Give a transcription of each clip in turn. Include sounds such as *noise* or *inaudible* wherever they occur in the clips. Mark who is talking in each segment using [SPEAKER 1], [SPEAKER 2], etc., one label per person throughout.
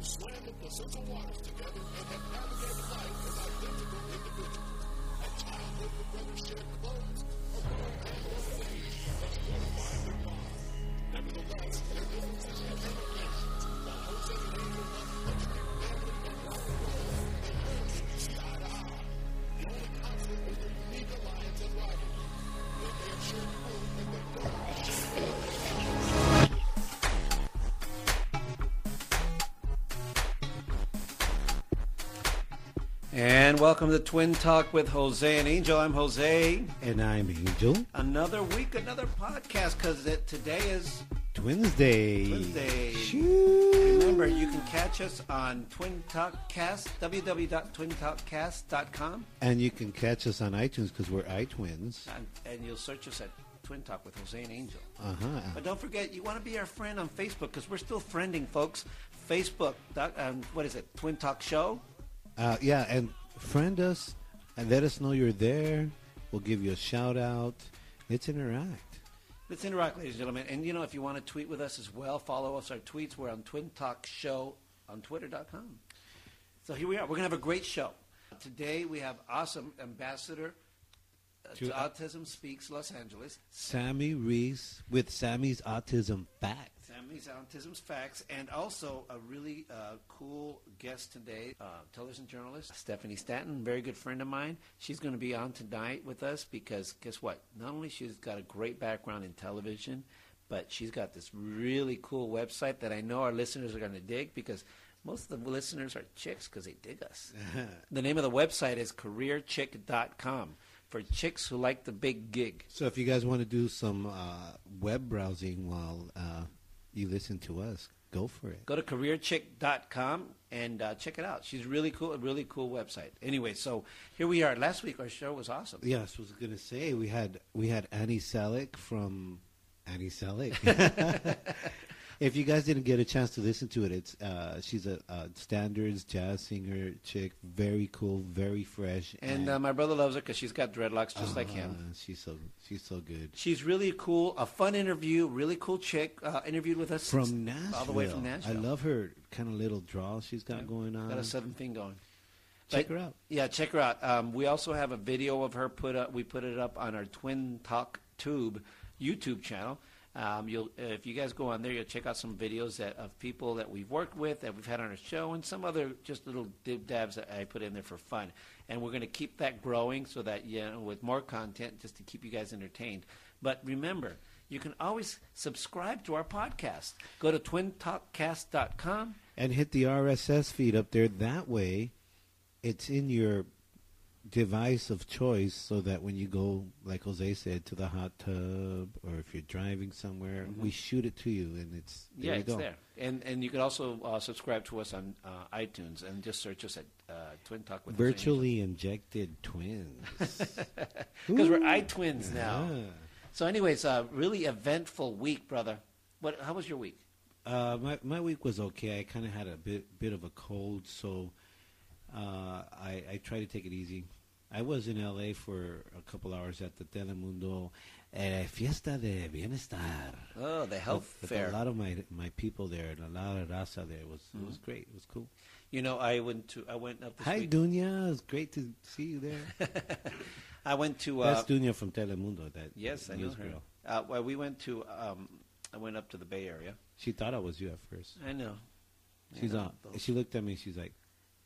[SPEAKER 1] the social waters together and have navigated life as identical individuals. A childhood with brothers shared clothes, a warm and loving age, thus unifying their bonds. Nevertheless, their differences have implications. While Jose and Angel love country, family, and rock and roll, they rarely see eye to eye. The only constant is their unique alliance and rivalry. They may have shared growth, but their goal is shared
[SPEAKER 2] And welcome to Twin Talk with Jose and Angel. I'm Jose.
[SPEAKER 3] And I'm Angel.
[SPEAKER 2] Another week, another podcast, because today is
[SPEAKER 3] Twinsday.
[SPEAKER 2] Wednesday.
[SPEAKER 3] Shoo.
[SPEAKER 2] Remember, you can catch us on Twin Talk Cast, www.twintalkcast.com,
[SPEAKER 3] And you can catch us on iTunes because we're iTwins.
[SPEAKER 2] and, and you'll search us at Twin Talk with Jose and Angel.
[SPEAKER 3] Uh huh.
[SPEAKER 2] But don't forget, you want to be our friend on Facebook, because we're still friending folks. Facebook, dot, um, what is it, Twin Talk Show?
[SPEAKER 3] Uh, yeah, and friend us and let us know you're there. We'll give you a shout out. Let's interact.
[SPEAKER 2] Let's interact, ladies and gentlemen. And you know, if you want to tweet with us as well, follow us. Our tweets, we're on Twin Talk Show on Twitter.com. So here we are. We're going to have a great show. Today we have awesome ambassador uh, to,
[SPEAKER 3] To-
[SPEAKER 2] Autism Speaks Los Angeles.
[SPEAKER 3] Sammy Reese with Sammy's Autism Fact.
[SPEAKER 2] Sammy's Autism's Facts, and also a really uh, cool guest today, uh, television journalist Stephanie Stanton, very good friend of mine. She's going to be on tonight with us because guess what? Not only she's got a great background in television, but she's got this really cool website that I know our listeners are going to dig because most of the listeners are chicks because they dig us. the name of the website is careerchick.com for chicks who like the big gig.
[SPEAKER 3] So if you guys want to do some uh, web browsing while uh, you listen to us, go for it.
[SPEAKER 2] go to careerchick.com and uh, check it out. She's really cool, a really cool website. Anyway, so here we are. Last week our show was awesome.
[SPEAKER 3] Yes, was gonna say we had we had Annie Selick from Annie
[SPEAKER 2] *laughs*
[SPEAKER 3] Selick. *laughs* if you guys didn't get a chance to listen to it, it's uh, she's a, a standards jazz singer chick, very cool, very fresh,
[SPEAKER 2] And uh, my brother loves her because she's got dreadlocks just like him.
[SPEAKER 3] uh, she's so she's so good.
[SPEAKER 2] She's really cool, a fun interview, really cool chick. Uh, interviewed with us
[SPEAKER 3] From Nashville,
[SPEAKER 2] all the way from Nashville.
[SPEAKER 3] I love her kind of little drawl she's got going on.
[SPEAKER 2] Got a seven thing going.
[SPEAKER 3] Check
[SPEAKER 2] But-
[SPEAKER 3] her out.
[SPEAKER 2] Yeah, check her out. Um, we also have a video of her put up. We put it up on our Twin Talk Tube YouTube channel. Um, you'll uh, if you guys go on there, you'll check out some videos that of people that we've worked with, that we've had on our show, and some other just little dib dabs that I put in there for fun. And we're going to keep that growing so that you know, with more content, just to keep you guys entertained. But remember. You can always subscribe to our podcast. Go to twintalkcast.com.
[SPEAKER 3] and hit the RSS feed up there. That way, it's in your device of choice so that when you go, like Jose said, to the hot tub or if you're driving somewhere, we shoot it to you and it's there
[SPEAKER 2] Mm-hmm. yeah,
[SPEAKER 3] you
[SPEAKER 2] it's
[SPEAKER 3] go.
[SPEAKER 2] there. And and you can also uh, subscribe to us on uh, iTunes and just search us at uh, Twin Talk with
[SPEAKER 3] Virtually
[SPEAKER 2] *laughs*
[SPEAKER 3] injected twins.
[SPEAKER 2] because we're iTwins now.
[SPEAKER 3] Yeah.
[SPEAKER 2] So, anyways, uh, really eventful week, brother. What? How was your week?
[SPEAKER 3] Uh, my my week was okay. I kind of had a bit bit of a cold, so uh, I I try to take it easy. I was in L.A. for a couple hours at the Telemundo eh, Fiesta de Bienestar.
[SPEAKER 2] Oh, the health
[SPEAKER 3] With- with
[SPEAKER 2] fair.
[SPEAKER 3] A lot of my my people there, and a lot of raza there. It was it was great. It was cool.
[SPEAKER 2] you know, I went to I went up this
[SPEAKER 3] Hi,
[SPEAKER 2] week.
[SPEAKER 3] Dunya. It's great to see you there.
[SPEAKER 2] *laughs* I went to uh,
[SPEAKER 3] That's Dunya from Telemundo. That
[SPEAKER 2] yes, I know her.
[SPEAKER 3] newsgirl.
[SPEAKER 2] Uh, well, we went to um, I went up to the Bay Area.
[SPEAKER 3] She thought I was you at first.
[SPEAKER 2] I know.
[SPEAKER 3] She's
[SPEAKER 2] Yeah,
[SPEAKER 3] on.
[SPEAKER 2] those-
[SPEAKER 3] She looked at me. She's like,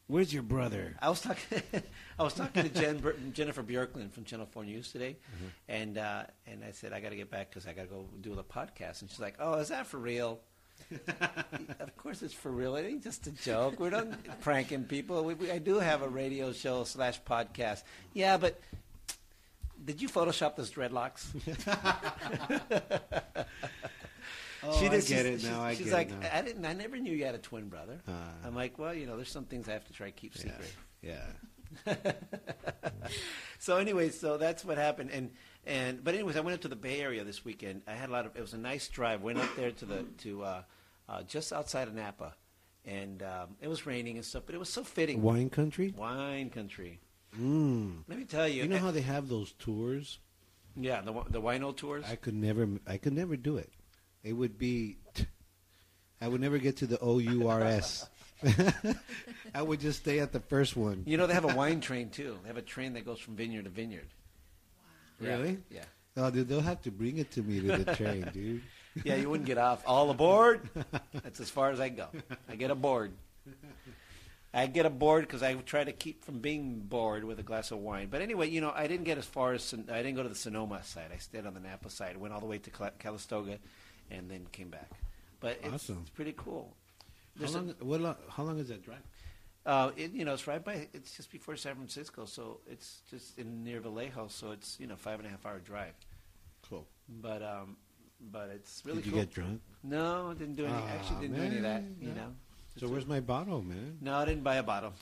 [SPEAKER 3] "Where's your brother?"
[SPEAKER 2] I was talking, *laughs* I was talking to Jen, Bur- Jennifer Bjorklund from Channel Four News today,
[SPEAKER 3] Mm-hmm.
[SPEAKER 2] and uh, and I said I got to get back because I got to go do the podcast, and she's like, "Oh, is that for
[SPEAKER 3] *laughs*
[SPEAKER 2] real?" of course, it's for real. It ain't just a joke. We're not pranking people. We, we, I do have a radio show slash podcast. Yeah, but did you Photoshop those dreadlocks?
[SPEAKER 3] *laughs* Oh, I
[SPEAKER 2] did-
[SPEAKER 3] get
[SPEAKER 2] she's-
[SPEAKER 3] it now. I
[SPEAKER 2] she's
[SPEAKER 3] get
[SPEAKER 2] like,
[SPEAKER 3] it now.
[SPEAKER 2] I didn't. I never knew you had a twin brother.
[SPEAKER 3] Ah.
[SPEAKER 2] I'm like, well, you know, there's some things I have to try to keep
[SPEAKER 3] Yeah.
[SPEAKER 2] secret.
[SPEAKER 3] yeah.
[SPEAKER 2] So anyway, so that's what happened, and and but anyways, I went up to the Bay Area this weekend. I had a lot of it was a nice drive. Went up there to the to uh, uh, just outside of Napa, and um, it was raining and stuff, but it was so fitting.
[SPEAKER 3] Wine country?
[SPEAKER 2] Wine country.
[SPEAKER 3] Mm.
[SPEAKER 2] Let me tell you, eh,
[SPEAKER 3] You know how they have those tours?
[SPEAKER 2] yeah, the wi- the wino tours.
[SPEAKER 3] I could never I could never do it. It would be I would never get to the O U R S. *laughs* I would just stay at the first one.
[SPEAKER 2] You know, they have a wine train too. They have a train that goes from vineyard to vineyard. Yeah,
[SPEAKER 3] Really?
[SPEAKER 2] Yeah.
[SPEAKER 3] Oh, dude, they'll have to bring it to me to the train, dude.
[SPEAKER 2] Yeah, you wouldn't get off. All aboard. That's as far as I go. I get aboard. I get aboard because I try to keep from being bored with a glass of wine. But anyway, you know, I didn't get as far as Son- I didn't go to the Sonoma side. I stayed on the Napa side. Went all the way to Cal- Calistoga, and then came back. But it's,
[SPEAKER 3] Awesome.
[SPEAKER 2] it's pretty cool. *laughs*
[SPEAKER 3] How
[SPEAKER 2] There's a-
[SPEAKER 3] long, what lo- how long is that drive?
[SPEAKER 2] Uh, it, you know, it's right by. It's just before San Francisco, so it's just in near Vallejo. So it's you know five and a half hour drive.
[SPEAKER 3] Cool.
[SPEAKER 2] But um, but it's really
[SPEAKER 3] Did you
[SPEAKER 2] cool.
[SPEAKER 3] get drunk?
[SPEAKER 2] No, I didn't do any.
[SPEAKER 3] Ah,
[SPEAKER 2] actually, didn't do any of that.
[SPEAKER 3] man,
[SPEAKER 2] You
[SPEAKER 3] no.
[SPEAKER 2] know.
[SPEAKER 3] So where's my bottle, man?
[SPEAKER 2] No, I didn't buy a bottle.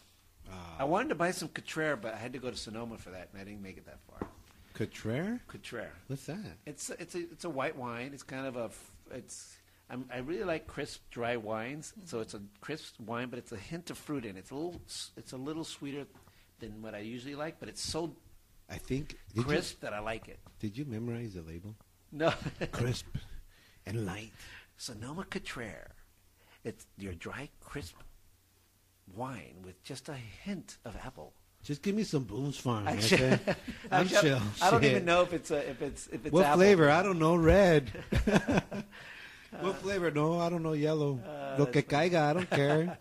[SPEAKER 3] Ah,
[SPEAKER 2] I wanted to buy some Cotrere, but I had to go to Sonoma for that, and I didn't make it that far.
[SPEAKER 3] Cotrere?
[SPEAKER 2] Cotrere.
[SPEAKER 3] What's that?
[SPEAKER 2] It's it's a it's a white wine. It's kind of a f- it's. I'm, I really like crisp, dry wines. So it's a crisp wine, but it's a hint of fruit in it. It's a little s- it's a little sweeter than what I usually like, but it's so
[SPEAKER 3] I think. Did
[SPEAKER 2] crisp that I like it.
[SPEAKER 3] You, did you memorize the label?
[SPEAKER 2] No, *laughs*
[SPEAKER 3] Crisp and light.
[SPEAKER 2] Sonoma Cotrere. It's your dry, crisp wine with just a hint of apple.
[SPEAKER 3] Just give me some Boone's Farm.
[SPEAKER 2] Actually- *laughs*
[SPEAKER 3] okay? I'm
[SPEAKER 2] Actually,
[SPEAKER 3] chill.
[SPEAKER 2] I don't
[SPEAKER 3] Shit.
[SPEAKER 2] even know if it's a, if it's if it's
[SPEAKER 3] What
[SPEAKER 2] apple.
[SPEAKER 3] flavor? I don't know.
[SPEAKER 2] *laughs*
[SPEAKER 3] Red. *laughs* what flavor? No, I don't know. Yellow.
[SPEAKER 2] Uh,
[SPEAKER 3] Lo que caiga.
[SPEAKER 2] *laughs*
[SPEAKER 3] I don't care.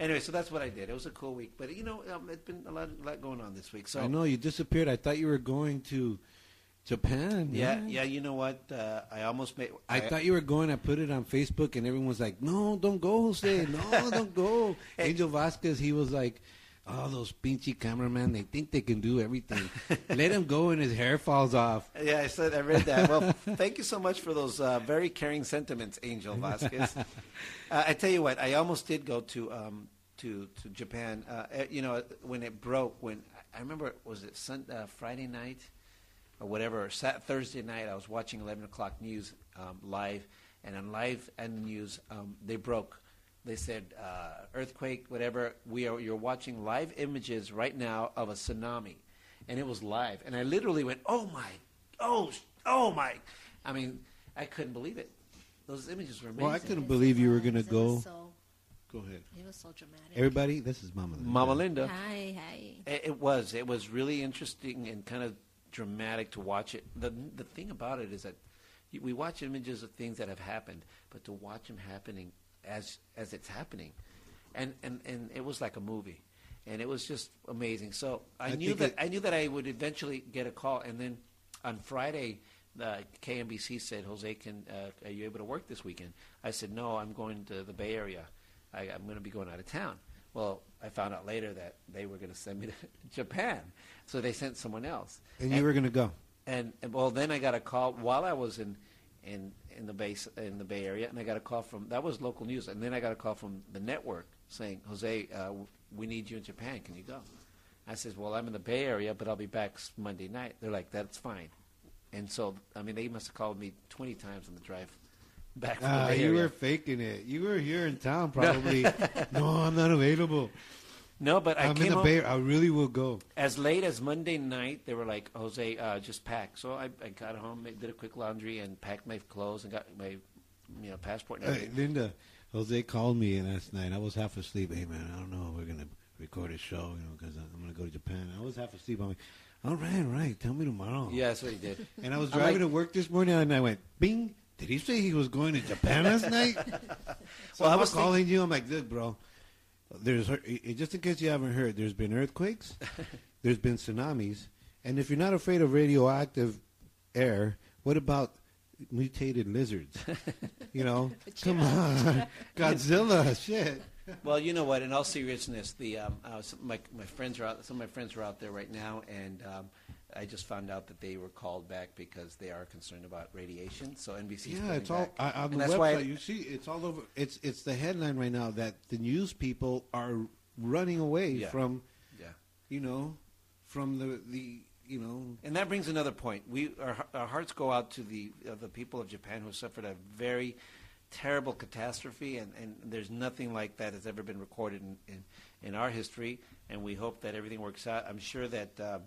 [SPEAKER 2] Anyway, so that's what I did. It was a cool week, but you know, um, it's been a lot, a lot going on this week. So
[SPEAKER 3] I know you disappeared. I thought you were going to Japan.
[SPEAKER 2] yeah,
[SPEAKER 3] man.
[SPEAKER 2] yeah. You know what? Uh, I almost made.
[SPEAKER 3] I thought you were going. I put it on Facebook, and everyone's like, "No, don't go, Jose.
[SPEAKER 2] *laughs*
[SPEAKER 3] No, don't go."
[SPEAKER 2] Hey.
[SPEAKER 3] Angel Vasquez, he was like, "Oh, those pinchy cameramen. They think they can do
[SPEAKER 2] *laughs*
[SPEAKER 3] everything. Let him go, and his hair falls off."
[SPEAKER 2] Yeah, I said I read that. Well, *laughs* thank you so much for those uh, very caring sentiments, Angel Vasquez. uh, I tell you what, I almost did go to um, to to Japan. Uh, uh, you know, when it broke, when I remember, was it Sun, uh, Friday night or whatever? Or Sat- Thursday night, I was watching eleven o'clock news um, live, and on live and news, um, they broke. They said uh, earthquake, whatever. We are you're watching live images right now of a tsunami, and it was live. And I literally went, "Oh my, oh, sh- oh my!" I mean, I couldn't believe it. Those images were amazing.
[SPEAKER 3] Well, I couldn't believe you were gonna
[SPEAKER 4] It was
[SPEAKER 3] go.
[SPEAKER 4] so-
[SPEAKER 3] Go ahead,
[SPEAKER 4] It was so dramatic.
[SPEAKER 3] everybody. This is Mama. Linda.
[SPEAKER 2] Mama Linda.
[SPEAKER 4] Hi, hi.
[SPEAKER 2] It, it was. It was really interesting and kind of dramatic to watch it. The the thing about it is that you- we watch images of things that have happened, but to watch them happening as as it's happening, and and and it was like a movie, and it was just amazing. So I,
[SPEAKER 3] I
[SPEAKER 2] knew
[SPEAKER 3] think
[SPEAKER 2] that
[SPEAKER 3] it-
[SPEAKER 2] I knew that I would eventually get a call, and then on Friday. Uh, KMBC said, Jose, can uh, are you able to work this weekend? I said, No, I'm going to the Bay Area. I, I'm going to be going out of town. Well, I found out later that they were going to send me *laughs* to Japan, so they sent someone else.
[SPEAKER 3] And you were gonna go.
[SPEAKER 2] And, and well, then I got a call while I was in in in the base in the Bay Area, and I got a call from that was local news, and then I got a call from the network saying, "Jose, uh, w- we need you in Japan. Can you go?" I says, "Well, I'm in the Bay Area, but I'll be back s- Monday night." They're like, "That's fine." And so, I mean, they must have called me 20 times on the drive *laughs* back from
[SPEAKER 3] Ah,
[SPEAKER 2] the Bay
[SPEAKER 3] you
[SPEAKER 2] Area.
[SPEAKER 3] were faking it. You were here
[SPEAKER 2] *laughs*
[SPEAKER 3] in town, probably. no, I'm not available.
[SPEAKER 2] no, but I
[SPEAKER 3] I'm
[SPEAKER 2] came
[SPEAKER 3] in the
[SPEAKER 2] home-
[SPEAKER 3] Bay. I really will go.
[SPEAKER 2] as late as Monday night, they were like, Jose, uh, just pack. So I, I got home, ma- did a quick laundry, and packed my clothes and got my you know passport and
[SPEAKER 3] Hey,
[SPEAKER 2] everything.
[SPEAKER 3] Linda, Jose called me last night. I was half asleep. Hey, man, I don't know. We're going to record a show, you know, because I'm going to go to Japan. I was half asleep. I'm like, all right, all right. Tell me tomorrow.
[SPEAKER 2] Yeah, that's what he did.
[SPEAKER 3] And I was
[SPEAKER 2] I'm
[SPEAKER 3] driving
[SPEAKER 2] like-
[SPEAKER 3] to work this morning, and I went, bing. Did he say he was going to Japan
[SPEAKER 2] *laughs*
[SPEAKER 3] last night? well, I was calling you. I'm like, look, bro. There's just in case you haven't heard, there's been
[SPEAKER 2] *laughs*
[SPEAKER 3] earthquakes, there's been tsunamis, and if you're not afraid of radioactive air, what about mutated lizards? you
[SPEAKER 2] *laughs*
[SPEAKER 3] know, come on, Godzilla, shit.
[SPEAKER 2] Well, you know what? In all seriousness, the um, uh, some, my my friends are out. Some of my friends are out there right now, and um, I just found out that they were called back because they are concerned about radiation. So NBC.
[SPEAKER 3] Yeah, it's all I, on
[SPEAKER 2] and
[SPEAKER 3] the
[SPEAKER 2] that's
[SPEAKER 3] website.
[SPEAKER 2] why
[SPEAKER 3] you see, it's all over. It's it's the headline right now that the news people are running away
[SPEAKER 2] Yeah.
[SPEAKER 3] from,
[SPEAKER 2] yeah.
[SPEAKER 3] you know, from the the you know
[SPEAKER 2] And that brings another point. We our, our hearts go out to the uh, the people of Japan who suffered a very terrible catastrophe, and, and there's nothing like that has ever been recorded in, in, in our history. And we hope that everything works out. I'm sure that um,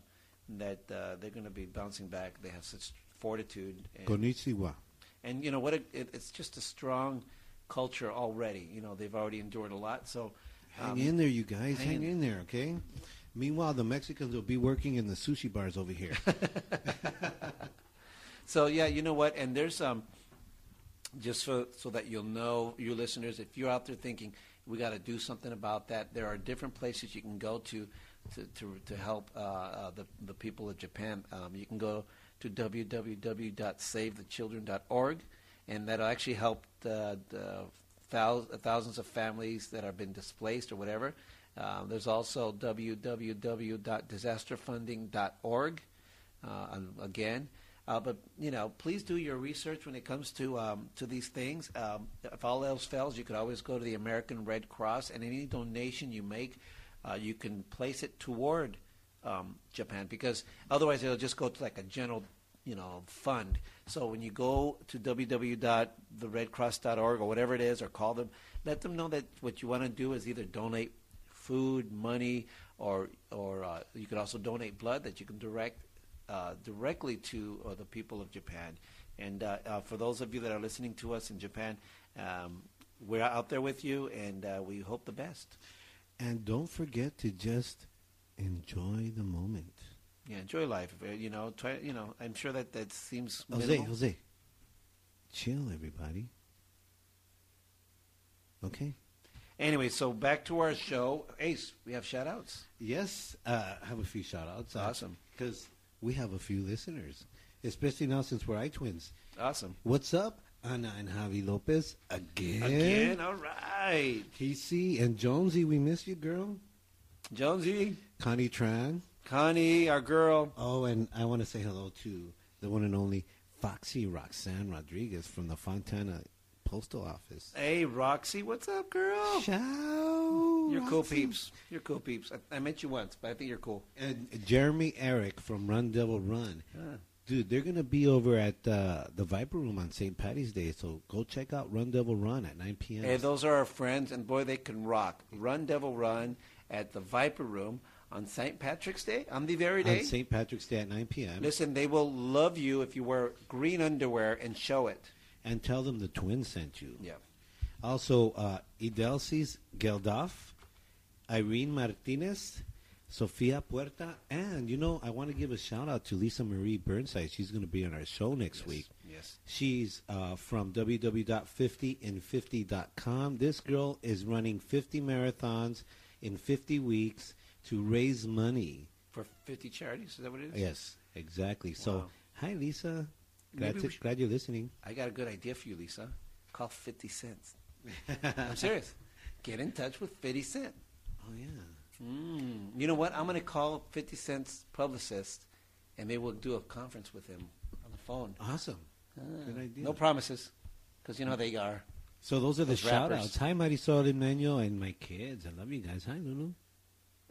[SPEAKER 2] that uh, they're going to be bouncing back. They have such fortitude. And,
[SPEAKER 3] Konnichiwa.
[SPEAKER 2] and you know what? It, it, it's just a strong culture already. You know, they've already endured a lot. So,
[SPEAKER 3] Hang
[SPEAKER 2] um,
[SPEAKER 3] in there, you guys.
[SPEAKER 2] hang
[SPEAKER 3] Hang
[SPEAKER 2] in.
[SPEAKER 3] in there, okay? Meanwhile, the Mexicans will be working in the sushi bars over *laughs* here.
[SPEAKER 2] so yeah, you know what? And there's um, just so so that you'll know, you listeners, if you're out there thinking we got to do something about that, there are different places you can go to to to, to help uh, uh, the the people of Japan. Um, you can go to www.savethechildren.org, and that'll actually help the, the thous- thousands of families that have been displaced or whatever. Uh, there's also www.disasterfunding.org uh, um, again. Uh, but you know, please do your research when it comes to um, to these things. Um, if all else fails, you could always go to the American Red Cross, and any donation you make, uh, you can place it toward um, Japan because otherwise it'll just go to like a general you know fund. So when you go to www.theredcross.org or whatever it is, or call them, let them know that what you want to do is either donate food, money, or or uh, you could also donate blood that you can direct uh, directly to uh, the people of Japan. And uh, uh, for those of you that are listening to us in Japan, um, we're out there with you, and uh, we hope the best.
[SPEAKER 3] and don't forget to just enjoy the moment.
[SPEAKER 2] Yeah, enjoy life. uh, You know, try. You know, I'm sure that that seems
[SPEAKER 3] Jose,
[SPEAKER 2] minimal.
[SPEAKER 3] Jose, chill, everybody. Okay?
[SPEAKER 2] Anyway, so back to our show. Ace, we have shout outs.
[SPEAKER 3] Yes, uh, I have a few shout outs.
[SPEAKER 2] Awesome.
[SPEAKER 3] Because we have a few listeners, especially now since we're iTwins.
[SPEAKER 2] Awesome.
[SPEAKER 3] What's up, Ana and Javi Lopez? Again.
[SPEAKER 2] Again, all right.
[SPEAKER 3] KC and Jonesy, we miss you, girl.
[SPEAKER 2] Jonesy,
[SPEAKER 3] Connie Tran.
[SPEAKER 2] Connie, our girl.
[SPEAKER 3] Oh, and I want to say hello to the one and only Foxy Roxanne Rodriguez from the Fontana Postal Office.
[SPEAKER 2] Hey, Roxy, what's up, girl?
[SPEAKER 3] Ciao,
[SPEAKER 2] You're cool
[SPEAKER 3] Roxy.
[SPEAKER 2] peeps. You're cool peeps. I, I met you once, but I think you're cool.
[SPEAKER 3] And Jeremy Eric from Run Devil Run. Dude, they're going to be over at uh, the Viper Room on St. Patty's Day, so go check out Run Devil Run at 9 p.m.
[SPEAKER 2] Hey, those are our friends, and boy, they can rock. Run, Devil, run at the Viper Room on St. Patrick's Day, on the very day.
[SPEAKER 3] on St. Patrick's Day at 9 p.m.
[SPEAKER 2] Listen, they will love you if you wear green underwear and show it.
[SPEAKER 3] And tell them the twins sent you.
[SPEAKER 2] Yeah.
[SPEAKER 3] Also, uh, Idelsis Geldof, Irene Martinez, Sofia Puerta, and you know, I want to give a shout out to Lisa Marie Burnside. She's going to be on our show next
[SPEAKER 2] Yes,
[SPEAKER 3] week.
[SPEAKER 2] yes.
[SPEAKER 3] She's uh, from www.50in50.com. This girl is running 50 marathons in 50 weeks to raise money.
[SPEAKER 2] For 50 charities, is that what it is?
[SPEAKER 3] Yes, exactly. So,
[SPEAKER 2] Wow.
[SPEAKER 3] hi, Lisa. Glad,
[SPEAKER 2] Maybe
[SPEAKER 3] to,
[SPEAKER 2] we should-
[SPEAKER 3] glad you're listening.
[SPEAKER 2] I got a good idea for you, Lisa. Call 50 cents. I'm serious. Get in touch with 50 Cent.
[SPEAKER 3] *laughs* Oh, yeah.
[SPEAKER 2] Mm. You know what? I'm going to call 50 Cent's publicist, and maybe we'll do a conference with him on the phone.
[SPEAKER 3] Awesome. Good idea.
[SPEAKER 2] Uh, No promises, because you know how they are.
[SPEAKER 3] So those are the
[SPEAKER 2] Those rappers.
[SPEAKER 3] shout outs. Hi Marisol Emmanuel and my kids. I love you guys. Hi Lulu.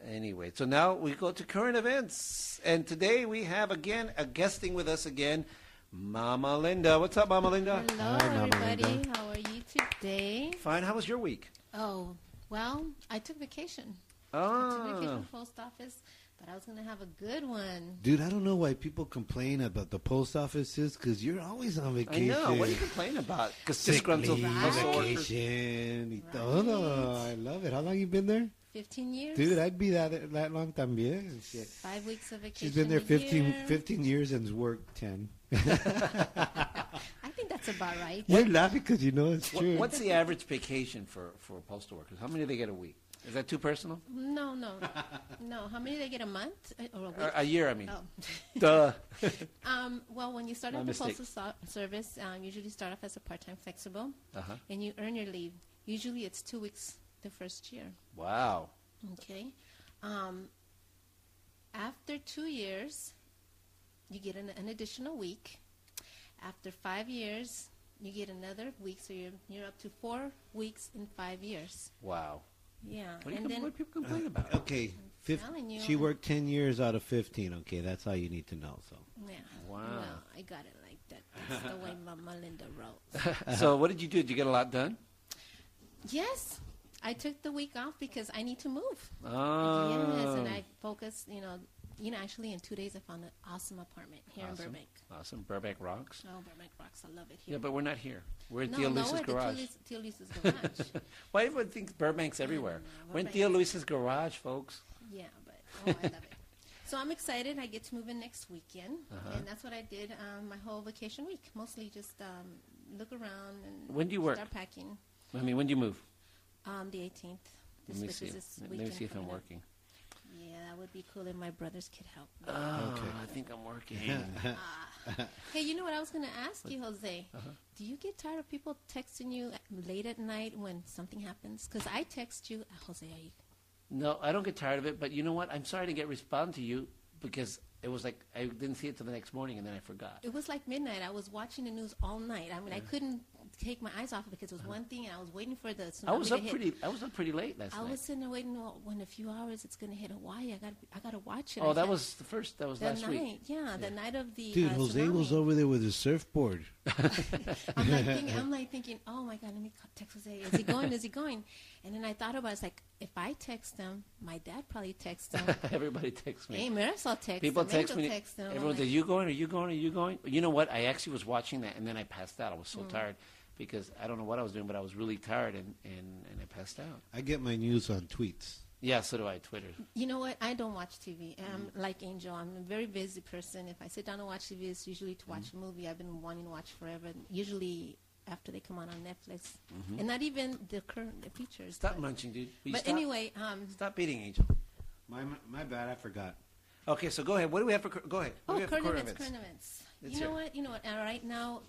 [SPEAKER 2] Anyway, so now we go to current events, and today we have again a guesting with us again, Mama Linda. What's up, Mama Linda?
[SPEAKER 4] Hello,
[SPEAKER 3] Hi, Mama
[SPEAKER 4] everybody.
[SPEAKER 3] Linda.
[SPEAKER 4] How are you today?
[SPEAKER 2] Fine. How was your week?
[SPEAKER 4] Oh, well, I took vacation. I took vacation
[SPEAKER 2] Oh,
[SPEAKER 4] from post office, but I was going to have a good one.
[SPEAKER 3] Dude, I don't know why people complain about the post offices because you're always on
[SPEAKER 2] I
[SPEAKER 3] vacation.
[SPEAKER 2] know. What are you complaining about? Because
[SPEAKER 3] Sick
[SPEAKER 2] disgruntled
[SPEAKER 3] leave,
[SPEAKER 2] household workers.
[SPEAKER 3] vacation. y
[SPEAKER 4] Right.
[SPEAKER 3] todo. I love it. How long you been there?
[SPEAKER 4] 15 years?
[SPEAKER 3] Dude, I'd be that that long también. Shit.
[SPEAKER 4] Five weeks of vacation.
[SPEAKER 3] She's been there
[SPEAKER 4] a
[SPEAKER 3] 15,
[SPEAKER 4] year.
[SPEAKER 3] 15 years and's worked 10.
[SPEAKER 4] I think that's about right.
[SPEAKER 3] You're laughing because you know it's
[SPEAKER 2] What,
[SPEAKER 3] true.
[SPEAKER 2] what's the average vacation for, for postal workers? How many do they get a week? Is that too
[SPEAKER 3] *laughs*
[SPEAKER 2] personal?
[SPEAKER 4] No, no. No. How many did I get a month? Uh, Or a
[SPEAKER 2] Or
[SPEAKER 4] week?
[SPEAKER 2] a year, I mean.
[SPEAKER 4] Oh. *laughs*
[SPEAKER 2] Duh.
[SPEAKER 4] Um, well, when you start
[SPEAKER 2] My
[SPEAKER 4] off the
[SPEAKER 2] mistake.
[SPEAKER 4] postal so- service, um, usually start off as a part-time flexible,
[SPEAKER 2] Uh-huh.
[SPEAKER 4] and you earn your leave. Usually, it's two weeks the first year.
[SPEAKER 2] Wow.
[SPEAKER 4] Okay. Um, after two years, you get an, an additional week. After five years, you get another week, so you're you're up to four weeks in five years.
[SPEAKER 2] Wow.
[SPEAKER 4] Yeah,
[SPEAKER 2] What do, you,
[SPEAKER 4] and
[SPEAKER 2] com-
[SPEAKER 4] then
[SPEAKER 2] what do people complain about?
[SPEAKER 3] okay, fif-
[SPEAKER 4] telling you.
[SPEAKER 3] she worked 10 years out of 15. Okay, that's all you need to know. So.
[SPEAKER 4] yeah,
[SPEAKER 2] Wow.
[SPEAKER 4] well, I got it like that.
[SPEAKER 2] *laughs*
[SPEAKER 4] That's the way Mama Linda rolls.
[SPEAKER 2] So what did you do? Did you get a lot done?
[SPEAKER 4] Yes, I took the week off because I need to move.
[SPEAKER 2] Oh.
[SPEAKER 4] Yes, and I focus, you know, you know, actually in two days I found an awesome apartment here
[SPEAKER 2] awesome.
[SPEAKER 4] in Burbank.
[SPEAKER 2] Awesome. Uh, Burbank rocks.
[SPEAKER 4] Oh, Burbank rocks! I love it here.
[SPEAKER 2] Yeah, but we're not here. We're at
[SPEAKER 4] no,
[SPEAKER 2] Theo
[SPEAKER 4] nowhere
[SPEAKER 2] Luis's
[SPEAKER 4] at
[SPEAKER 2] garage.
[SPEAKER 4] the Theo Luis's garage.
[SPEAKER 2] *laughs* Why everyone thinks Burbank's everywhere?
[SPEAKER 4] know,
[SPEAKER 2] We're in
[SPEAKER 4] Burbank.
[SPEAKER 2] Theo Luis's garage, folks.
[SPEAKER 4] Yeah, but oh, I love it. So I'm excited. I get to move in next weekend,
[SPEAKER 2] Uh-huh.
[SPEAKER 4] and that's what I did um, my whole vacation week. Mostly just um, look around and
[SPEAKER 2] When do you work?
[SPEAKER 4] Start packing.
[SPEAKER 2] I mean, when do you move?
[SPEAKER 4] Um, the 18th. This
[SPEAKER 2] Let me
[SPEAKER 4] which
[SPEAKER 2] see.
[SPEAKER 4] is this
[SPEAKER 2] Let me
[SPEAKER 4] weekend
[SPEAKER 2] see if I'm
[SPEAKER 4] coming up.
[SPEAKER 2] working.
[SPEAKER 4] Yeah, that would be cool if my brothers could help. me.
[SPEAKER 2] Ah,
[SPEAKER 3] Okay.
[SPEAKER 2] I think I'm working. *laughs*
[SPEAKER 4] Ah. *laughs* hey, you know what I was going to ask you, Jose?
[SPEAKER 2] Uh-huh.
[SPEAKER 4] Do you get tired of people texting you at- late at night when something happens? Because I text you, uh, Jose, are you?
[SPEAKER 2] no, I don't get tired of it. But you know what? I'm sorry to get respond to you because it was like I didn't see it till the next morning and then I forgot.
[SPEAKER 4] It was like midnight. I was watching the news all night. I mean, I couldn't take my eyes off it because it was one thing, and I was waiting for the tsunami
[SPEAKER 2] Uh-huh. I was
[SPEAKER 4] to
[SPEAKER 2] up
[SPEAKER 4] hit.
[SPEAKER 2] pretty. I was up pretty late last
[SPEAKER 4] I
[SPEAKER 2] night.
[SPEAKER 4] was sitting there waiting. Well, when in a few hours it's going to hit Hawaii, I got to I got to watch it. I
[SPEAKER 2] oh, that
[SPEAKER 4] can't-
[SPEAKER 2] was the first. That was
[SPEAKER 4] the
[SPEAKER 2] last
[SPEAKER 4] night.
[SPEAKER 2] week.
[SPEAKER 4] Yeah, the night of the
[SPEAKER 3] *laughs* Dude,
[SPEAKER 4] uh,
[SPEAKER 3] Jose
[SPEAKER 4] tsunami.
[SPEAKER 3] was over there with his surfboard.
[SPEAKER 4] I'm like, thinking, I'm like thinking, oh my god, let me call- text Jose. Is he going? Is he going? And then I thought about it. it's like if I text him, my dad probably texts him.
[SPEAKER 2] *laughs* Everybody texts me.
[SPEAKER 4] hey, Marisol texts
[SPEAKER 2] People
[SPEAKER 4] him.
[SPEAKER 2] text
[SPEAKER 4] Angel
[SPEAKER 2] me.
[SPEAKER 4] texts him. I'm
[SPEAKER 2] Everyone
[SPEAKER 4] like,
[SPEAKER 2] says, "You going? Are you going? Are you going?" You know what? I actually was watching that, and then I passed out. I was so
[SPEAKER 4] Mm.
[SPEAKER 2] tired because I don't know what I was doing, but I was really tired, and, and, and I passed out.
[SPEAKER 3] I get my news on tweets.
[SPEAKER 2] Yeah, so do I. Twitter.
[SPEAKER 4] You know what? I don't watch TV. I'm
[SPEAKER 2] Mm-hmm.
[SPEAKER 4] like Angel. I'm a very busy person. If I sit down and watch TV, it's usually to watch
[SPEAKER 2] Mm-hmm.
[SPEAKER 4] a movie I've been wanting to watch forever. Usually after they come out on Netflix, and not even the current the features.
[SPEAKER 2] Mm-hmm. Stop
[SPEAKER 4] but-
[SPEAKER 2] munching, dude. Will you
[SPEAKER 4] But
[SPEAKER 2] stop?
[SPEAKER 4] anyway, um,
[SPEAKER 2] stop eating, Angel.
[SPEAKER 3] My, my bad, I forgot.
[SPEAKER 2] Okay, so go ahead. What do we have for? cur- Go ahead. What do
[SPEAKER 4] oh,
[SPEAKER 2] we have
[SPEAKER 4] current
[SPEAKER 2] for
[SPEAKER 4] events, current events.
[SPEAKER 2] Let's
[SPEAKER 4] you know
[SPEAKER 2] hear
[SPEAKER 4] what? You know what? And right now,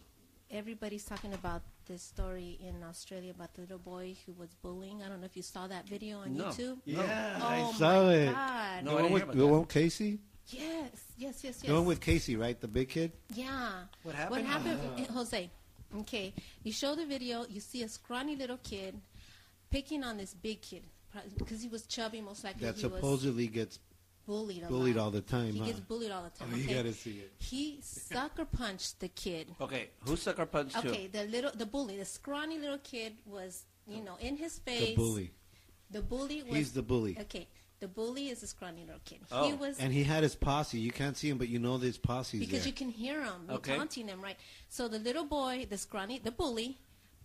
[SPEAKER 4] everybody's talking about this story in Australia about the little boy who was bullying. I don't know if you saw that video on
[SPEAKER 2] No.
[SPEAKER 4] YouTube.
[SPEAKER 2] No.
[SPEAKER 3] Yeah,
[SPEAKER 4] Oh
[SPEAKER 3] I
[SPEAKER 4] my
[SPEAKER 3] saw it.
[SPEAKER 4] God!
[SPEAKER 2] No,
[SPEAKER 3] the
[SPEAKER 2] I didn't hear
[SPEAKER 3] one with
[SPEAKER 2] about
[SPEAKER 3] the
[SPEAKER 2] that.
[SPEAKER 3] one with Casey.
[SPEAKER 4] Yes, yes, yes, yes.
[SPEAKER 3] The one with Casey, right? The big kid.
[SPEAKER 4] Yeah.
[SPEAKER 2] What happened?
[SPEAKER 4] What happened,
[SPEAKER 3] Uh-huh.
[SPEAKER 4] eh, Jose? Okay, you show the video. You see a scrawny little kid picking on this big kid because he was chubby, most likely.
[SPEAKER 3] that
[SPEAKER 4] he was
[SPEAKER 3] supposedly gets
[SPEAKER 4] bullied. A
[SPEAKER 3] bullied
[SPEAKER 4] lot.
[SPEAKER 3] all the time,
[SPEAKER 4] He
[SPEAKER 3] huh?
[SPEAKER 4] gets bullied all the time.
[SPEAKER 3] Oh, you
[SPEAKER 4] okay?
[SPEAKER 3] gotta see it.
[SPEAKER 4] He sucker punched the kid.
[SPEAKER 2] Okay, who sucker punched
[SPEAKER 4] Okay, the little, the bully, the scrawny little kid was, you know, in his face.
[SPEAKER 3] the bully.
[SPEAKER 4] The bully was.
[SPEAKER 3] He's the bully.
[SPEAKER 4] Okay, the bully is a scrawny little kid.
[SPEAKER 2] Oh,
[SPEAKER 4] he was
[SPEAKER 3] And he had his posse. You can't see him, but you know this posse's
[SPEAKER 4] because
[SPEAKER 3] there.
[SPEAKER 4] you can hear him you're
[SPEAKER 2] Okay.
[SPEAKER 4] taunting him right so the little boy the scrawny the bully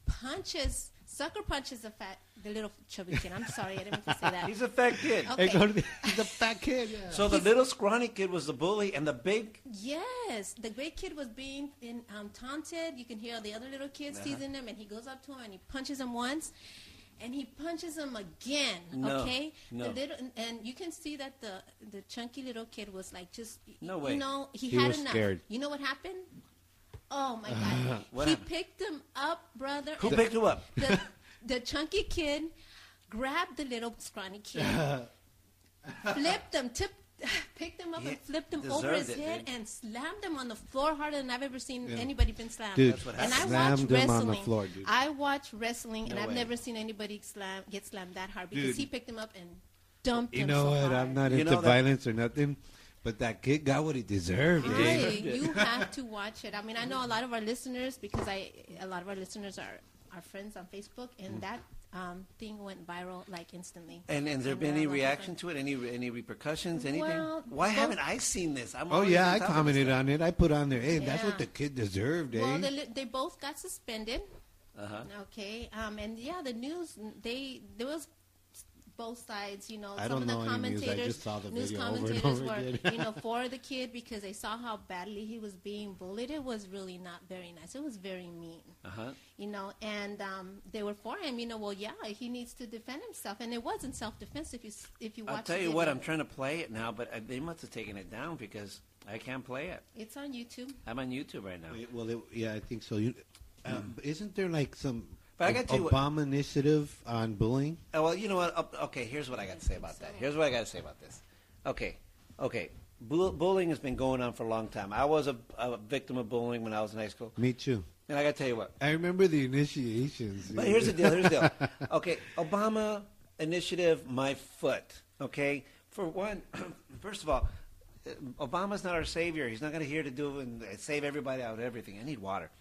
[SPEAKER 4] punches sucker punches the fat the little chubby kid i'm sorry i didn't mean to
[SPEAKER 3] *laughs*
[SPEAKER 4] say
[SPEAKER 2] you? *laughs*
[SPEAKER 4] that
[SPEAKER 2] He's a fat kid.
[SPEAKER 4] Okay.
[SPEAKER 3] Hey, go to the- He's a fat kid. Yeah.
[SPEAKER 2] So the little scrawny kid was the bully, and the big.
[SPEAKER 4] yes the great kid was being in, um, taunted you can hear the other little kids
[SPEAKER 2] Uh-huh.
[SPEAKER 4] teasing him and he goes up to him and he punches him once and he punches him again
[SPEAKER 2] No,
[SPEAKER 4] okay
[SPEAKER 2] no.
[SPEAKER 4] the little and, and you can see that the the chunky little kid was like just
[SPEAKER 2] No way.
[SPEAKER 4] you know he,
[SPEAKER 3] He
[SPEAKER 4] had
[SPEAKER 3] was
[SPEAKER 4] enough
[SPEAKER 3] scared.
[SPEAKER 4] you know what happened oh my god
[SPEAKER 2] *laughs* What
[SPEAKER 4] he
[SPEAKER 2] happened?
[SPEAKER 4] picked him up brother
[SPEAKER 2] Who
[SPEAKER 4] and
[SPEAKER 2] picked him up?
[SPEAKER 3] *laughs*
[SPEAKER 4] the, the chunky kid grabbed the little scrawny
[SPEAKER 3] *laughs*
[SPEAKER 4] kid, flipped him, tipped, picked him up,
[SPEAKER 2] He
[SPEAKER 4] and flipped him over
[SPEAKER 2] deserved
[SPEAKER 4] his
[SPEAKER 2] it,
[SPEAKER 4] head
[SPEAKER 2] dude.
[SPEAKER 4] and slammed him on the floor harder than I've ever seen anybody been slammed.
[SPEAKER 3] Dude,
[SPEAKER 2] That's what
[SPEAKER 4] and I
[SPEAKER 3] happened.
[SPEAKER 4] watch
[SPEAKER 3] slammed
[SPEAKER 4] wrestling.
[SPEAKER 3] him on the floor, dude.
[SPEAKER 4] I watch wrestling, and
[SPEAKER 2] No
[SPEAKER 4] I've
[SPEAKER 2] way.
[SPEAKER 4] never seen anybody slam get slammed that hard because
[SPEAKER 3] Dude.
[SPEAKER 4] he picked him up and dumped
[SPEAKER 3] You
[SPEAKER 4] him.
[SPEAKER 3] know
[SPEAKER 4] so
[SPEAKER 3] what?
[SPEAKER 4] hard.
[SPEAKER 3] I'm not
[SPEAKER 2] You
[SPEAKER 3] into
[SPEAKER 2] know that-
[SPEAKER 3] violence or nothing, but that kid got what he deserved.
[SPEAKER 4] Hi,
[SPEAKER 3] eh?
[SPEAKER 2] Yeah.
[SPEAKER 3] *laughs*
[SPEAKER 4] you have to watch it. I mean, I know a lot of our listeners because I a lot of our listeners are our friends on Facebook,
[SPEAKER 3] Mm.
[SPEAKER 4] and that um, thing went viral like instantly.
[SPEAKER 2] And and there
[SPEAKER 4] And
[SPEAKER 2] been
[SPEAKER 4] they're
[SPEAKER 2] any
[SPEAKER 4] a lot of
[SPEAKER 2] reaction to
[SPEAKER 4] fun.
[SPEAKER 2] it? Any re- any repercussions? Anything?
[SPEAKER 4] Well,
[SPEAKER 2] Why
[SPEAKER 4] both-
[SPEAKER 2] haven't I seen this? I'm
[SPEAKER 3] Oh
[SPEAKER 2] always
[SPEAKER 3] yeah,
[SPEAKER 2] on
[SPEAKER 3] I
[SPEAKER 2] top of
[SPEAKER 3] commented
[SPEAKER 2] this
[SPEAKER 3] on it. I put on there. Hey, that's
[SPEAKER 4] Yeah.
[SPEAKER 3] what the kid deserved. Eh?
[SPEAKER 4] Well, they, li- they both got suspended.
[SPEAKER 2] stuff. Uh-huh.
[SPEAKER 4] Okay, um, and yeah, the news they there was both sides. You know,
[SPEAKER 3] I
[SPEAKER 4] some
[SPEAKER 3] don't
[SPEAKER 4] of the
[SPEAKER 3] know any news. I
[SPEAKER 4] commentators,
[SPEAKER 3] just saw the
[SPEAKER 4] news
[SPEAKER 3] video over and
[SPEAKER 4] commentators
[SPEAKER 3] over
[SPEAKER 4] were
[SPEAKER 3] again. *laughs*
[SPEAKER 4] you know for the kid because they saw how badly he was being bullied. It was really not very nice. It was very mean.
[SPEAKER 2] Uh-huh.
[SPEAKER 4] You know, and um, they were for him. You know, well, yeah, he needs to defend himself, and it wasn't self defense. If you s- if you watch,
[SPEAKER 2] I'll tell
[SPEAKER 4] the
[SPEAKER 2] you what,
[SPEAKER 4] video.
[SPEAKER 2] I'm trying to play it now, but I, they must have taken it down because I can't play it.
[SPEAKER 4] It's on YouTube.
[SPEAKER 2] I'm on YouTube right now.
[SPEAKER 3] Wait, Well, it, yeah, I think so. You, uh, isn't there like some
[SPEAKER 2] But I
[SPEAKER 3] Ob-
[SPEAKER 2] gotta tell you what-
[SPEAKER 3] Obama initiative on bullying?
[SPEAKER 2] Oh, well, you know what? Up- Okay, here's what I got to say about that. Here's what I got to say about this. Okay, okay. Bull- bullying has been going on for a long time. I was a, a victim of bullying when I was in high school,
[SPEAKER 3] Me too.
[SPEAKER 2] and I got to tell you what.
[SPEAKER 3] I remember the initiations.
[SPEAKER 2] But
[SPEAKER 3] dude.
[SPEAKER 2] here's the deal. Here's the deal. Okay, Obama initiative, my foot. Okay, for one, *clears throat* first of all, uh, Obama's not our savior. He's not going to here to do and save everybody out of everything. I need water.
[SPEAKER 3] *laughs*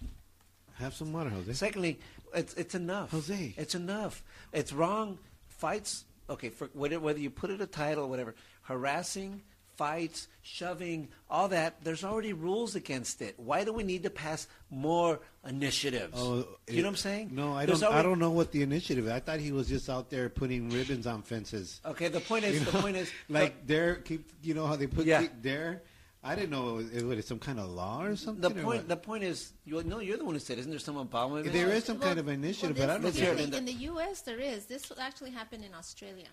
[SPEAKER 3] Have some water, Jose.
[SPEAKER 2] Secondly, it's it's enough.
[SPEAKER 3] Jose.
[SPEAKER 2] it's enough. It's wrong. Fights. Okay, for whether, whether you put it a title, or whatever, harassing, fights, shoving, all that. There's already rules against it. Why do we need to pass more initiatives? you
[SPEAKER 3] Oh, it-
[SPEAKER 2] know what I'm saying?
[SPEAKER 3] No, I
[SPEAKER 2] There's
[SPEAKER 3] don't. I
[SPEAKER 2] already-
[SPEAKER 3] don't know what the initiative. I thought he was just out there putting ribbons on fences.
[SPEAKER 2] Okay, the point is,
[SPEAKER 3] You
[SPEAKER 2] the
[SPEAKER 3] know?
[SPEAKER 2] point is,
[SPEAKER 3] *laughs* like there, keep you know how they put
[SPEAKER 2] Yeah.
[SPEAKER 3] the- there. I didn't know it was, it was some kind of law or something.
[SPEAKER 2] the
[SPEAKER 3] or
[SPEAKER 2] point.
[SPEAKER 3] what?
[SPEAKER 2] The point is, you, no, you're the one who said, isn't there some empowerment?
[SPEAKER 3] There is some kind of
[SPEAKER 4] well,
[SPEAKER 3] initiative,
[SPEAKER 4] this-
[SPEAKER 3] but I don't
[SPEAKER 2] Let's
[SPEAKER 4] here
[SPEAKER 2] hear
[SPEAKER 3] know.
[SPEAKER 2] it
[SPEAKER 4] in
[SPEAKER 2] in the-
[SPEAKER 4] the, in the U.S. there is. This will actually happen in Australia,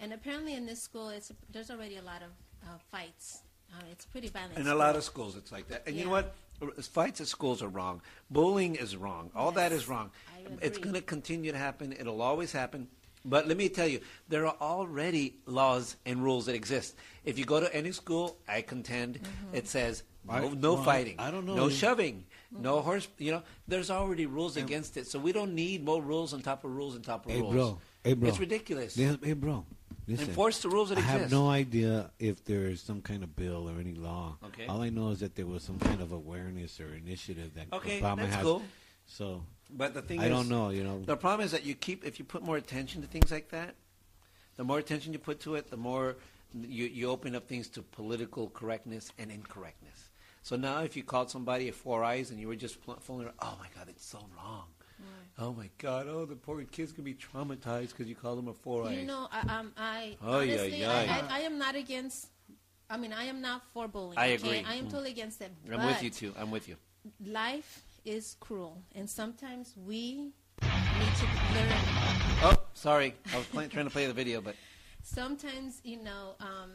[SPEAKER 4] and apparently in this school, it's there's already a lot of uh, fights. Uh, it's pretty violent.
[SPEAKER 2] In a lot of schools, it's like that. And you know
[SPEAKER 4] Yeah.
[SPEAKER 2] what? R- Fights at schools are wrong. Bullying is wrong. All that
[SPEAKER 4] Yes,
[SPEAKER 2] is wrong.
[SPEAKER 4] I
[SPEAKER 2] It's
[SPEAKER 4] agree.
[SPEAKER 2] going to continue to happen. It'll always happen. But let me tell you, there are already laws and rules that exist. If you go to any school, I contend
[SPEAKER 4] Mm-hmm.
[SPEAKER 2] it says
[SPEAKER 3] I-
[SPEAKER 2] no, no
[SPEAKER 3] well,
[SPEAKER 2] fighting,
[SPEAKER 3] I don't know.
[SPEAKER 2] no shoving,
[SPEAKER 4] Mm-hmm.
[SPEAKER 2] no horse. You know, there's already rules against it, so we don't need more rules on top of rules on top of
[SPEAKER 3] Hey
[SPEAKER 2] rules.
[SPEAKER 3] bro, hey bro,
[SPEAKER 2] It's ridiculous.
[SPEAKER 3] Yeah, hey bro, listen.
[SPEAKER 2] Enforce the rules that
[SPEAKER 3] I have
[SPEAKER 2] exist.
[SPEAKER 3] no idea if there is some kind of bill or any law.
[SPEAKER 2] Okay.
[SPEAKER 3] All I know is that there was some kind of awareness or initiative that
[SPEAKER 2] Okay,
[SPEAKER 3] Obama
[SPEAKER 2] that's
[SPEAKER 3] has.
[SPEAKER 2] cool.
[SPEAKER 3] So
[SPEAKER 2] But the thing
[SPEAKER 3] I
[SPEAKER 2] is,
[SPEAKER 3] don't know, you
[SPEAKER 4] Um,
[SPEAKER 3] know.
[SPEAKER 2] The problem is that you keep if you put more attention to things like that, the more attention you put to it, the more you, you open up things to political correctness and incorrectness. So now, if you called somebody a four eyes and you were just fl- fooling, around, oh my god, it's so wrong. Oh my god, oh the poor kid's gonna be traumatized because you called him a four eyes.
[SPEAKER 4] You know, I, um, I
[SPEAKER 2] Ay, ay,
[SPEAKER 4] honestly,
[SPEAKER 2] ay.
[SPEAKER 4] I, I, I am not against. I mean, I am not for bullying.
[SPEAKER 2] I
[SPEAKER 4] okay?
[SPEAKER 2] agree.
[SPEAKER 4] I am
[SPEAKER 2] Mm.
[SPEAKER 4] totally against it.
[SPEAKER 2] I'm with you too. I'm with you.
[SPEAKER 4] Life is cruel, and sometimes we need to learn.
[SPEAKER 2] Oh, sorry, I was play, trying to play the video, but
[SPEAKER 4] Sometimes, you know, um,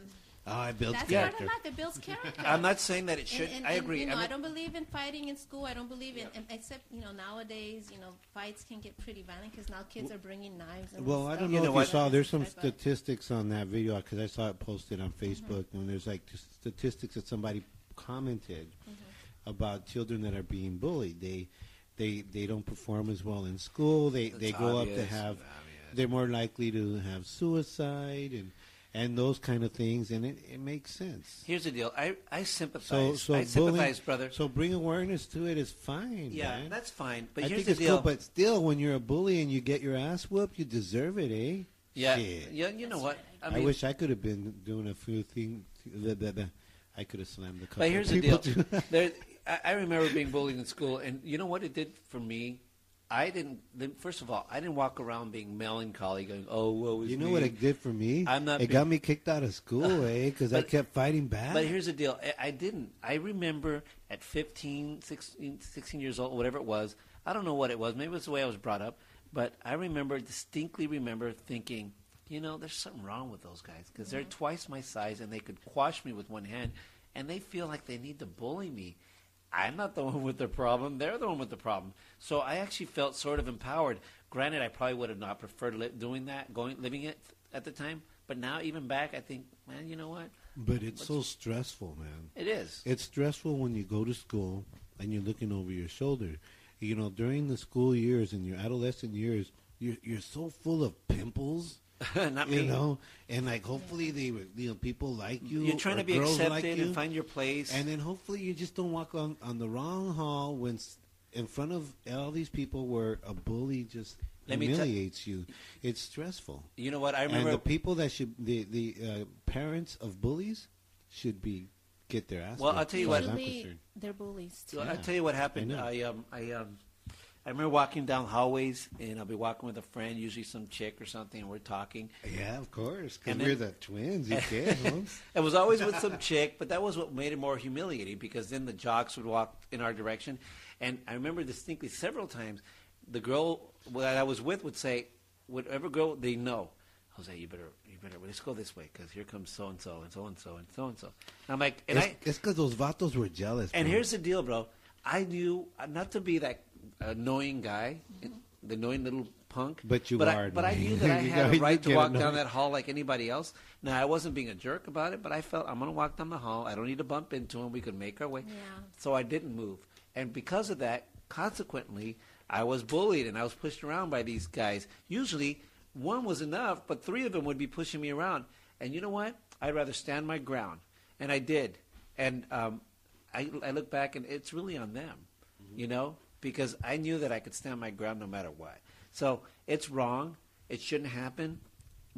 [SPEAKER 3] oh, I built
[SPEAKER 4] that's
[SPEAKER 3] character.
[SPEAKER 4] part of life. It builds character.
[SPEAKER 2] I'm not saying that it should.
[SPEAKER 4] and, and,
[SPEAKER 2] I
[SPEAKER 4] and,
[SPEAKER 2] agree.
[SPEAKER 4] you know,
[SPEAKER 2] I'm
[SPEAKER 4] I
[SPEAKER 2] not-
[SPEAKER 4] don't believe in fighting in school. I don't believe in, and- except you know, nowadays, you know, fights can get pretty violent because now kids are bringing knives. And
[SPEAKER 3] Well, I
[SPEAKER 4] stuff.
[SPEAKER 3] don't know
[SPEAKER 2] You know
[SPEAKER 3] if
[SPEAKER 2] what?
[SPEAKER 3] you saw. There's some
[SPEAKER 4] But- but-
[SPEAKER 3] statistics on that video because I saw it posted on Facebook, and there's like t- statistics that somebody commented about children that are being bullied. They, they, they don't perform as well in school. They, they
[SPEAKER 2] It's
[SPEAKER 3] go up
[SPEAKER 2] obvious.
[SPEAKER 3] to have.
[SPEAKER 2] It's obvious.
[SPEAKER 3] They're more likely to have suicide and, and those kind of things, and it, it makes sense.
[SPEAKER 2] Here's the deal. I I sympathize.
[SPEAKER 3] So, so
[SPEAKER 2] I
[SPEAKER 3] bullying-
[SPEAKER 2] sympathize, brother.
[SPEAKER 3] So bring awareness to it is fine.
[SPEAKER 2] Yeah,
[SPEAKER 3] man.
[SPEAKER 2] that's fine. But
[SPEAKER 3] I
[SPEAKER 2] here's
[SPEAKER 3] think
[SPEAKER 2] the
[SPEAKER 3] it's
[SPEAKER 2] deal.
[SPEAKER 3] cool. But still, when you're a bully and you get your ass whooped, you deserve it, eh?
[SPEAKER 2] yeah,
[SPEAKER 3] Shit.
[SPEAKER 2] yeah, you know
[SPEAKER 4] That's
[SPEAKER 2] what?
[SPEAKER 4] right,
[SPEAKER 2] I
[SPEAKER 3] I,
[SPEAKER 2] mean,
[SPEAKER 3] wish I could have been doing a few things. Blah, blah, blah. I could have slammed the couple
[SPEAKER 2] but here's the
[SPEAKER 3] people
[SPEAKER 2] deal.
[SPEAKER 3] too. *laughs*
[SPEAKER 2] there, I, I remember being bullied in school, and you know what it did for me? I didn't. the- First of all, I didn't walk around being melancholy, going, "Oh, woe is
[SPEAKER 3] you know
[SPEAKER 2] me."
[SPEAKER 3] what it did for me?
[SPEAKER 2] I'm not
[SPEAKER 3] It
[SPEAKER 2] be-
[SPEAKER 3] got me kicked out of
[SPEAKER 2] *laughs*
[SPEAKER 3] school, eh? Because I
[SPEAKER 2] But-
[SPEAKER 3] kept fighting back.
[SPEAKER 2] But here's the deal. I, I didn't. I remember at 15, 16, 16 years old, whatever it was. I don't know what it was. Maybe it was the way I was brought up. But I remember, distinctly remember thinking, you know, there's something wrong with those guys because they're twice my size and they could quash me with one hand and they feel like they need to bully me. I'm not the *laughs* one with the problem. They're the one with the problem. So I actually felt sort of empowered. Granted, I probably would have not preferred li- doing that, going living it at the time. But now, even back, I think, man, you know what?
[SPEAKER 3] but it's so stressful, man.
[SPEAKER 2] It is.
[SPEAKER 3] It's stressful when you go to school and you're looking over your shoulder. You know, during the school years and your adolescent years, you're, you're so full of pimples.
[SPEAKER 2] *laughs* Not
[SPEAKER 3] you
[SPEAKER 2] me.
[SPEAKER 3] know, and like hopefully they, were- you know, people like you.
[SPEAKER 2] You're trying
[SPEAKER 3] or
[SPEAKER 2] to be
[SPEAKER 3] girls
[SPEAKER 2] accepted
[SPEAKER 3] like you.
[SPEAKER 2] and find your place.
[SPEAKER 3] And then hopefully you just don't walk on, on the wrong hall when s- in front of all these people where a bully just
[SPEAKER 2] Let me tell-
[SPEAKER 3] humiliates you. It's stressful.
[SPEAKER 2] you know what? I
[SPEAKER 3] and
[SPEAKER 2] remember.
[SPEAKER 3] the people that should the the uh, parents of bullies should be get their ass.
[SPEAKER 2] Well,
[SPEAKER 3] kicked,
[SPEAKER 2] I'll tell
[SPEAKER 3] as
[SPEAKER 2] you
[SPEAKER 3] far
[SPEAKER 2] what-
[SPEAKER 3] as I'm
[SPEAKER 4] usually
[SPEAKER 3] concerned.
[SPEAKER 4] they're bullies too.
[SPEAKER 2] So I'll
[SPEAKER 3] Yeah.
[SPEAKER 2] tell you what happened.
[SPEAKER 3] I know.
[SPEAKER 2] I, um, I, um, I remember walking down hallways, and I'll be walking with a friend, usually some chick or something, and we're talking.
[SPEAKER 3] Yeah, of course, because
[SPEAKER 2] And
[SPEAKER 3] we're
[SPEAKER 2] then-
[SPEAKER 3] the
[SPEAKER 2] *laughs*
[SPEAKER 3] twins. You can't. Holmes.
[SPEAKER 2] It was always with some chick, but that was what made it more humiliating because then the jocks would walk in our direction. And I remember distinctly several times the girl that I was with would say, whatever girl they know, Jose, you better, you better, let's go this way because here comes so and so and so and so and so and so. I'm like, and I,
[SPEAKER 3] it's because those vatos were jealous.
[SPEAKER 2] And
[SPEAKER 3] bro.
[SPEAKER 2] here's the deal, bro. I knew uh, not to be that annoying guy, the annoying little punk.
[SPEAKER 3] Mm-hmm. But you
[SPEAKER 2] but I,
[SPEAKER 3] are
[SPEAKER 2] But I
[SPEAKER 3] annoying.
[SPEAKER 2] knew that I
[SPEAKER 3] *laughs* You
[SPEAKER 2] had
[SPEAKER 3] know,
[SPEAKER 2] a
[SPEAKER 3] you
[SPEAKER 2] right to
[SPEAKER 3] get
[SPEAKER 2] walk down
[SPEAKER 3] annoying.
[SPEAKER 2] that hall like anybody else. Now I wasn't being a jerk about it, but I felt I'm going to walk down the hall. I don't need to bump into him. We could make our way.
[SPEAKER 4] Yeah.
[SPEAKER 2] So I didn't move, and because of that, consequently, I was bullied and I was pushed around by these guys. Usually, one was enough, but three of them would be pushing me around. And you know what? I'd rather stand my ground, and I did. And um, I, I look back, and it's really on them, you know, because I knew that I could stand my ground no matter what. So it's wrong. It shouldn't happen.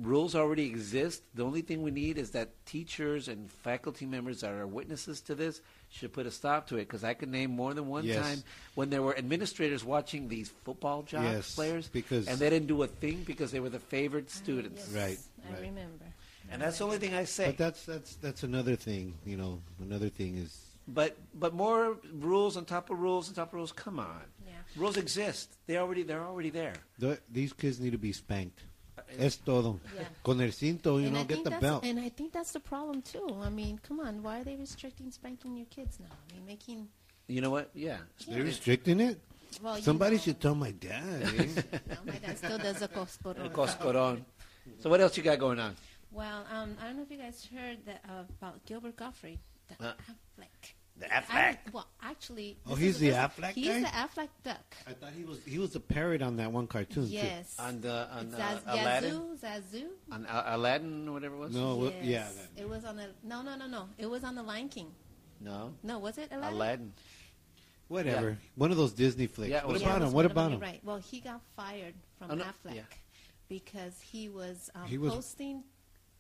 [SPEAKER 2] rules already exist. The only thing we need is that teachers and faculty members that are witnesses to this should put a stop to it. Because I could name more than one
[SPEAKER 3] Yes.
[SPEAKER 2] time when there were administrators watching these football jobs
[SPEAKER 3] Yes,
[SPEAKER 2] players,
[SPEAKER 3] because-
[SPEAKER 2] and they didn't do a thing because they were the favored students.
[SPEAKER 4] Yes,
[SPEAKER 3] Right,
[SPEAKER 4] I
[SPEAKER 3] right.
[SPEAKER 4] remember.
[SPEAKER 2] And that's the only thing I say.
[SPEAKER 3] But that's that's that's another thing. You know, another thing is
[SPEAKER 2] But but more rules on top of rules on top of rules. Come on,
[SPEAKER 4] Yeah.
[SPEAKER 2] rules exist. They already they're already there.
[SPEAKER 3] th- these kids need to be spanked.
[SPEAKER 2] and-
[SPEAKER 3] Es todo.
[SPEAKER 4] Uh, Yeah.
[SPEAKER 3] Con el cinto, you
[SPEAKER 4] and
[SPEAKER 3] know,
[SPEAKER 4] I
[SPEAKER 3] get
[SPEAKER 4] think
[SPEAKER 3] the
[SPEAKER 4] that's,
[SPEAKER 3] belt.
[SPEAKER 4] And I think that's the problem too. I mean, come on, why are they restricting spanking your kids now? I mean, making
[SPEAKER 2] You know what? Yeah.
[SPEAKER 3] They're restricting it.
[SPEAKER 4] well, you
[SPEAKER 3] Somebody
[SPEAKER 4] know,
[SPEAKER 3] should
[SPEAKER 4] *laughs*
[SPEAKER 3] tell my dad. eh?
[SPEAKER 4] no, my dad still does the
[SPEAKER 2] El
[SPEAKER 4] cosporón.
[SPEAKER 2] Coscorón. So what else you got going on?
[SPEAKER 4] Well, um, I don't know if you guys heard that, uh, about Gilbert Gottfried, the
[SPEAKER 2] Uh,
[SPEAKER 4] Affleck.
[SPEAKER 2] The
[SPEAKER 4] I, well, actually,
[SPEAKER 3] Oh,
[SPEAKER 4] this
[SPEAKER 3] he's
[SPEAKER 4] is
[SPEAKER 3] the
[SPEAKER 4] best-
[SPEAKER 3] Affleck
[SPEAKER 4] He's
[SPEAKER 3] guy?
[SPEAKER 4] the Affleck duck.
[SPEAKER 3] I thought he was he was the parrot on that one cartoon. too.
[SPEAKER 4] Yes.
[SPEAKER 2] On the on
[SPEAKER 4] It's
[SPEAKER 2] uh,
[SPEAKER 4] Zaz-
[SPEAKER 2] Aladdin
[SPEAKER 4] Yazoo, Zazoo.
[SPEAKER 2] on uh, Aladdin or whatever it was.
[SPEAKER 3] No, Oh, well, yeah.
[SPEAKER 4] Yes.
[SPEAKER 3] that-
[SPEAKER 4] It was on the no, no, no, no. It was on the Lion King.
[SPEAKER 2] No.
[SPEAKER 4] No, was it Aladdin?
[SPEAKER 2] Aladdin.
[SPEAKER 3] Whatever. One of those Disney flicks.
[SPEAKER 2] Yeah, it
[SPEAKER 3] what
[SPEAKER 2] was-
[SPEAKER 4] Yeah,
[SPEAKER 3] about
[SPEAKER 4] it
[SPEAKER 3] him?
[SPEAKER 4] was
[SPEAKER 3] What
[SPEAKER 4] one of
[SPEAKER 3] about
[SPEAKER 4] them,
[SPEAKER 3] him?
[SPEAKER 4] Right. Well, he got fired from
[SPEAKER 2] Oh, no,
[SPEAKER 4] Affleck
[SPEAKER 2] yeah.
[SPEAKER 4] because he was, um,
[SPEAKER 3] He was-
[SPEAKER 4] posting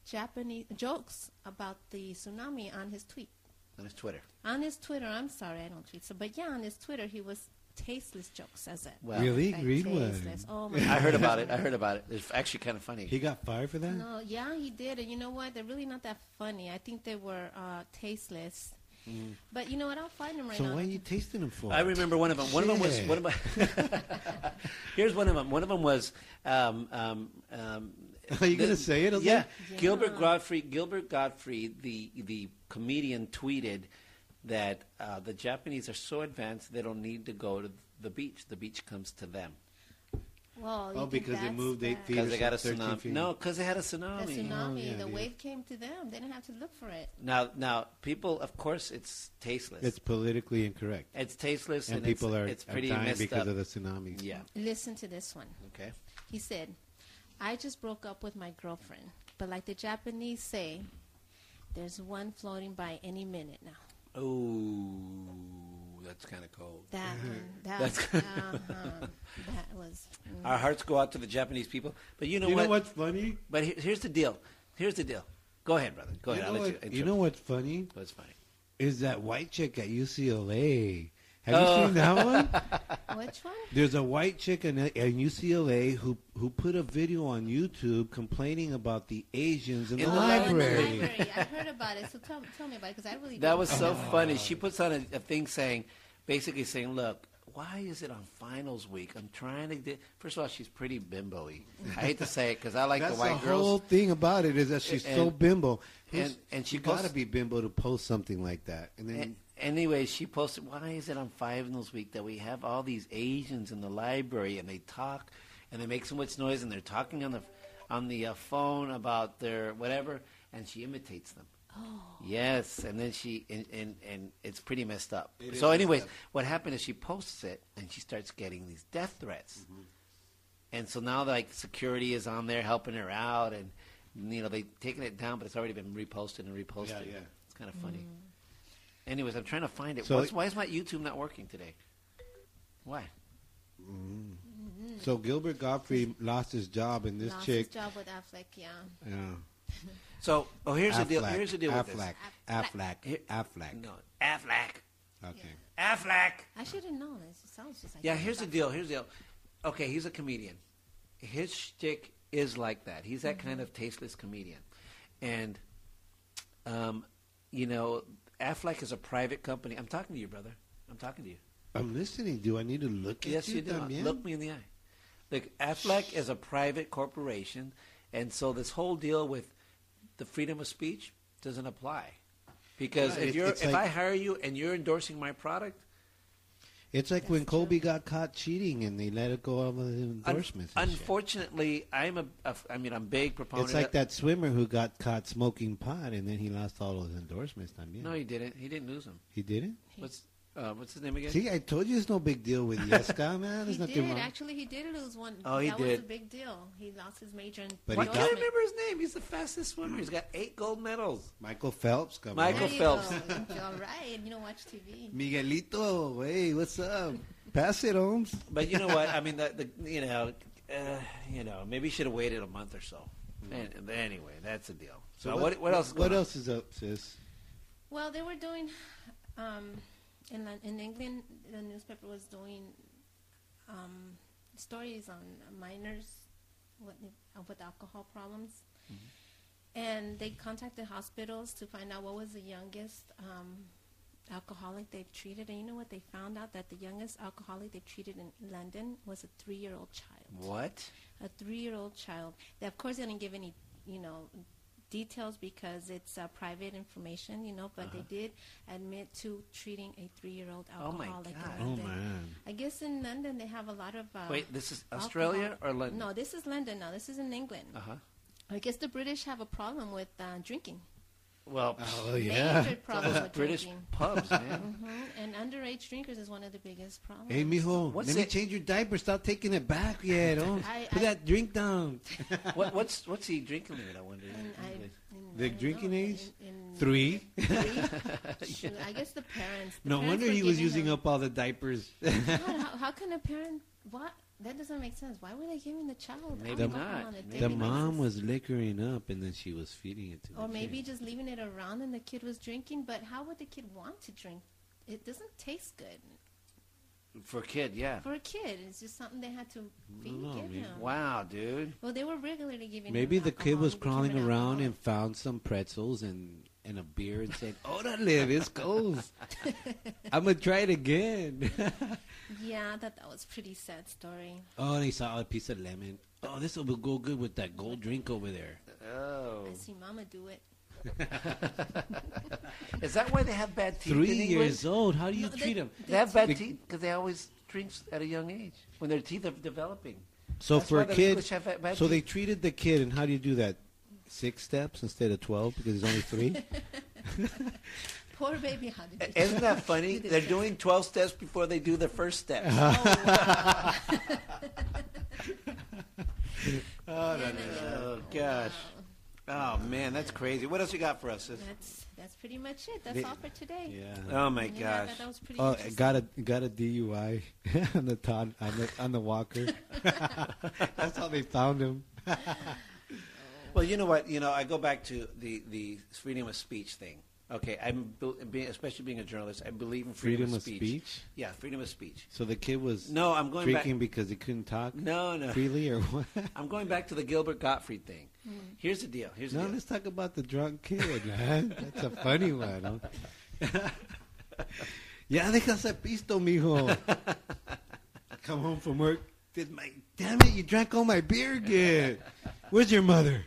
[SPEAKER 4] Japanese jokes about the tsunami on his tweet.
[SPEAKER 2] On his Twitter.
[SPEAKER 4] On his Twitter, I'm sorry, I don't tweet. So, but yeah, on his Twitter, he was tasteless jokes as it.
[SPEAKER 2] Well,
[SPEAKER 3] really?
[SPEAKER 4] Like,
[SPEAKER 3] Green one.
[SPEAKER 4] tasteless.
[SPEAKER 3] *laughs*
[SPEAKER 4] Oh my
[SPEAKER 2] I heard about it. I heard about it. It's actually kind of funny.
[SPEAKER 3] He got fired for that.
[SPEAKER 4] *laughs* No, yeah, he did, and you know what? They're really not that funny. I think they were uh, tasteless. But you know what? I'll find them right
[SPEAKER 3] Mm. so
[SPEAKER 4] now.
[SPEAKER 3] why are you tasting him for?
[SPEAKER 2] I remember one of them. One of them was
[SPEAKER 3] Shit.
[SPEAKER 2] one of my. *laughs* Here's one of them. One of them was. Um, um, um,
[SPEAKER 3] *laughs* Are you
[SPEAKER 2] the-
[SPEAKER 3] gonna say it, Jose?
[SPEAKER 2] Yeah.
[SPEAKER 4] Yeah.
[SPEAKER 2] Gilbert Godfrey. Gilbert Godfrey, the the comedian, tweeted that uh, the Japanese are so advanced they don't need to go to the beach. The beach comes to them
[SPEAKER 4] Well, you
[SPEAKER 3] Oh,
[SPEAKER 4] think
[SPEAKER 3] because they
[SPEAKER 4] that's
[SPEAKER 3] moved eight
[SPEAKER 4] bad.
[SPEAKER 3] feet.
[SPEAKER 2] because they got a
[SPEAKER 3] 13
[SPEAKER 2] tsunami.
[SPEAKER 3] feet.
[SPEAKER 2] No, because they had a
[SPEAKER 4] The tsunami,
[SPEAKER 3] Oh, yeah,
[SPEAKER 4] the
[SPEAKER 3] dude.
[SPEAKER 4] wave came to them. They didn't have to look for it.
[SPEAKER 2] Now, now, people. Of course, it's tasteless.
[SPEAKER 3] It's
[SPEAKER 2] It's,
[SPEAKER 3] politically incorrect,
[SPEAKER 2] tasteless,
[SPEAKER 3] and,
[SPEAKER 2] and,
[SPEAKER 3] people
[SPEAKER 2] it's,
[SPEAKER 3] are,
[SPEAKER 2] it's
[SPEAKER 3] are
[SPEAKER 2] pretty
[SPEAKER 3] dying
[SPEAKER 2] messed
[SPEAKER 3] because
[SPEAKER 2] up.
[SPEAKER 3] of the tsunamis.
[SPEAKER 2] yeah.
[SPEAKER 4] Listen to this one.
[SPEAKER 2] Okay.
[SPEAKER 4] He said, I just broke up with my girlfriend, but like the Japanese say, there's one floating by any minute now.
[SPEAKER 2] Oh, that's kind of cold.
[SPEAKER 4] That one. That,
[SPEAKER 2] That's- *laughs*
[SPEAKER 4] uh-huh, that was. mm.
[SPEAKER 2] Our hearts go out to the Japanese people. But you know,
[SPEAKER 3] you
[SPEAKER 2] what?
[SPEAKER 3] know what's funny?
[SPEAKER 2] But here, here's the deal. Here's the deal. Go ahead, brother. Go
[SPEAKER 3] you,
[SPEAKER 2] ahead.
[SPEAKER 3] know
[SPEAKER 2] I'll let
[SPEAKER 3] what-
[SPEAKER 2] you.
[SPEAKER 3] you know what's funny
[SPEAKER 2] That's funny.
[SPEAKER 3] is that white chick at UCLA. Have you
[SPEAKER 2] Oh.
[SPEAKER 3] seen that
[SPEAKER 2] *laughs*
[SPEAKER 3] one?
[SPEAKER 4] Which one?
[SPEAKER 3] There's a white chick in, at UCLA who who put a video on YouTube complaining about the Asians in,
[SPEAKER 2] In
[SPEAKER 3] the,
[SPEAKER 2] the
[SPEAKER 4] Oh, in the
[SPEAKER 3] library.
[SPEAKER 4] library. I heard about it. So tell, tell me about it because I really
[SPEAKER 2] That
[SPEAKER 4] didn't
[SPEAKER 2] was
[SPEAKER 4] know.
[SPEAKER 2] so funny. She puts on a, a thing saying, basically saying, look, why is it on finals week? I'm trying to. Di-. First of all, she's pretty bimbo-y. I hate to say it because I like
[SPEAKER 3] That's
[SPEAKER 2] the white
[SPEAKER 3] the
[SPEAKER 2] girls.
[SPEAKER 3] whole thing about it is that she's so
[SPEAKER 2] And-
[SPEAKER 3] bimbo, Who's-
[SPEAKER 2] and- and she
[SPEAKER 3] you gotta
[SPEAKER 2] posts-
[SPEAKER 3] be bimbo to post something like that. And then
[SPEAKER 2] A- anyway, she posted, why is it on finals week that we have all these Asians in the library and they talk and they make so much noise and they're talking on the on the uh, phone about their whatever and she imitates them. Oh. Yes, and then she and and, and it's pretty messed up.
[SPEAKER 3] It is
[SPEAKER 2] so,
[SPEAKER 3] messed
[SPEAKER 2] anyways,
[SPEAKER 3] up.
[SPEAKER 2] what happened is she posts it and she starts getting these death threats.
[SPEAKER 3] Mm-hmm.
[SPEAKER 2] And so now, like security is on there helping her out, and you know they've taken it down, but it's already been reposted and reposted.
[SPEAKER 3] Yeah, yeah.
[SPEAKER 2] It's kind of funny. Anyways, I'm trying to find it.
[SPEAKER 3] So-
[SPEAKER 2] What's, why is my YouTube not working today? Why?
[SPEAKER 3] so Gilbert Godfrey lost his job, and this
[SPEAKER 4] Lost his
[SPEAKER 3] chick,
[SPEAKER 4] job with Affleck, yeah.
[SPEAKER 3] yeah,
[SPEAKER 2] So, oh, here's the deal.
[SPEAKER 3] Affleck,
[SPEAKER 2] Here's the deal
[SPEAKER 3] Affleck,
[SPEAKER 2] with this.
[SPEAKER 3] Affleck,
[SPEAKER 2] Here-
[SPEAKER 3] Affleck.
[SPEAKER 2] No, Affleck,
[SPEAKER 3] Okay.
[SPEAKER 2] Affleck.
[SPEAKER 4] I should have known. It sounds just like
[SPEAKER 2] Yeah, here's the deal. Here's the deal. Okay, he's a comedian. His shtick is like that. He's that kind of tasteless comedian, and um, you know, Affleck is a private company. I'm talking to you, brother. I'm talking to you.
[SPEAKER 3] I'm listening. Do I need to look at
[SPEAKER 2] Yes,
[SPEAKER 3] you?
[SPEAKER 2] you do. Uh,
[SPEAKER 3] también?
[SPEAKER 2] Look me in the eye. Look, Affleck is a private corporation, and so this whole deal with the freedom of speech doesn't apply. Because
[SPEAKER 3] Right,
[SPEAKER 2] if
[SPEAKER 3] it's-
[SPEAKER 2] you're,
[SPEAKER 3] it's
[SPEAKER 2] if
[SPEAKER 3] like-
[SPEAKER 2] I hire you and you're endorsing my product,
[SPEAKER 3] It's like when Kobe got caught cheating and they let it go of his
[SPEAKER 2] un-
[SPEAKER 3] endorsements. and shit.
[SPEAKER 2] unfortunately, I'm a, a, I mean, I'm big proponent.
[SPEAKER 3] it's like
[SPEAKER 2] of-
[SPEAKER 3] that swimmer who got caught smoking pot and then he lost all his endorsements. También.
[SPEAKER 2] No, he didn't. He didn't lose him.
[SPEAKER 3] he didn't.
[SPEAKER 2] What's uh, what's his name again?
[SPEAKER 3] See, I told you it's no big deal with
[SPEAKER 2] *laughs*
[SPEAKER 3] Yaska, man. There's
[SPEAKER 4] He
[SPEAKER 3] nothing
[SPEAKER 4] did.
[SPEAKER 3] wrong.
[SPEAKER 4] Actually, he did lose one.
[SPEAKER 2] Oh, he
[SPEAKER 4] that was a
[SPEAKER 2] did.
[SPEAKER 4] big deal. He lost his major in
[SPEAKER 3] But
[SPEAKER 2] Why
[SPEAKER 3] he
[SPEAKER 2] can't
[SPEAKER 3] got-
[SPEAKER 2] I remember his name? He's the fastest swimmer. He's got eight gold medals.
[SPEAKER 3] Michael Phelps, come
[SPEAKER 4] There
[SPEAKER 2] Michael
[SPEAKER 3] on.
[SPEAKER 4] you
[SPEAKER 2] Phelps.
[SPEAKER 4] go. All right. You don't watch TV.
[SPEAKER 3] Miguelito, hey, what's up? Pass it, Holmes.
[SPEAKER 2] But you know what? I mean, the, the you know, uh, you know, maybe he should have waited a month or so.
[SPEAKER 4] Hmm.
[SPEAKER 2] And, anyway, that's the deal. So,
[SPEAKER 3] So
[SPEAKER 2] what, what else? is
[SPEAKER 3] What
[SPEAKER 2] going on?
[SPEAKER 3] else is up, sis?
[SPEAKER 4] Well, they were doing um, in Lon- in England. The newspaper was doing um, stories on minors with, with alcohol problems, and they contacted hospitals to find out what was the youngest um, alcoholic they've treated. And you know what? They found out that the youngest alcoholic they treated in London was a three-year-old child
[SPEAKER 2] What?
[SPEAKER 4] a three-year-old child. They, of course, they didn't give any, you know, details because it's uh, private information, you know. But they did admit to treating a three-year-old
[SPEAKER 2] Uh-huh. Oh, my
[SPEAKER 4] alcoholic.
[SPEAKER 2] God.
[SPEAKER 4] in
[SPEAKER 3] Oh
[SPEAKER 4] London.
[SPEAKER 3] man,
[SPEAKER 4] I guess in London they have a lot of. Uh,
[SPEAKER 2] Wait, this is
[SPEAKER 4] alcohol-
[SPEAKER 2] Australia or London?
[SPEAKER 4] No, this is London now. This is in England.
[SPEAKER 3] Uh-huh.
[SPEAKER 2] Uh huh.
[SPEAKER 4] I guess the British have a problem with uh, drinking.
[SPEAKER 2] Well, *laughs*
[SPEAKER 3] oh yeah. *laughs*
[SPEAKER 4] Major problem with
[SPEAKER 2] British
[SPEAKER 4] drinking.
[SPEAKER 2] pubs,
[SPEAKER 4] *laughs*
[SPEAKER 2] man.
[SPEAKER 4] hmm And underage drinkers is one of the biggest problems.
[SPEAKER 3] Hey, mijo,
[SPEAKER 2] What's
[SPEAKER 3] let me
[SPEAKER 2] it-
[SPEAKER 3] change your diaper. Stop taking it
[SPEAKER 2] *laughs*
[SPEAKER 3] back yet. Oh,
[SPEAKER 4] I-
[SPEAKER 3] put
[SPEAKER 4] I-
[SPEAKER 3] that drink down.
[SPEAKER 2] what, what's what's he drinking limit? I wonder.
[SPEAKER 4] And Mm, I,
[SPEAKER 2] English.
[SPEAKER 4] and
[SPEAKER 3] The
[SPEAKER 4] I don't
[SPEAKER 3] drinking
[SPEAKER 4] know,
[SPEAKER 3] age?
[SPEAKER 4] in- in-
[SPEAKER 3] Three. *laughs*
[SPEAKER 4] Shoot, I guess the parents. the
[SPEAKER 3] No
[SPEAKER 4] parents
[SPEAKER 3] wonder
[SPEAKER 4] were
[SPEAKER 3] he was
[SPEAKER 4] giving
[SPEAKER 3] using
[SPEAKER 4] them-
[SPEAKER 3] up all the diapers.
[SPEAKER 4] *laughs*
[SPEAKER 3] *laughs*
[SPEAKER 4] God, how, how can a parent? What? That doesn't make sense. Why were they giving the child?
[SPEAKER 2] Maybe
[SPEAKER 4] alcohol
[SPEAKER 2] not.
[SPEAKER 4] On a
[SPEAKER 2] Maybe
[SPEAKER 3] the
[SPEAKER 4] daily
[SPEAKER 3] mom
[SPEAKER 4] basis?
[SPEAKER 3] was liquoring up, and then she was feeding it to.
[SPEAKER 4] Or
[SPEAKER 3] the
[SPEAKER 4] maybe
[SPEAKER 3] kid.
[SPEAKER 4] just leaving it around and the kid was drinking. But how would the kid want to drink? It doesn't taste good
[SPEAKER 2] For a kid, yeah.
[SPEAKER 4] for a kid. It's just something they had to feed,
[SPEAKER 3] know,
[SPEAKER 4] give
[SPEAKER 3] man.
[SPEAKER 4] him.
[SPEAKER 2] Wow, dude.
[SPEAKER 4] Well, they were regularly giving.
[SPEAKER 3] Maybe
[SPEAKER 4] him
[SPEAKER 3] the kid
[SPEAKER 4] alcohol.
[SPEAKER 3] was
[SPEAKER 4] He became
[SPEAKER 3] crawling
[SPEAKER 4] an
[SPEAKER 3] around and
[SPEAKER 4] alcoholic.
[SPEAKER 3] found some pretzels and, and a beer and said, "Orale, this goes. I'm gonna try it again."
[SPEAKER 4] Yeah, that that was pretty sad story.
[SPEAKER 3] oh, and he saw a piece of lemon. Oh, this will go good with that gold drink over there.
[SPEAKER 2] Oh.
[SPEAKER 4] I see Mama do it.
[SPEAKER 2] Is that why they have bad teeth?
[SPEAKER 3] Three
[SPEAKER 2] in England?
[SPEAKER 3] years old. How do you
[SPEAKER 4] No,
[SPEAKER 3] treat
[SPEAKER 4] they-
[SPEAKER 3] him?
[SPEAKER 2] They have bad
[SPEAKER 3] They-
[SPEAKER 2] teeth because they always drink at a young age when their teeth are developing.
[SPEAKER 3] So
[SPEAKER 2] That's
[SPEAKER 3] for
[SPEAKER 2] why
[SPEAKER 3] a
[SPEAKER 2] the
[SPEAKER 3] kid,
[SPEAKER 2] English have bad
[SPEAKER 3] so they
[SPEAKER 2] teeth.
[SPEAKER 3] treated the kid, and how do you do that? Six steps instead of twelve because he's only three.
[SPEAKER 4] Poor baby, how did you?
[SPEAKER 2] Isn't *laughs* that funny? They're doing 12 steps before they do the first step.
[SPEAKER 4] *laughs* Oh, wow.
[SPEAKER 3] oh,
[SPEAKER 4] Yeah, no, yeah.
[SPEAKER 2] Oh, gosh.
[SPEAKER 4] Wow.
[SPEAKER 2] Oh, man, that's crazy. What else you got for us? sis?
[SPEAKER 4] That's that's pretty much it. That's
[SPEAKER 3] The-
[SPEAKER 4] all for today.
[SPEAKER 3] Yeah.
[SPEAKER 2] Oh, my
[SPEAKER 4] Yeah, I
[SPEAKER 2] gosh.
[SPEAKER 4] thought that was pretty.
[SPEAKER 3] Oh,
[SPEAKER 4] interesting.
[SPEAKER 3] got a got a DUI *laughs* on the ton, on the on the walker. *laughs* That's how they found him.
[SPEAKER 2] Well, you know what? You know, I go back to the, the freedom of speech thing. Okay, I'm be- be- especially being a journalist. I believe in freedom,
[SPEAKER 3] Freedom of speech?
[SPEAKER 2] Yeah, freedom of speech.
[SPEAKER 3] So the kid was
[SPEAKER 2] No, I'm going back.
[SPEAKER 3] drinking because he couldn't talk
[SPEAKER 2] No, no.
[SPEAKER 3] freely, or
[SPEAKER 2] *laughs*
[SPEAKER 3] what?
[SPEAKER 2] I'm going back to the Gilbert Gottfried thing. Here's the deal. Here's the
[SPEAKER 3] No,
[SPEAKER 2] deal.
[SPEAKER 3] let's talk about the drunk kid, man. That's a funny one.
[SPEAKER 2] *laughs*
[SPEAKER 3] huh? yeah, deja ese
[SPEAKER 2] *laughs*
[SPEAKER 3] pisto, mijo. Come home from work. Did my damn it? You drank all my beer again. Where's your mother?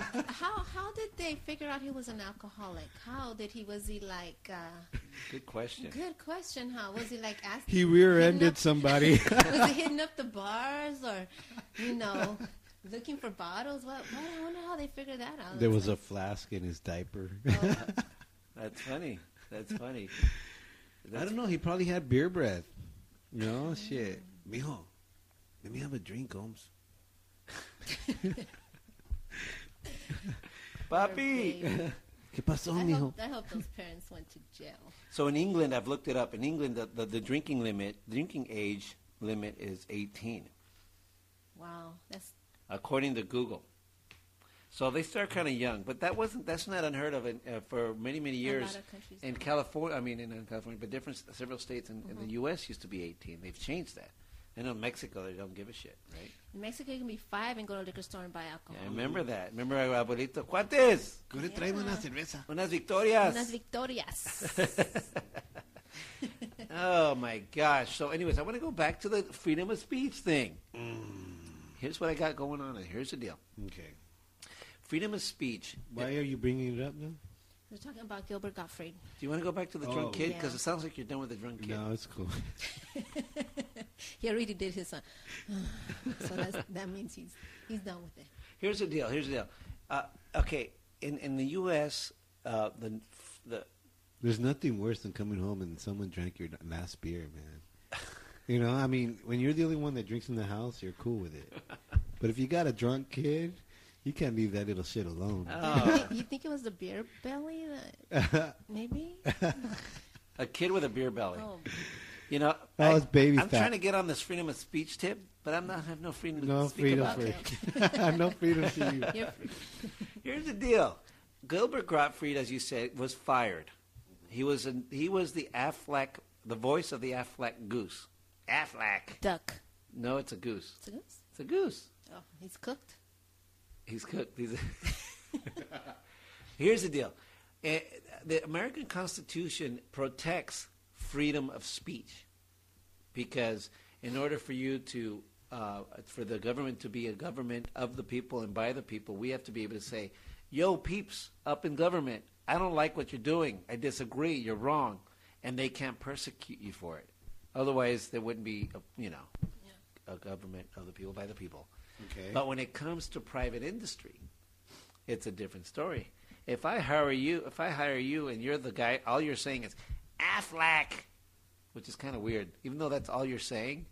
[SPEAKER 4] How how did they figure out he was an alcoholic? How did he was he like? Uh,
[SPEAKER 2] Good question.
[SPEAKER 4] *laughs* good question. How was he like asking?
[SPEAKER 3] He rear-ended *laughs*
[SPEAKER 4] hitting
[SPEAKER 3] somebody.
[SPEAKER 4] up- was he hitting up the bars or, you know, looking for bottles? What? what? I wonder how they figured that out. oh,
[SPEAKER 3] there was a flask in his diaper. *laughs*
[SPEAKER 2] That's funny. That's funny.
[SPEAKER 3] I don't know. He probably had beer breath. You know, shit. Mijo, let me have a drink, Holmes.
[SPEAKER 2] Papi.
[SPEAKER 4] Baby.
[SPEAKER 3] ¿Qué pasó,
[SPEAKER 4] I
[SPEAKER 3] mijo?
[SPEAKER 4] hope, I hope those parents went to jail.
[SPEAKER 2] So in England, I've looked it up. In England, the, the, the drinking limit, drinking age limit is 18,
[SPEAKER 4] Wow, that's
[SPEAKER 2] according to Google. So they start kind of young, but that wasn't that's not unheard of in, uh, for many many
[SPEAKER 4] a
[SPEAKER 2] years.
[SPEAKER 4] lot of countries.
[SPEAKER 2] In California, I mean, in, in California, but different s- several states in, in the
[SPEAKER 4] Mm-hmm.
[SPEAKER 2] U.S. used to be 18. They've changed that. I know Mexico, they don't give a shit, right?
[SPEAKER 4] in Mexico, you can be five and go to liquor store and buy alcohol.
[SPEAKER 2] Yeah, I remember that. Remember, abuelito, cuates,
[SPEAKER 3] Go to tráeme una cerveza.
[SPEAKER 2] unas victorias. *laughs*
[SPEAKER 4] Unas victorias. *laughs*
[SPEAKER 2] Oh my gosh. So, anyways, I want to go back to the freedom of speech thing. Here's what I got going on, and here's the deal
[SPEAKER 3] Mm, Okay.
[SPEAKER 2] freedom of speech.
[SPEAKER 3] Why
[SPEAKER 2] Do
[SPEAKER 3] are you bringing it up now?
[SPEAKER 4] We're talking about Gilbert Gottfried. *laughs*
[SPEAKER 2] you want to go back to the
[SPEAKER 3] Oh.
[SPEAKER 2] drunk kid? Because
[SPEAKER 4] Yeah.
[SPEAKER 2] it sounds like you're done with the drunk kid.
[SPEAKER 3] No, it's cool. *laughs*
[SPEAKER 4] He already did his son. *sighs* so that's, that means he's he's done with it.
[SPEAKER 2] Here's the deal. Here's the deal. Uh, okay, in, in the U.S., uh, the, the
[SPEAKER 3] There's nothing worse than coming home and someone drank your last beer, man. You know, I mean, when you're the only one that drinks in the house, you're cool with it. But if you got a drunk kid, you can't leave that little shit alone.
[SPEAKER 4] You,
[SPEAKER 3] Uh.
[SPEAKER 2] oh,
[SPEAKER 4] think, you think it was the beer belly? That,
[SPEAKER 3] *laughs*
[SPEAKER 4] maybe?
[SPEAKER 2] a kid with a beer belly.
[SPEAKER 4] Oh,
[SPEAKER 2] You know,
[SPEAKER 3] That was baby
[SPEAKER 2] I'm
[SPEAKER 3] fat.
[SPEAKER 2] trying to get on this freedom of speech tip, but I'm not have no freedom
[SPEAKER 3] No
[SPEAKER 2] to speak
[SPEAKER 3] freedom
[SPEAKER 2] about
[SPEAKER 3] for
[SPEAKER 2] it.
[SPEAKER 4] Okay.
[SPEAKER 3] you. *laughs* no freedom for you.
[SPEAKER 4] You're,
[SPEAKER 2] Here's the deal: Gilbert Gottfried, as you said, was fired. He was an, he was the Affleck, the voice of the Affleck goose. Affleck.
[SPEAKER 4] duck.
[SPEAKER 2] No, it's a goose.
[SPEAKER 4] It's a goose?
[SPEAKER 2] It's a goose.
[SPEAKER 4] Oh, he's cooked.
[SPEAKER 2] He's cooked. He's *laughs* Here's the deal: Eh, the American Constitution protects freedom of speech, because in order for you to, uh, for the government to be a government of the people and by the people, we have to be able to say, "Yo, peeps, up in government, I don't like what you're doing. I disagree. You're wrong," and they can't persecute you for it. Otherwise, there wouldn't be, a, you know, a government of the people by the people.
[SPEAKER 3] Okay.
[SPEAKER 2] But when it comes to private industry, it's a different story. If I hire you, if I hire you, and you're the guy, all you're saying is Affleck, which is kind of weird, even though that's all you're saying.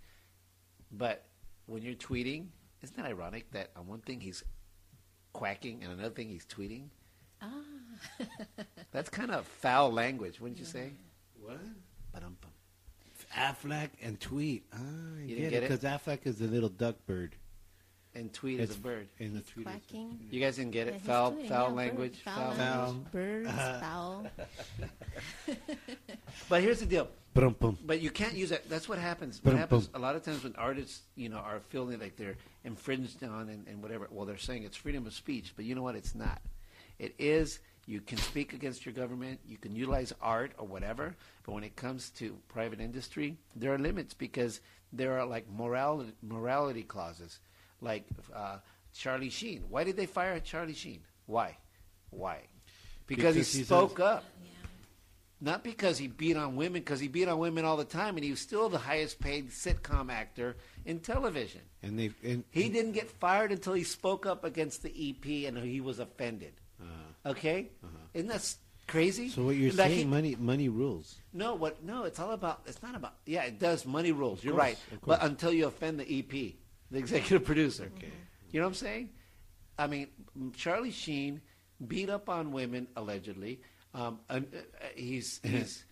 [SPEAKER 2] But when you're tweeting, isn't that ironic that on one thing he's quacking and another thing he's tweeting?
[SPEAKER 4] Ah.
[SPEAKER 2] That's kind of foul language, wouldn't you say?
[SPEAKER 3] What?
[SPEAKER 2] Ba-dum-bum.
[SPEAKER 3] Affleck and tweet. Ah, I
[SPEAKER 2] You didn't
[SPEAKER 3] get
[SPEAKER 2] get
[SPEAKER 3] it
[SPEAKER 2] it?
[SPEAKER 3] because Affleck is the little duck bird.
[SPEAKER 2] And tweet is a bird.
[SPEAKER 3] And the
[SPEAKER 4] He's
[SPEAKER 3] tweet
[SPEAKER 4] quacking.
[SPEAKER 2] You guys didn't get
[SPEAKER 4] Yeah,
[SPEAKER 2] it.
[SPEAKER 4] he's
[SPEAKER 2] foul,
[SPEAKER 4] doing,
[SPEAKER 2] foul
[SPEAKER 4] yeah,
[SPEAKER 2] language.
[SPEAKER 4] Bird, foul,
[SPEAKER 2] language.
[SPEAKER 4] language. Birds,
[SPEAKER 3] *laughs*
[SPEAKER 4] foul.
[SPEAKER 2] But here's the deal.
[SPEAKER 3] Brum, bum.
[SPEAKER 2] But you can't use that. That's what happens. What
[SPEAKER 3] Boom,
[SPEAKER 2] happens
[SPEAKER 3] boom.
[SPEAKER 2] a lot of times when artists, you know, are feeling like they're infringed on and, and whatever. Well, they're saying it's freedom of speech, but you know what? It's not. It is. You can speak against your government. You can utilize art or whatever. But when it comes to private industry, there are limits because there are like morality morality clauses. Like uh, Charlie Sheen. Why did they fire Charlie Sheen? Why? Why? Because,
[SPEAKER 3] Because
[SPEAKER 2] he
[SPEAKER 3] he's a-
[SPEAKER 2] spoke up
[SPEAKER 4] Yeah.
[SPEAKER 2] not because he beat on women, because he beat on women all the time, and he was still the highest paid sitcom actor in television.
[SPEAKER 3] And they and
[SPEAKER 2] He didn't get fired until he spoke up against the EP and he was offended. Okay? Isn't that s- crazy?
[SPEAKER 3] Uh-huh. So what you're
[SPEAKER 2] Like
[SPEAKER 3] saying,
[SPEAKER 2] he-
[SPEAKER 3] money money rules.
[SPEAKER 2] no, what? No, it's all about. It's not about. Yeah, it does. Money rules. You're
[SPEAKER 3] course,
[SPEAKER 2] right.
[SPEAKER 3] of course.
[SPEAKER 2] But until you offend the EP, the executive *laughs* producer.
[SPEAKER 3] Okay.
[SPEAKER 2] You know what I'm saying? I mean, Charlie Sheen beat up on women allegedly. Um, and, uh, uh,
[SPEAKER 3] *laughs*
[SPEAKER 2] he's he's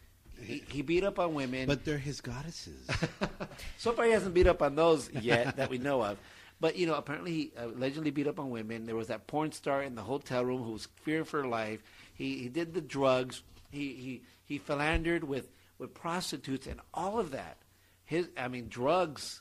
[SPEAKER 2] he, he beat up on women.
[SPEAKER 3] But they're
[SPEAKER 2] *laughs*
[SPEAKER 3] his goddesses.
[SPEAKER 2] So far, he hasn't beat up on those yet that we know of. But you know, apparently he uh, allegedly beat up on women. There was that porn star in the hotel room who was fearing for her life. He he did the drugs. He he he philandered with with prostitutes and all of that. His I mean drugs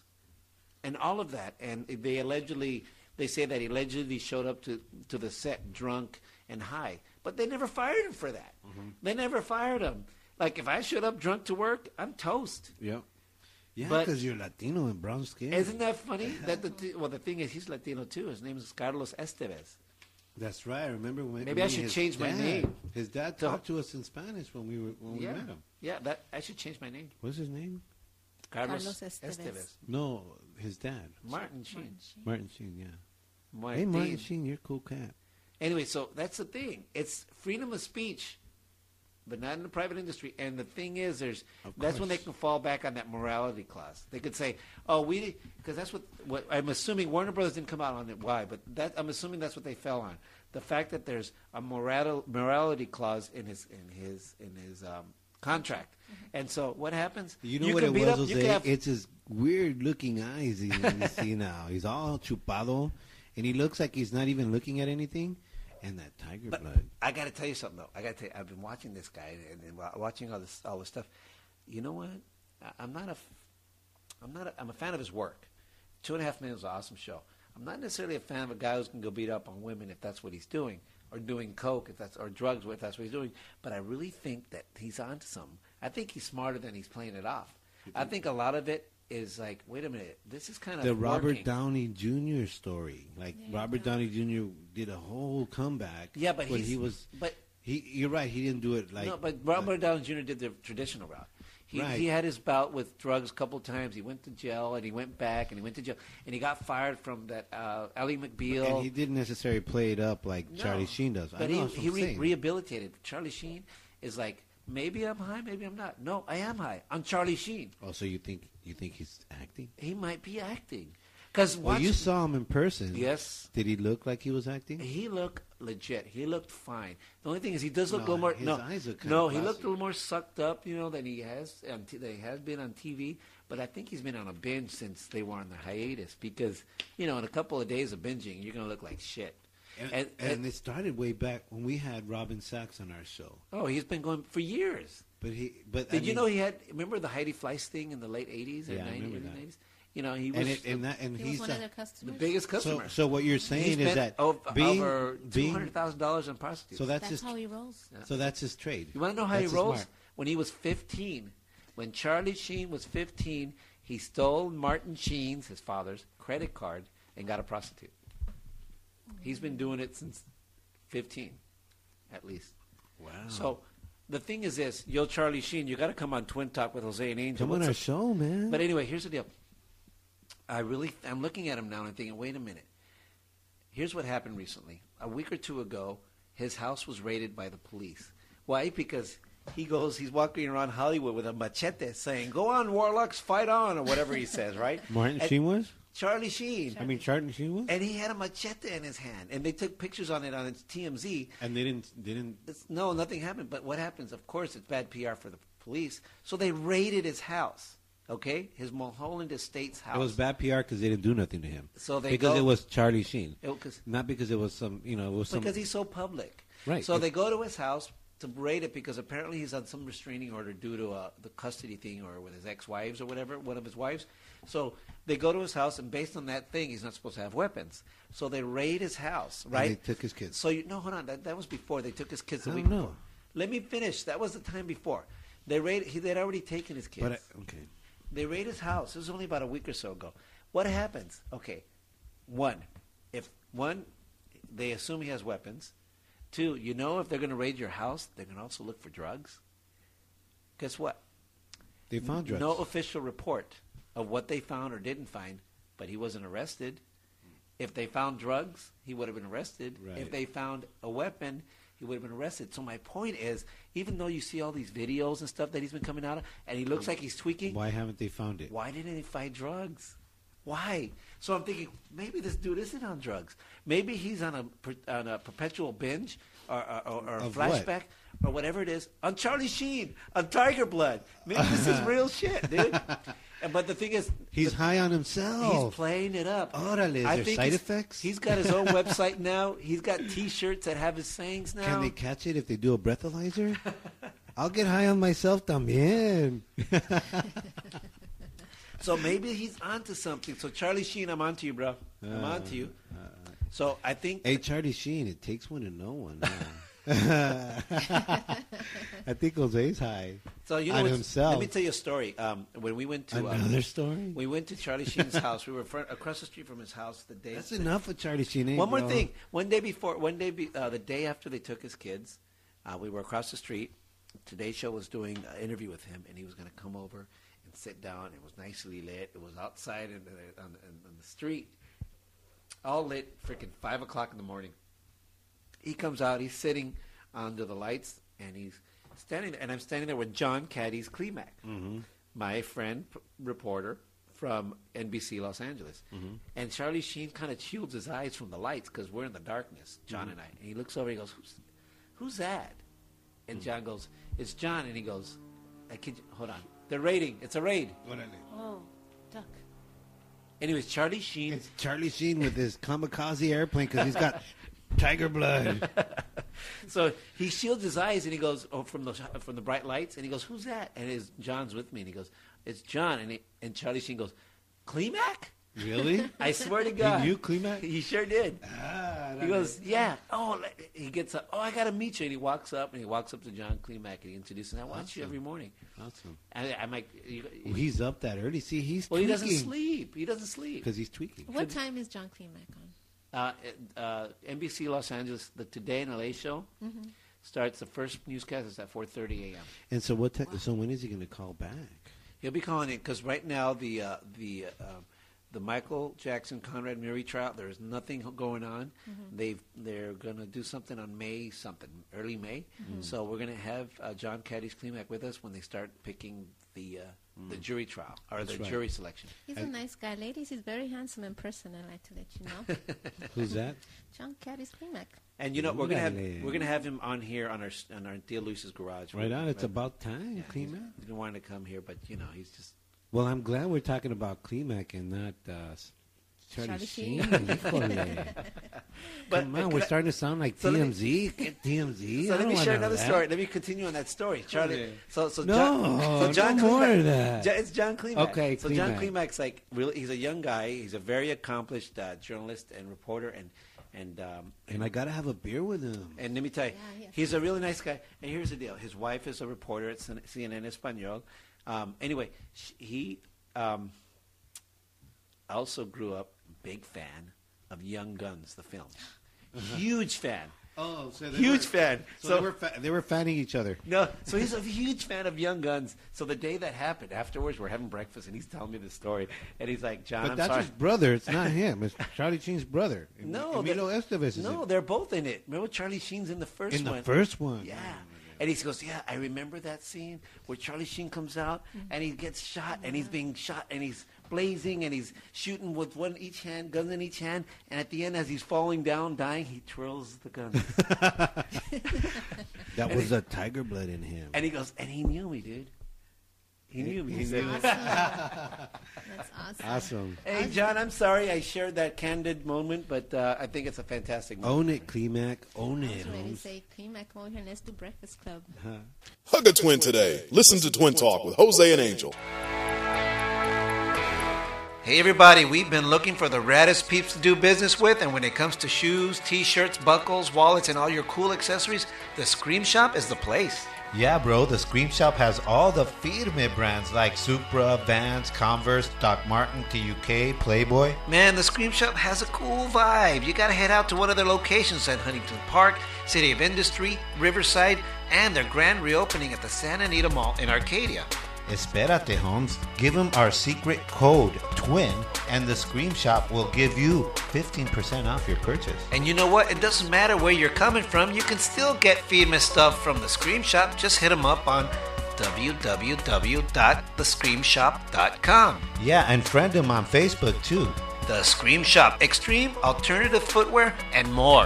[SPEAKER 2] and all of that. And they allegedly, they say that he allegedly showed up to, to the set drunk and high, but they never fired him for that. They never fired him. Like if I showed up drunk to work, I'm toast.
[SPEAKER 3] yeah. Yeah,
[SPEAKER 2] But-
[SPEAKER 3] because you're Latino and brown skin.
[SPEAKER 2] Isn't
[SPEAKER 3] *laughs*
[SPEAKER 2] that funny? That the th- well, the thing is, he's Latino too. His name is Carlos Estevez.
[SPEAKER 3] That's right. I remember when
[SPEAKER 2] Maybe I
[SPEAKER 3] when
[SPEAKER 2] should
[SPEAKER 3] his
[SPEAKER 2] change my
[SPEAKER 3] dad-
[SPEAKER 2] name.
[SPEAKER 3] His dad
[SPEAKER 2] To-
[SPEAKER 3] talked to us in Spanish when we were when we
[SPEAKER 2] yeah,
[SPEAKER 3] met him.
[SPEAKER 2] yeah. That I should change my name.
[SPEAKER 3] What's his name?
[SPEAKER 2] Carlos,
[SPEAKER 4] Carlos Estevez.
[SPEAKER 3] No, his dad.
[SPEAKER 2] Martin Sheen.
[SPEAKER 3] Martin Sheen, yeah.
[SPEAKER 2] Martin.
[SPEAKER 3] Hey Martin Sheen, you're a cool cat.
[SPEAKER 2] Anyway, so that's the thing. It's freedom of speech, but not in the private industry. And the thing is, there's
[SPEAKER 3] Of
[SPEAKER 2] that's when they
[SPEAKER 3] course.
[SPEAKER 2] can fall back on that morality clause. They could say, "Oh, we," because that's what, what I'm assuming. Warner Brothers didn't come out on it. Why? But that I'm assuming that's what they fell on. The fact that there's a moral, morality clause in his in his in his um, contract. And so what happens?
[SPEAKER 3] You know what it
[SPEAKER 2] beat
[SPEAKER 3] was,
[SPEAKER 2] up-
[SPEAKER 3] Jose?
[SPEAKER 2] can have-
[SPEAKER 3] It's his weird looking eyes he you see now. He's all chupado, and he looks like he's not even looking at anything. And that tiger
[SPEAKER 2] But
[SPEAKER 3] blood.
[SPEAKER 2] I got to tell you something though. I got to. I've been watching this guy and, and wa- watching all this all this stuff. You know what? I, I'm not a. f- I'm not. A, I'm a fan of his work. Two and a Half Men is an awesome show. I'm not necessarily a fan of a guy who's going to go beat up on women if that's what he's doing, or doing coke if that's or drugs if that's what he's doing. But I really think that he's onto something. I think he's smarter than he's playing it off. I think a lot of it is like, wait a minute, this is kind of
[SPEAKER 3] The Robert
[SPEAKER 2] working.
[SPEAKER 3] Downey Jr. story. Like
[SPEAKER 4] There you
[SPEAKER 3] Robert
[SPEAKER 4] go.
[SPEAKER 3] Downey Jr. did a whole comeback.
[SPEAKER 2] Yeah, but
[SPEAKER 3] when
[SPEAKER 2] he's-
[SPEAKER 3] he was,
[SPEAKER 2] but-
[SPEAKER 3] he, you're right. He didn't do it like.
[SPEAKER 2] no, but Robert
[SPEAKER 3] like-
[SPEAKER 2] Downey Jr. did the traditional route. He,
[SPEAKER 3] Right.
[SPEAKER 2] he had his bout with drugs a couple times. He went to jail and he went back and he went to jail and he got fired from that uh, Ellie McBeal.
[SPEAKER 3] and he didn't necessarily play it up like
[SPEAKER 2] No.
[SPEAKER 3] Charlie Sheen does. I
[SPEAKER 2] But
[SPEAKER 3] know
[SPEAKER 2] he,
[SPEAKER 3] that's what
[SPEAKER 2] he
[SPEAKER 3] I'm
[SPEAKER 2] re-
[SPEAKER 3] saying.
[SPEAKER 2] rehabilitated. Charlie Sheen is like, maybe I'm high, maybe I'm not. No, I am high. I'm Charlie Sheen.
[SPEAKER 3] oh, so you think you think he's acting?
[SPEAKER 2] He might be acting because
[SPEAKER 3] Well, you saw him in person.
[SPEAKER 2] Yes.
[SPEAKER 3] Did he look like he was acting?
[SPEAKER 2] He looked legit. He looked fine. The only thing is, he does look a
[SPEAKER 3] No,
[SPEAKER 2] little more.
[SPEAKER 3] his
[SPEAKER 2] no,
[SPEAKER 3] eyes look kinda
[SPEAKER 2] no, he
[SPEAKER 3] glassy.
[SPEAKER 2] looked a little more sucked up, you know, than he has um, t- than he has been on TV. But I think he's been on a binge since they were on the hiatus because, you know, in a couple of days of binging, you're going to look like shit.
[SPEAKER 3] And, and, it started way back when we had Robin Sachs on our show.
[SPEAKER 2] oh, he's been going for years.
[SPEAKER 3] But he, but I
[SPEAKER 2] Did you
[SPEAKER 3] mean-
[SPEAKER 2] know he had? Remember the Heidi Fleiss thing in the late '80s or
[SPEAKER 3] Yeah,
[SPEAKER 2] 90s,
[SPEAKER 3] I remember
[SPEAKER 2] early
[SPEAKER 3] that.
[SPEAKER 2] 90s? You know, he was
[SPEAKER 3] and it, and that, and
[SPEAKER 4] He was
[SPEAKER 3] he's
[SPEAKER 4] one
[SPEAKER 3] a-
[SPEAKER 4] of their
[SPEAKER 2] the
[SPEAKER 4] customers.
[SPEAKER 2] biggest
[SPEAKER 3] so,
[SPEAKER 2] customer.
[SPEAKER 3] so what you're
[SPEAKER 2] he
[SPEAKER 3] saying
[SPEAKER 2] spent
[SPEAKER 3] is that
[SPEAKER 2] over,
[SPEAKER 3] being,
[SPEAKER 2] over two
[SPEAKER 3] being-
[SPEAKER 2] hundred thousand dollars on prostitutes.
[SPEAKER 3] so that's,
[SPEAKER 4] That's
[SPEAKER 3] his,
[SPEAKER 4] how he rolls.
[SPEAKER 3] so that's his trade.
[SPEAKER 2] you want to know how
[SPEAKER 3] That's
[SPEAKER 2] he
[SPEAKER 3] his
[SPEAKER 2] rolls?
[SPEAKER 3] mark.
[SPEAKER 2] When he was 15, when Charlie Sheen was 15, he stole Martin Sheen's, his father's, credit card and got a prostitute. He's been doing it since 15, at least.
[SPEAKER 3] Wow.
[SPEAKER 2] So the thing is this: Yo, Charlie Sheen, you got to come on Twin Talk with Jose and Angel.
[SPEAKER 3] come on
[SPEAKER 2] What's
[SPEAKER 3] our
[SPEAKER 2] up?
[SPEAKER 3] show, man.
[SPEAKER 2] But anyway, here's the deal. I really, I'm looking at him now and I'm thinking, wait a minute. Here's what happened recently. A week or two ago, his house was raided by the police. Why? Because he goes, he's walking around Hollywood with a machete saying, go on, warlocks, fight on, or whatever he says, *laughs* right?
[SPEAKER 3] Martin
[SPEAKER 2] And-
[SPEAKER 3] Sheen was.
[SPEAKER 2] Charlie Sheen.
[SPEAKER 3] I mean, Charlie Sheen was.
[SPEAKER 2] And he had a machete in his hand. And they took pictures on it on TMZ.
[SPEAKER 3] And they didn't. They didn't.
[SPEAKER 2] It's, no, nothing happened. But what happens? Of course, it's bad PR for the police. So they raided his house. Okay, his Mulholland Estates house.
[SPEAKER 3] It was bad PR because they didn't do nothing to him.
[SPEAKER 2] So they
[SPEAKER 3] because
[SPEAKER 2] go-
[SPEAKER 3] it was Charlie Sheen,
[SPEAKER 2] It- 'cause-
[SPEAKER 3] not because it was some. You know, it was some.
[SPEAKER 2] because he's so public.
[SPEAKER 3] Right.
[SPEAKER 2] So
[SPEAKER 3] It-
[SPEAKER 2] they go to his house to raid it because apparently he's on some restraining order due to uh, the custody thing or with his ex-wives or whatever, one of his wives. So they go to his house, and based on that thing, he's not supposed to have weapons. So they raid his house,
[SPEAKER 3] they
[SPEAKER 2] right?
[SPEAKER 3] took his kids.
[SPEAKER 2] So you no, hold on. That, that was before they took his kids. The
[SPEAKER 3] I
[SPEAKER 2] week
[SPEAKER 3] don't know.
[SPEAKER 2] before. Let me finish. That was the time before. They raid. He, they'd already taken his kids.
[SPEAKER 3] But I, okay.
[SPEAKER 2] They raid his house. This was only about a week or so ago. What happens? Okay, one, if one, they assume he has weapons. Two, you know, if they're going to raid your house, they're going to also look for drugs. Guess what?
[SPEAKER 3] They found drugs.
[SPEAKER 2] No official report of what they found or didn't find, but he wasn't arrested. If they found drugs, he would have been arrested. If
[SPEAKER 3] Right.
[SPEAKER 2] they found a weapon, he would have been arrested. So my point is, even though you see all these videos and stuff that he's been coming out of, and he looks like he's tweaking,
[SPEAKER 3] Why haven't they found it?
[SPEAKER 2] why didn't he find drugs? Why? So I'm thinking maybe this dude isn't on drugs. Maybe he's on a per- on a perpetual binge or or, or, or a
[SPEAKER 3] Of
[SPEAKER 2] flashback
[SPEAKER 3] what?
[SPEAKER 2] or whatever it is on Charlie Sheen on Tiger Blood. Maybe this
[SPEAKER 3] *laughs*
[SPEAKER 2] is real shit, dude. And, but the thing is,
[SPEAKER 3] He's high on
[SPEAKER 2] He's
[SPEAKER 3] himself.
[SPEAKER 2] playing it up.
[SPEAKER 3] Órale, Oh. is there side
[SPEAKER 2] he's-
[SPEAKER 3] effects?
[SPEAKER 2] He's got
[SPEAKER 3] *laughs*
[SPEAKER 2] his own website now. He's got T-shirts that have his sayings now.
[SPEAKER 3] Can they catch it if they do a breathalyzer? I'll get high on myself también.
[SPEAKER 2] So maybe he's onto something. So Charlie Sheen, I'm onto you, bro. I'm onto you. So I think
[SPEAKER 3] Uh. Hey, Charlie Sheen, it takes one to know one.
[SPEAKER 2] *laughs*
[SPEAKER 3] huh? *laughs* I think Jose's high.
[SPEAKER 2] So you
[SPEAKER 3] on
[SPEAKER 2] know, what's-
[SPEAKER 3] himself.
[SPEAKER 2] let me tell you a story. Um, when we went to uh,
[SPEAKER 3] Another story?
[SPEAKER 2] we went to Charlie Sheen's *laughs* house. We were fr- across the street from his house. The day
[SPEAKER 3] That's enough of Charlie Sheen. eh,
[SPEAKER 2] one more
[SPEAKER 3] bro?
[SPEAKER 2] thing. One day before, one day, be, uh, the day after they took his kids, uh, we were across the street. Today Show was doing an interview with him, and he was going to come over and sit down. It was nicely lit. It was outside in the, on, on, on the street, all lit. Freaking five o'clock in the morning. He comes out. He's sitting under the lights, and he's standing. there. And I'm standing there with John Caddy's Clemac, my friend p- reporter from NBC Los Angeles. And Charlie Sheen kind of shields his eyes from the lights because we're in the darkness, John and I. And he looks over. He goes, "Who's, who's that?" And John goes, "It's John." And he goes, "I kid you, hold on. They're raiding. It's a raid."
[SPEAKER 4] Oh, duck.
[SPEAKER 2] Anyways, Charlie Sheen.
[SPEAKER 3] It's Charlie Sheen with his kamikaze airplane because
[SPEAKER 2] *laughs*
[SPEAKER 3] he's got tiger blood.
[SPEAKER 2] So he shields his eyes and he goes oh, from the from the bright lights and he goes, "Who's that?" And his John's with me and he goes, "It's John." And he, and Charlie Sheen goes, "Clemac."
[SPEAKER 3] Really?
[SPEAKER 2] I swear to God,
[SPEAKER 3] knew Clemac?
[SPEAKER 2] He sure did.
[SPEAKER 3] Ah,
[SPEAKER 2] He goes, "Yeah." Oh, le- he gets up. Oh, I gotta meet you. And he walks up and he walks up to John Clemac and he introduces. him. I watch you
[SPEAKER 3] Awesome.
[SPEAKER 2] every morning.
[SPEAKER 3] Awesome.
[SPEAKER 2] I, I'm like, you,
[SPEAKER 3] Well, he's up that early. See, he's
[SPEAKER 2] well, he
[SPEAKER 3] tweaking.
[SPEAKER 2] doesn't sleep. He doesn't sleep.
[SPEAKER 3] because he's tweaking.
[SPEAKER 4] What time is John Clemac on?
[SPEAKER 2] uh, uh, NBC Los Angeles, the Today and LA show starts. The first newscast is at 4:30 a.m.
[SPEAKER 3] And so what? Te- So when is he going to call back?
[SPEAKER 2] He'll be calling it because right now the uh, the uh, um, the Michael Jackson Conrad Murray trial. There is nothing going on. They've they're going to do something on May something early May. So we're going to have uh, John Caddy's Clemac with us when they start picking the uh, the jury trial or
[SPEAKER 3] Mm. That's
[SPEAKER 2] the
[SPEAKER 3] right.
[SPEAKER 2] jury selection.
[SPEAKER 4] He's a nice guy. Ladies, he's very handsome in person, I'd like to let you know.
[SPEAKER 2] *laughs*
[SPEAKER 3] Who's that?
[SPEAKER 4] John Caddy's Clemac.
[SPEAKER 2] And you know we're gonna have
[SPEAKER 3] Órale.
[SPEAKER 2] we're gonna have him on here on our on our Thea Luce's garage.
[SPEAKER 3] Right on. It's
[SPEAKER 2] But-
[SPEAKER 3] about time.
[SPEAKER 2] Yeah,
[SPEAKER 3] Clean
[SPEAKER 2] he's, he's been wanting to come here, but you know he's just
[SPEAKER 3] Well, I'm glad we're talking about Klimek and not uh, s- Charlie,
[SPEAKER 4] Charlie
[SPEAKER 3] Sheen.
[SPEAKER 4] Sheen.
[SPEAKER 3] *laughs* Híjole. Come on, we're
[SPEAKER 2] can I-
[SPEAKER 3] starting to sound like
[SPEAKER 2] So let me-
[SPEAKER 3] TMZ. Get
[SPEAKER 2] *laughs*
[SPEAKER 3] TMZ.
[SPEAKER 2] So let
[SPEAKER 3] I don't
[SPEAKER 2] me
[SPEAKER 3] want
[SPEAKER 2] share
[SPEAKER 3] none of
[SPEAKER 2] another
[SPEAKER 3] that.
[SPEAKER 2] story. Let me continue on that story, Charlie.
[SPEAKER 1] Híjole.
[SPEAKER 2] So, so
[SPEAKER 3] No,
[SPEAKER 2] John, so
[SPEAKER 3] no
[SPEAKER 2] John
[SPEAKER 3] more
[SPEAKER 2] Klimek-
[SPEAKER 3] of that.
[SPEAKER 2] Jo- it's John Klimek.
[SPEAKER 3] Okay,
[SPEAKER 2] so John
[SPEAKER 3] Klimek.
[SPEAKER 2] Klimak's like really, he's a young guy. He's a very accomplished uh, journalist and reporter, and and um,
[SPEAKER 3] And I gotta have a beer with him.
[SPEAKER 2] and let me tell you,
[SPEAKER 4] Yeah, yeah.
[SPEAKER 2] he's a really nice guy. And here's the deal: his wife is a reporter at CN- CNN Espanol. Um, anyway, sh he um, also grew up big fan of Young Guns, the
[SPEAKER 3] *laughs*
[SPEAKER 2] film. Huge fan.
[SPEAKER 3] Oh, so
[SPEAKER 2] Huge fan.
[SPEAKER 3] So, they, were fa- they were fanning each other.
[SPEAKER 2] No, so he's a huge fan of Young Guns. So the day that happened, afterwards, we're having breakfast, and he's telling me the story, and he's like, "John,
[SPEAKER 3] But
[SPEAKER 2] I'm
[SPEAKER 3] that's
[SPEAKER 2] sorry."
[SPEAKER 3] his brother. It's
[SPEAKER 2] *laughs*
[SPEAKER 3] not him. It's Charlie Sheen's brother.
[SPEAKER 2] no,
[SPEAKER 3] Emilio
[SPEAKER 2] they're-
[SPEAKER 3] Estevez is
[SPEAKER 2] no,
[SPEAKER 3] in,
[SPEAKER 2] they're both in it. Remember, Charlie Sheen's in the first
[SPEAKER 3] in the
[SPEAKER 2] one.
[SPEAKER 3] first one.
[SPEAKER 2] Yeah. And he goes, yeah, I remember that scene where Charlie Sheen comes out and he gets shot and he's being shot and he's blazing and he's shooting with one each hand, guns in each hand. And at the end, as he's falling down, dying, he twirls the
[SPEAKER 3] *laughs*
[SPEAKER 2] gun.
[SPEAKER 3] That was the tiger blood in him.
[SPEAKER 2] and he goes, and he knew me, dude. He knew me. He
[SPEAKER 4] That's
[SPEAKER 2] said,
[SPEAKER 4] awesome.
[SPEAKER 2] *laughs*
[SPEAKER 4] That's awesome.
[SPEAKER 3] Awesome.
[SPEAKER 2] hey, John, I'm sorry I shared that candid moment, but uh, I think it's a fantastic moment.
[SPEAKER 3] Own it, Klimak. Own
[SPEAKER 4] I
[SPEAKER 3] it.
[SPEAKER 4] was ready to
[SPEAKER 3] Holmes.
[SPEAKER 4] say, "Can you might come over here and let's do Breakfast Club."
[SPEAKER 1] Hug a twin today. Listen to Twin Talk with Jose and Angel.
[SPEAKER 2] Hey everybody, we've been looking for the raddest peeps to do business with, and when it comes to shoes, t-shirts, buckles, wallets, and all your cool accessories, the Scream Shop is the place.
[SPEAKER 5] Yeah, bro, the Scream Shop has all the Firme brands like Supra, Vans, Converse, Doc Martin, TUK, Playboy.
[SPEAKER 2] Man, the Scream Shop has a cool vibe. You gotta head out to one of their locations at Huntington Park, City of Industry, Riverside, and their grand reopening at the Santa Anita Mall in Arcadia.
[SPEAKER 5] Esperate, Holmes. Give them our secret code, TWIN, and the Scream Shop will give you 15% off your purchase.
[SPEAKER 2] And you know what? It doesn't matter where you're coming from, you can still get FEMA stuff from the Scream Shop. Just hit them up on www.thescreamshop.com.
[SPEAKER 5] Yeah, and friend them on Facebook too.
[SPEAKER 2] The Scream Shop, extreme alternative footwear, and more.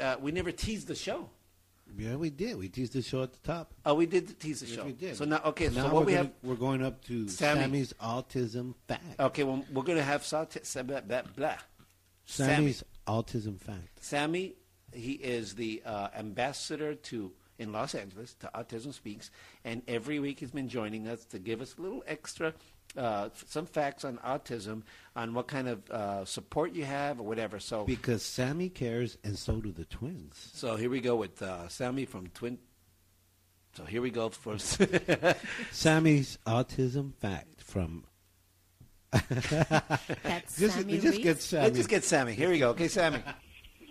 [SPEAKER 2] Uh, we never teased the show.
[SPEAKER 3] Yeah, we did. We teased the show at the top.
[SPEAKER 2] Oh, we did tease the
[SPEAKER 3] Yes,
[SPEAKER 2] show.
[SPEAKER 3] we did.
[SPEAKER 2] So now, okay.
[SPEAKER 3] Now
[SPEAKER 2] so what
[SPEAKER 3] we're
[SPEAKER 2] we
[SPEAKER 3] gonna-
[SPEAKER 2] have?
[SPEAKER 3] we're going up to
[SPEAKER 2] Sammy. Oh,
[SPEAKER 3] Sammy's autism fact.
[SPEAKER 2] Okay, well, we're gonna have saute, Sam- blah, blah, blah.
[SPEAKER 3] Sammy's autism fact.
[SPEAKER 2] Sammy, he is the uh, ambassador to in Los Angeles to Autism Speaks, and every week he's been joining us to give us a little extra, uh, f- some facts on autism, on what kind of uh, support you have or whatever. So,
[SPEAKER 3] Because Sammy cares, and so do the twins.
[SPEAKER 2] so here we go with uh, Sammy from Twin. So here we go first. *laughs*
[SPEAKER 3] Sammy's autism fact from.
[SPEAKER 4] That's
[SPEAKER 3] Just,
[SPEAKER 4] Sammy
[SPEAKER 3] just
[SPEAKER 4] Reed.
[SPEAKER 3] get Sammy.
[SPEAKER 2] Let's just get Sammy. Here we go. Okay, Sammy.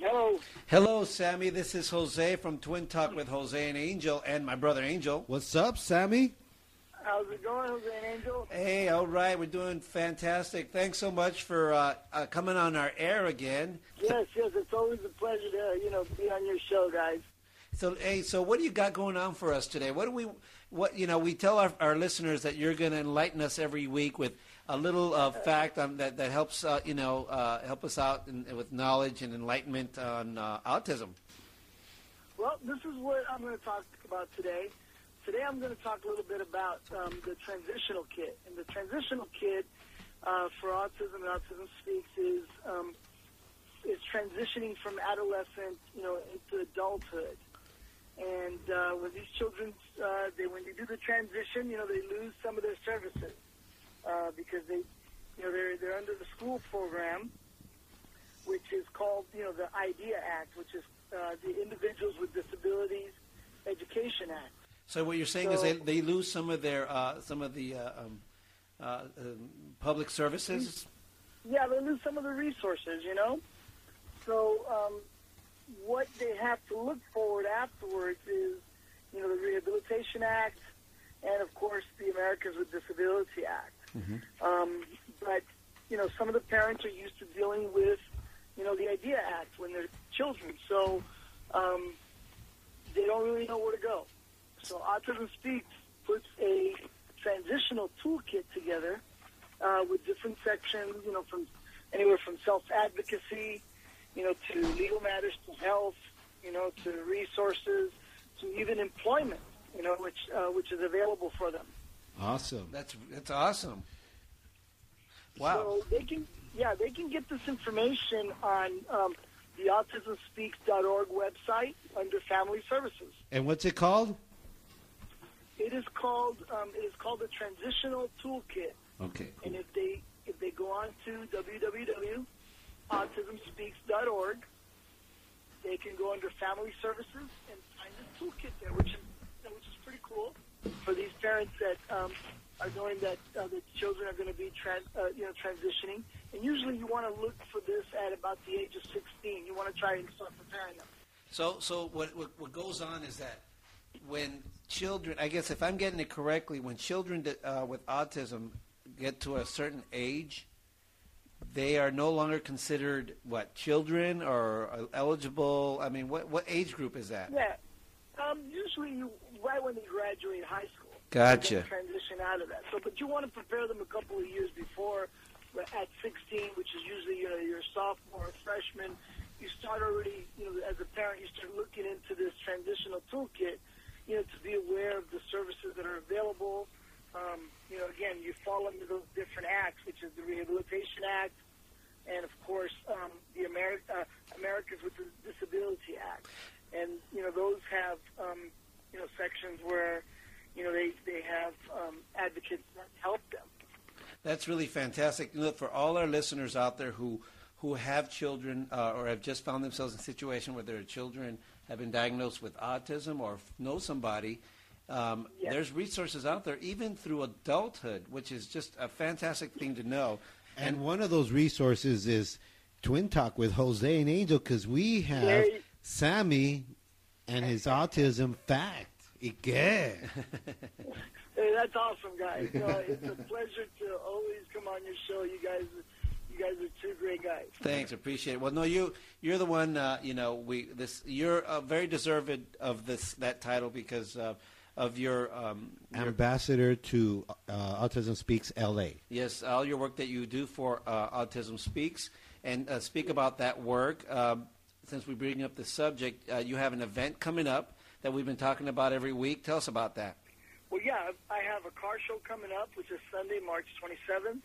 [SPEAKER 6] Hello.
[SPEAKER 2] Hello, Sammy. This is Jose from Twin Talk with Jose and Angel and my brother Angel.
[SPEAKER 3] What's up, Sammy?
[SPEAKER 6] How's it going, Jose and Angel?
[SPEAKER 2] Hey, all right. We're doing fantastic. Thanks so much for uh, uh, coming on our air again.
[SPEAKER 6] Yes, yes, it's always a pleasure to, you know, be on your show, guys.
[SPEAKER 2] So, hey, so what do you got going on for us today? What do we, what you know, we tell our, our listeners that you're going to enlighten us every week with a little uh, fact on, that that helps uh, you know uh, help us out in, with knowledge and enlightenment on uh, autism.
[SPEAKER 6] Well, this is what I'm going to talk about today. Today I'm going to talk a little bit about um, the transitional kit. And the transitional kit uh, for autism and Autism Speaks is, um, is transitioning from adolescent, you know, into adulthood. And uh, with these children, uh, they when they do the transition, you know, they lose some of their services uh, because they, you know, they're they're under the school program, which is called, you know, the IDEA Act, which is uh, the Individuals with Disabilities Education Act.
[SPEAKER 2] So what you're saying is
[SPEAKER 6] So-
[SPEAKER 2] they, they lose some of their uh, some of the uh, um, uh, um, public services.
[SPEAKER 6] Yeah, they lose some of the resources, you know. So um, what they have to look forward afterwards is, you know, the Rehabilitation Act, and of course the Americans with Disability Act. Um, but you know, some of the parents are used to dealing with, you know, the IDEA Act when they're children, so um, they don't really know where to go. So Autism Speaks puts a transitional toolkit together uh, with different sections, you know, from anywhere from self-advocacy, you know, to legal matters, to health, you know, to resources, to even employment you know, which uh, which is available for them.
[SPEAKER 3] Awesome.
[SPEAKER 2] That's that's awesome. Wow.
[SPEAKER 6] So they can, yeah, they can get this information on um, the autismspeaks.org website under family services.
[SPEAKER 3] And what's it called?
[SPEAKER 6] It is called um, it is called the Transitional Toolkit,
[SPEAKER 3] Okay.
[SPEAKER 6] and if they if they go on to www.autismspeaks.org, they can go under family services and find this toolkit there, which is which is pretty cool for these parents that um, are knowing that uh, the children are going to be tran- uh, you know transitioning. And usually, you want to look for this at about the age of 16. You want to try and start preparing them.
[SPEAKER 2] So so what, what what goes on is that when children, I guess if I'm getting it correctly, when children that, uh, with autism get to a certain age, they are no longer considered what children or uh, eligible. I mean, what what age group is that?
[SPEAKER 6] Yeah. Um, usually, you, right when they graduate high school.
[SPEAKER 2] Gotcha.
[SPEAKER 6] they Transition out of that. So, but you want to prepare them a couple of years before, at 16, which is usually you know your sophomore, or freshman. You start already, you know, as a parent, you start looking into this transitional toolkit, you know, to be aware of the services that are available. Um, you know, again, you fall under those different acts, which is the Rehabilitation Act, and of course um, the Ameri- uh, Americans with Disability Act, and you know those have um, you know sections where you know they they have um, advocates that help them.
[SPEAKER 2] That's really fantastic. Look for all our listeners out there who who have children uh, or have just found themselves in a situation where their children have been diagnosed with autism or f- know somebody. Um,
[SPEAKER 6] Yeah.
[SPEAKER 2] There's resources out there, even through adulthood, which is just a fantastic thing to know.
[SPEAKER 3] And one of those resources is Twin Talk with Jose and Angel because we have
[SPEAKER 6] Yay.
[SPEAKER 3] Sammy and his autism fact. Again.
[SPEAKER 6] Hey, that's awesome, guys. You know, it's a pleasure to always come on your show. You guys, you guys are two great guys.
[SPEAKER 2] Thanks, appreciate it. Well, no, you you're the one. Uh, you know, we this you're uh, very deserved of this that title because uh, of your um, your
[SPEAKER 3] *laughs* Ambassador to uh, Autism Speaks LA.
[SPEAKER 2] Yes, all your work that you do for uh, Autism Speaks, and uh, speak about that work. Um, since we bring up the subject, uh, you have an event coming up that we've been talking about every week. Tell us about that.
[SPEAKER 6] Well, yeah, I have a car show coming up, which is Sunday, March 27th,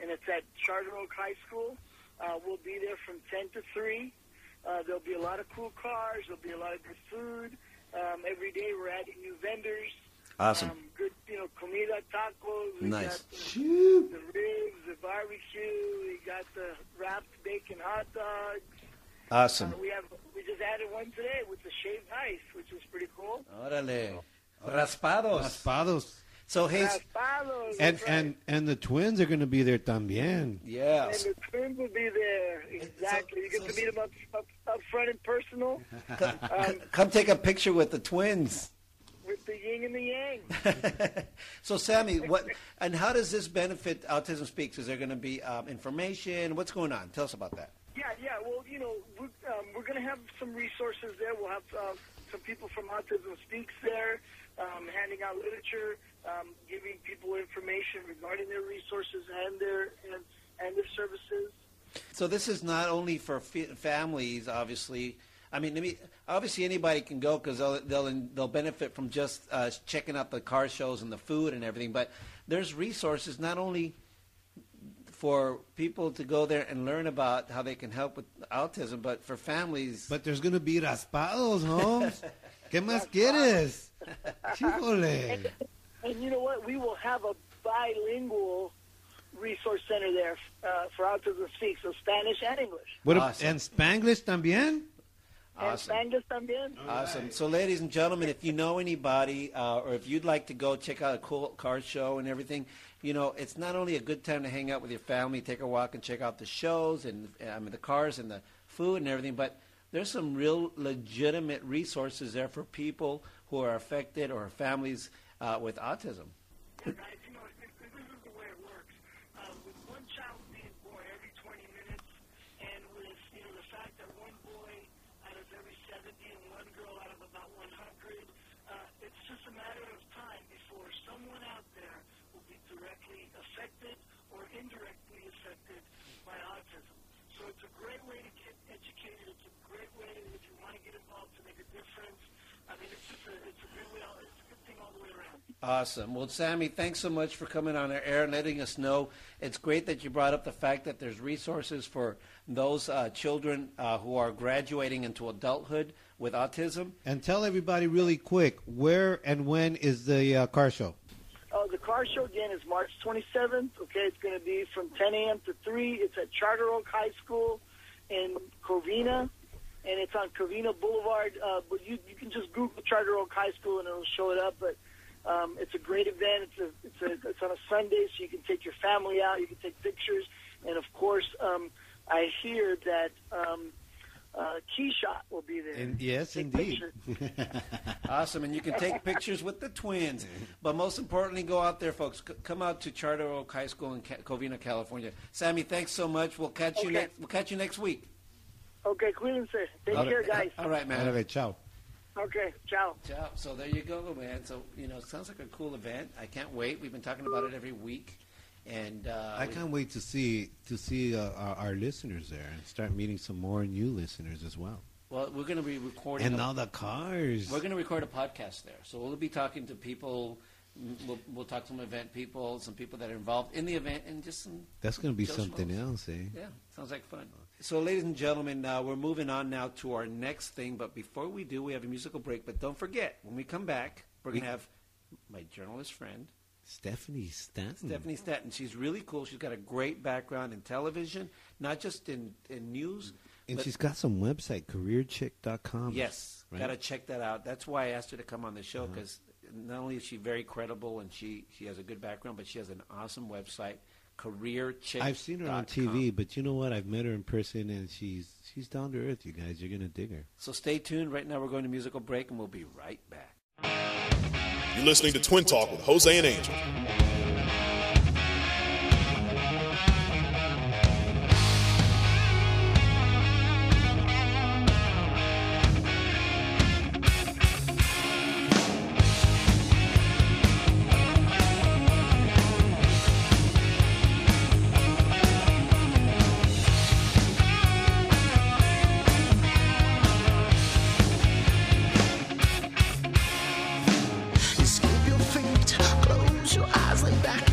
[SPEAKER 6] and it's at Charter Oak High School. Uh, we'll be there from 10 to 3. Uh, there'll be a lot of cool cars. There'll be a lot of good food. Um, every day we're adding new vendors.
[SPEAKER 2] Awesome.
[SPEAKER 6] Um, good, you know, comida, tacos. We
[SPEAKER 2] Nice.
[SPEAKER 6] Got the, the ribs, the barbecue. We got the wrapped bacon hot dogs.
[SPEAKER 2] Awesome.
[SPEAKER 6] Uh, we have we just added one today with the shaved ice, which is pretty cool.
[SPEAKER 2] Órale. Raspados.
[SPEAKER 3] Raspados.
[SPEAKER 2] So, hey, s-
[SPEAKER 6] Raspados,
[SPEAKER 3] And,
[SPEAKER 6] that's right.
[SPEAKER 3] and, and the twins are going to be there también.
[SPEAKER 2] yeah.
[SPEAKER 6] And the twins will be there. Exactly. you get to meet them up, up, up front and personal um,
[SPEAKER 2] Come take a picture with the twins. *laughs*
[SPEAKER 6] with the yin and the yang.
[SPEAKER 2] so, Sammy, what and how does this benefit Autism Speaks? Is there going to be um, information? What's going on? Tell us about that.
[SPEAKER 6] Yeah, yeah. Well, you know, we're, um, we're going to have some resources there. We'll have uh, some people from Autism Speaks there, um, handing out literature, um, giving people information regarding their resources and their and, and their services.
[SPEAKER 2] So this is not only for f- families, obviously. I mean, I mean, obviously anybody can go because they'll, they'll they'll benefit from just uh, checking out the car shows and the food and everything. But there's resources not only for people to go there and learn about how they can help with autism, but for families.
[SPEAKER 3] But there's going to be raspados, *laughs* Holmes. ¿Qué más quieres? *laughs* Chíjole.
[SPEAKER 6] And you know what? We will have a bilingual resource center there uh, for Autism Speaks, so Spanish and English.
[SPEAKER 3] What ab-
[SPEAKER 2] Awesome.
[SPEAKER 3] And Spanglish también?
[SPEAKER 2] Awesome.
[SPEAKER 6] And Spanglish también.
[SPEAKER 2] Awesome. So, ladies and gentlemen, if you know anybody uh, or if you'd like to go check out a cool car show and everything, you know, it's not only a good time to hang out with your family, take a walk and check out the shows and I mean the cars and the food and everything, but there's some real legitimate resources there for people who are affected or families uh, with autism.
[SPEAKER 6] Guys, you know, this this isn't the way it works. Uh, with one child being born every 20 minutes, and with you know the fact that one boy out of every 70 and one girl out of about 100, uh, it's just a matter of time before someone out there will be directly affected or indirectly affected by autism. So it's a great way to get educated. It's a great way if you want to get involved to make a difference. I mean, it's just a, it's a good way. It's a good thing
[SPEAKER 2] Awesome. Well, Sammy, thanks so much for coming on our air and letting us know. It's great that you brought up the fact that there's resources for those uh, children uh, who are graduating into adulthood with autism.
[SPEAKER 3] And tell everybody really quick where and when is the uh, car show?
[SPEAKER 6] Uh, the car show again is March 27th. Okay, it's going to be from 10 a.m. to 3. It's at Charter Oak High School in Covina, and it's on Covina Boulevard. Uh, but you, you can just Google Charter Oak High School and it'll show it up. But um, it's a great event. It's a, it's a it's on a Sunday, so you can take your family out. You can take pictures, and of course, um, I hear that um, uh, Keyshot will be there.
[SPEAKER 3] In, yes,
[SPEAKER 6] Take
[SPEAKER 3] indeed.
[SPEAKER 6] pictures.
[SPEAKER 2] Awesome. And you can take pictures with the twins. But most importantly, go out there, folks. C- come out to Charter Oak High School in Ca- Covina, California. Sammy, thanks so much. We'll catch you
[SPEAKER 6] Okay.
[SPEAKER 2] next. We'll catch you next week.
[SPEAKER 6] Okay, Cleveland, sir. Take
[SPEAKER 3] All right.
[SPEAKER 6] care, guys.
[SPEAKER 2] All right, man.
[SPEAKER 3] All right, ciao.
[SPEAKER 6] Okay, ciao.
[SPEAKER 2] Yeah, so there you go, man. So you know, it sounds like a cool event. I can't wait. We've been talking about it every week, and uh,
[SPEAKER 3] I can't wait to see to see uh, our, our listeners there and start meeting some more new listeners as well.
[SPEAKER 2] well, we're going to be recording.
[SPEAKER 3] And
[SPEAKER 2] a-
[SPEAKER 3] all the cars.
[SPEAKER 2] we're going to record a podcast there, so we'll be talking to people. m- We'll, we'll talk to some event people, some people that are involved in the event, and just some
[SPEAKER 3] That's going to be
[SPEAKER 2] Joe
[SPEAKER 3] something
[SPEAKER 2] Schmoes.
[SPEAKER 3] else, eh?
[SPEAKER 2] Yeah, sounds like fun. So, ladies and gentlemen, uh, we're moving on now to our next thing. But before we do, we have a musical break. But don't forget, when we come back, we're going to have my journalist friend,
[SPEAKER 3] Stephanie Stanton.
[SPEAKER 2] Stephanie Stanton. She's really cool. She's got a great background in television, not just in, in news.
[SPEAKER 3] And
[SPEAKER 2] but-
[SPEAKER 3] she's got some website, careerchick.com.
[SPEAKER 2] Yes,
[SPEAKER 3] Right? Uh-huh.
[SPEAKER 2] got to check that out. That's why I asked her to come on the show because not only is she very credible and she, she has a good background, but she has an awesome website, careerchick.
[SPEAKER 3] I've seen her on TV, but you know what? I've met her in person, and she's she's down to earth. You guys, you're gonna dig her.
[SPEAKER 2] So stay tuned. Right now, we're going to musical break, and we'll be right back.
[SPEAKER 1] You're listening to Twin Talk with Jose and Angel.
[SPEAKER 7] Escape your fate. Close your eyes, lay back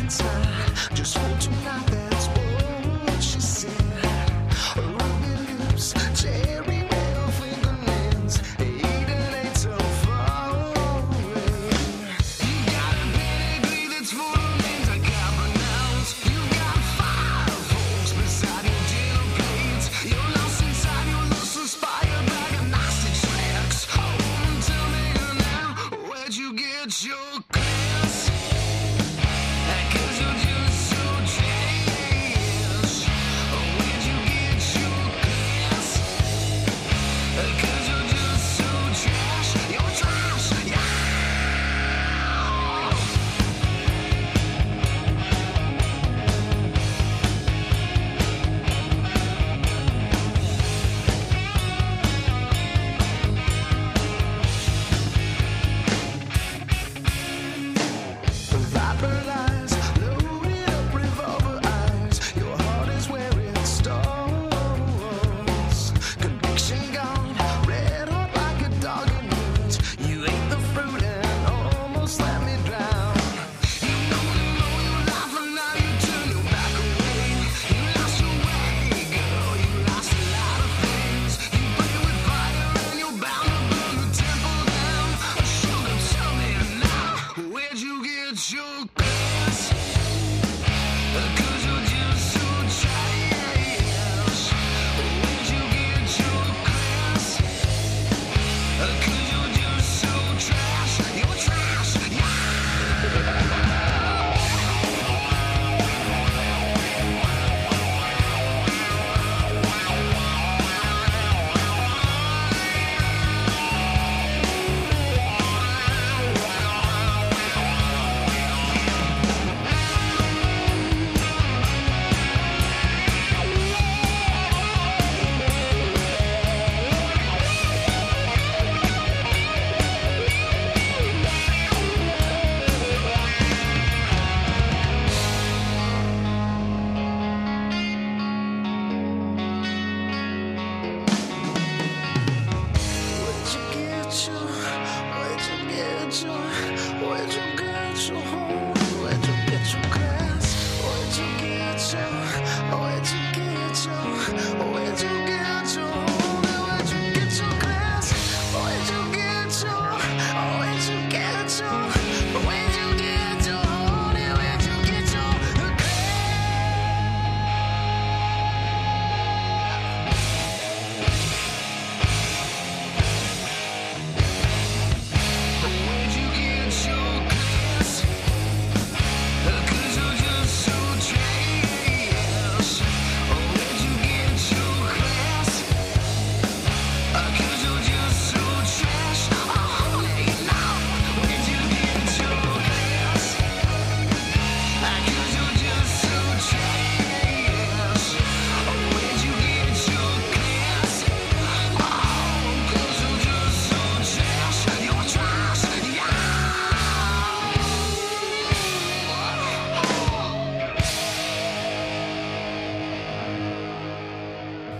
[SPEAKER 7] Oh, Oh,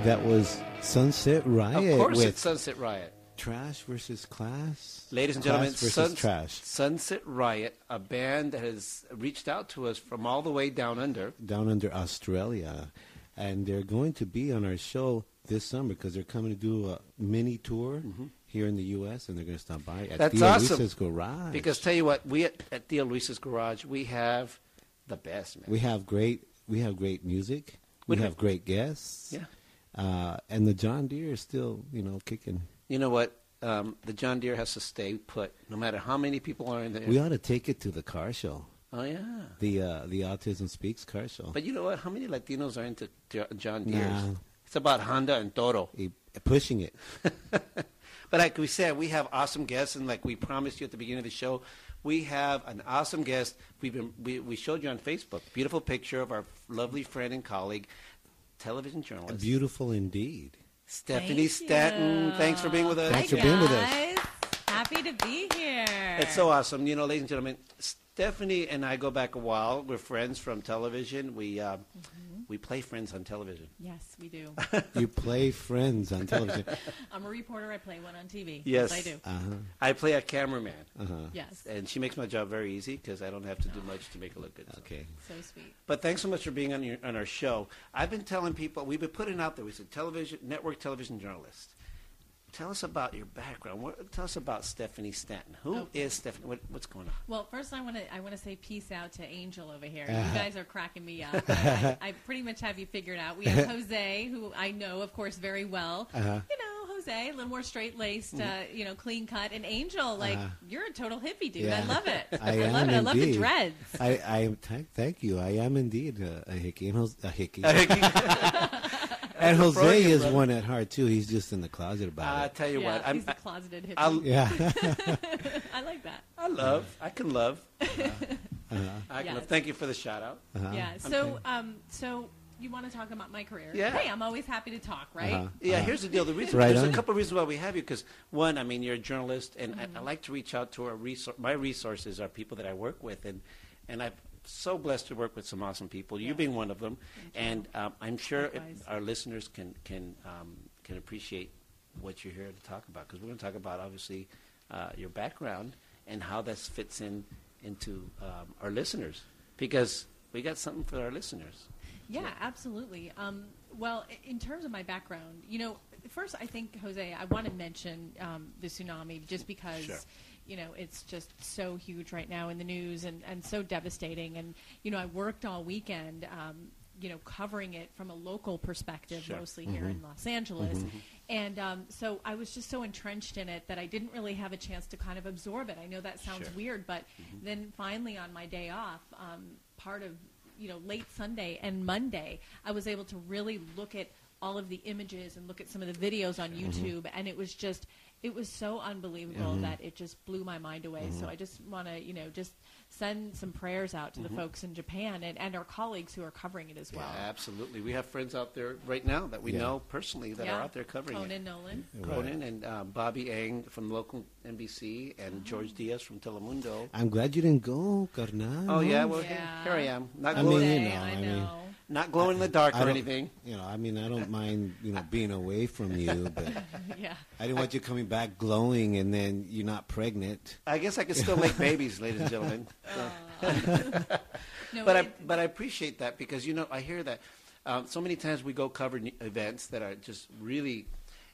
[SPEAKER 3] That was Sunset Riot
[SPEAKER 2] of course,
[SPEAKER 3] with
[SPEAKER 2] it's Sunset Riot.
[SPEAKER 3] Trash versus Class.
[SPEAKER 2] Ladies and
[SPEAKER 3] Class
[SPEAKER 2] gentlemen,
[SPEAKER 3] versus
[SPEAKER 2] Suns-
[SPEAKER 3] Trash.
[SPEAKER 2] Sunset Riot, a band that has reached out to us from all the way down under.
[SPEAKER 3] down under Australia, and they're going to be on our show this summer because they're coming to do a mini tour here in the U.S. and they're going to stop by at
[SPEAKER 2] Mm-hmm. That's
[SPEAKER 3] Theo
[SPEAKER 2] awesome.
[SPEAKER 3] Luis's Garage.
[SPEAKER 2] Because tell you what, we at, at Theo Luis's Garage, we have the best, man.
[SPEAKER 3] we have great we have great music, we
[SPEAKER 2] Wait a
[SPEAKER 3] have
[SPEAKER 2] minute.
[SPEAKER 3] great guests,
[SPEAKER 2] Yeah.
[SPEAKER 3] uh, and the John Deere is still you know kicking.
[SPEAKER 2] You know what? Um, the John Deere has to stay put, no matter how many people are in there.
[SPEAKER 3] We ought to take it to the car show,
[SPEAKER 2] oh yeah.
[SPEAKER 3] the uh, the Autism Speaks car show.
[SPEAKER 2] But you know what? How many Latinos are into Jo- John
[SPEAKER 3] Nah.
[SPEAKER 2] Deere's? It's about Honda and Toro.
[SPEAKER 3] Eh, pushing it.
[SPEAKER 2] *laughs* But like we said, we have awesome guests, and like we promised you at the beginning of the show, we have an awesome guest. We've been we, we showed you on Facebook beautiful picture of our lovely friend and colleague, television journalist
[SPEAKER 3] Beautiful indeed.
[SPEAKER 2] Stephanie
[SPEAKER 7] Thank
[SPEAKER 2] Stanton.
[SPEAKER 7] you.
[SPEAKER 2] Thanks for being with us.
[SPEAKER 7] Hi,
[SPEAKER 3] Thanks for being with us.
[SPEAKER 7] guys. Happy to be here.
[SPEAKER 2] It's so awesome. You know, ladies and gentlemen, Stephanie and I go back a while. We're friends from television. We uh,
[SPEAKER 7] Mm-hmm.
[SPEAKER 2] we play friends on television.
[SPEAKER 7] yes, we do.
[SPEAKER 3] You play Friends on
[SPEAKER 7] *laughs*
[SPEAKER 3] television.
[SPEAKER 7] I'm a reporter. I play one on TV.
[SPEAKER 2] Yes.
[SPEAKER 7] I do.
[SPEAKER 3] Uh huh.
[SPEAKER 2] I play a cameraman,
[SPEAKER 7] yes,
[SPEAKER 2] and she makes my job very easy because I don't have to do much to make it look good. So.
[SPEAKER 3] Okay.
[SPEAKER 7] so sweet.
[SPEAKER 2] But thanks so much for being on, your, on our show. I've been telling people, we've been putting out there, we said television, network television journalist. Tell us about your background. What, tell us about Stephanie Stanton. Who is
[SPEAKER 7] Okay.
[SPEAKER 2] Stephanie? What, what's going
[SPEAKER 7] *laughs*
[SPEAKER 2] on? *laughs*
[SPEAKER 7] Well, first I want to I want to say peace out to Angel over here.
[SPEAKER 3] Uh-huh.
[SPEAKER 7] You guys are cracking me up. I, I pretty much have you figured out. We
[SPEAKER 3] *laughs*
[SPEAKER 7] have Jose, who I know, of course, very well.
[SPEAKER 3] Uh-huh. Mm-hmm.
[SPEAKER 7] You know, Jose, a little more straight laced, uh, you know, clean cut, and Angel, like
[SPEAKER 3] Uh-huh.
[SPEAKER 7] you're a total hippie dude.
[SPEAKER 3] Yeah.
[SPEAKER 7] I love it.
[SPEAKER 3] *laughs* I am
[SPEAKER 7] love it. I love the
[SPEAKER 3] indeed.
[SPEAKER 7] dreads.
[SPEAKER 3] I, I am. Th- thank you. I am indeed a, a hickey, and Jos- a hickey. and Jose
[SPEAKER 2] Freudian,
[SPEAKER 3] is
[SPEAKER 2] brother. Uh,
[SPEAKER 3] one at heart too. He's just in the closet about
[SPEAKER 2] I
[SPEAKER 3] it.
[SPEAKER 2] tell you
[SPEAKER 7] yeah,
[SPEAKER 2] what, I'm,
[SPEAKER 7] he's a closeted hippie.
[SPEAKER 2] I'll-
[SPEAKER 3] yeah,
[SPEAKER 7] *laughs*
[SPEAKER 3] *laughs*
[SPEAKER 7] I like that.
[SPEAKER 2] I love. I can love. I can
[SPEAKER 7] Yes.
[SPEAKER 2] love. Thank you for the shout out.
[SPEAKER 3] Uh-huh.
[SPEAKER 7] Yeah. So, um, so you want to talk about my career?
[SPEAKER 2] Yeah.
[SPEAKER 7] Hey, I'm always happy to talk, right?
[SPEAKER 3] Uh-huh.
[SPEAKER 2] Yeah, here's the deal. The reason
[SPEAKER 3] Right
[SPEAKER 2] there's
[SPEAKER 3] on.
[SPEAKER 2] a couple of reasons why we have you because one, I mean, you're a journalist, and I, I like to reach out to our resor- my resources are people that I work with, and and I'm so blessed to work with some awesome people. You being one of them, and um, I'm sure it-
[SPEAKER 7] Likewise.
[SPEAKER 2] our listeners can can um, can appreciate what you're here to talk about because we're going to talk about obviously uh, your background and how this fits in into um, our listeners because we got something for our listeners.
[SPEAKER 7] Yeah, absolutely. Um, well, i- in terms of my background, you know, first I think Jose, I want to mention um, the tsunami just because.
[SPEAKER 2] Sure.
[SPEAKER 7] You know, it's just so huge right now in the news and, and so devastating. And, you know, I worked all weekend, um, you know, covering it from a local perspective,
[SPEAKER 2] Sure. Mm-hmm.
[SPEAKER 7] mostly here in Los Angeles. And um, so I was just so entrenched in it that I didn't really have a chance to kind of absorb it. I know that sounds
[SPEAKER 2] Sure. Mm-hmm.
[SPEAKER 7] weird, but then finally on my day off, um, part of you know late Sunday and Monday, I was able to really look at all of the images and look at some of the videos on
[SPEAKER 2] Mm-hmm.
[SPEAKER 7] YouTube, and it was just it was so unbelievable that it just blew my mind away. So
[SPEAKER 2] Mm-hmm.
[SPEAKER 7] I just want to you know just send some prayers out to the folks in Japan and, and our colleagues who are covering it as well.
[SPEAKER 2] Mm-hmm. Yeah, absolutely. We have friends out there right now that we
[SPEAKER 3] Yeah.
[SPEAKER 2] know personally that are
[SPEAKER 7] Yeah.
[SPEAKER 2] out there covering
[SPEAKER 7] Conan
[SPEAKER 2] it.
[SPEAKER 7] Nolan.
[SPEAKER 2] Conan and uh, Bobby Ang from local NBC and
[SPEAKER 7] Oh.
[SPEAKER 2] George Diaz from Telemundo.
[SPEAKER 3] I'm glad you didn't go, carnal.
[SPEAKER 2] Oh yeah, well
[SPEAKER 7] Yeah.
[SPEAKER 2] Here, here I am, not
[SPEAKER 3] Mm-hmm. I
[SPEAKER 2] glowing,
[SPEAKER 3] mean, you
[SPEAKER 7] Jose,
[SPEAKER 3] know,
[SPEAKER 7] I
[SPEAKER 3] I mean-
[SPEAKER 7] know.
[SPEAKER 2] not glowing in the dark
[SPEAKER 3] I
[SPEAKER 2] or
[SPEAKER 3] don't-
[SPEAKER 2] anything.
[SPEAKER 3] You know, I mean, I don't mind you know being away from you, but
[SPEAKER 7] yeah.
[SPEAKER 3] I didn't want you coming back glowing and then you're not pregnant.
[SPEAKER 2] I guess I can still make babies, ladies and gentlemen.
[SPEAKER 3] *laughs*
[SPEAKER 7] No,
[SPEAKER 2] but I
[SPEAKER 7] it-
[SPEAKER 2] but I appreciate that because you know I hear that um, so many times we go cover n- events that are just really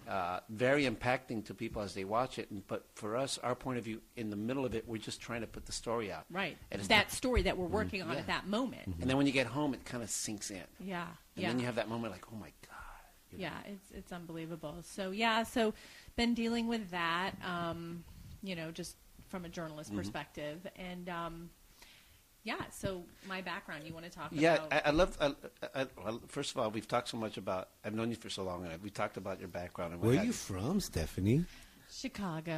[SPEAKER 2] uh, very impacting to people as they watch it. And, but for us, our point of view in the middle of it, we're just trying to put the story out.
[SPEAKER 7] Right.
[SPEAKER 2] And it's
[SPEAKER 7] that story that we're working on
[SPEAKER 2] Mm-hmm. Yeah.
[SPEAKER 7] at that moment.
[SPEAKER 2] And then when you get home, it kind of sinks in.
[SPEAKER 7] Yeah.
[SPEAKER 2] And
[SPEAKER 7] yeah.
[SPEAKER 2] then you have that moment like, oh my God. you know.
[SPEAKER 7] yeah, it's it's unbelievable. So yeah, so been dealing with that, um, you know, just from a journalist
[SPEAKER 2] Mm-hmm.
[SPEAKER 7] perspective, and um, yeah. So my background, you want to talk
[SPEAKER 2] Yeah,
[SPEAKER 7] about?
[SPEAKER 2] I, I love. I, I, I, first of all, we've talked so much about. I've known you for so long, and we talked about your background and what
[SPEAKER 3] Where are
[SPEAKER 2] have
[SPEAKER 3] you from, Stephanie?
[SPEAKER 7] Chicago.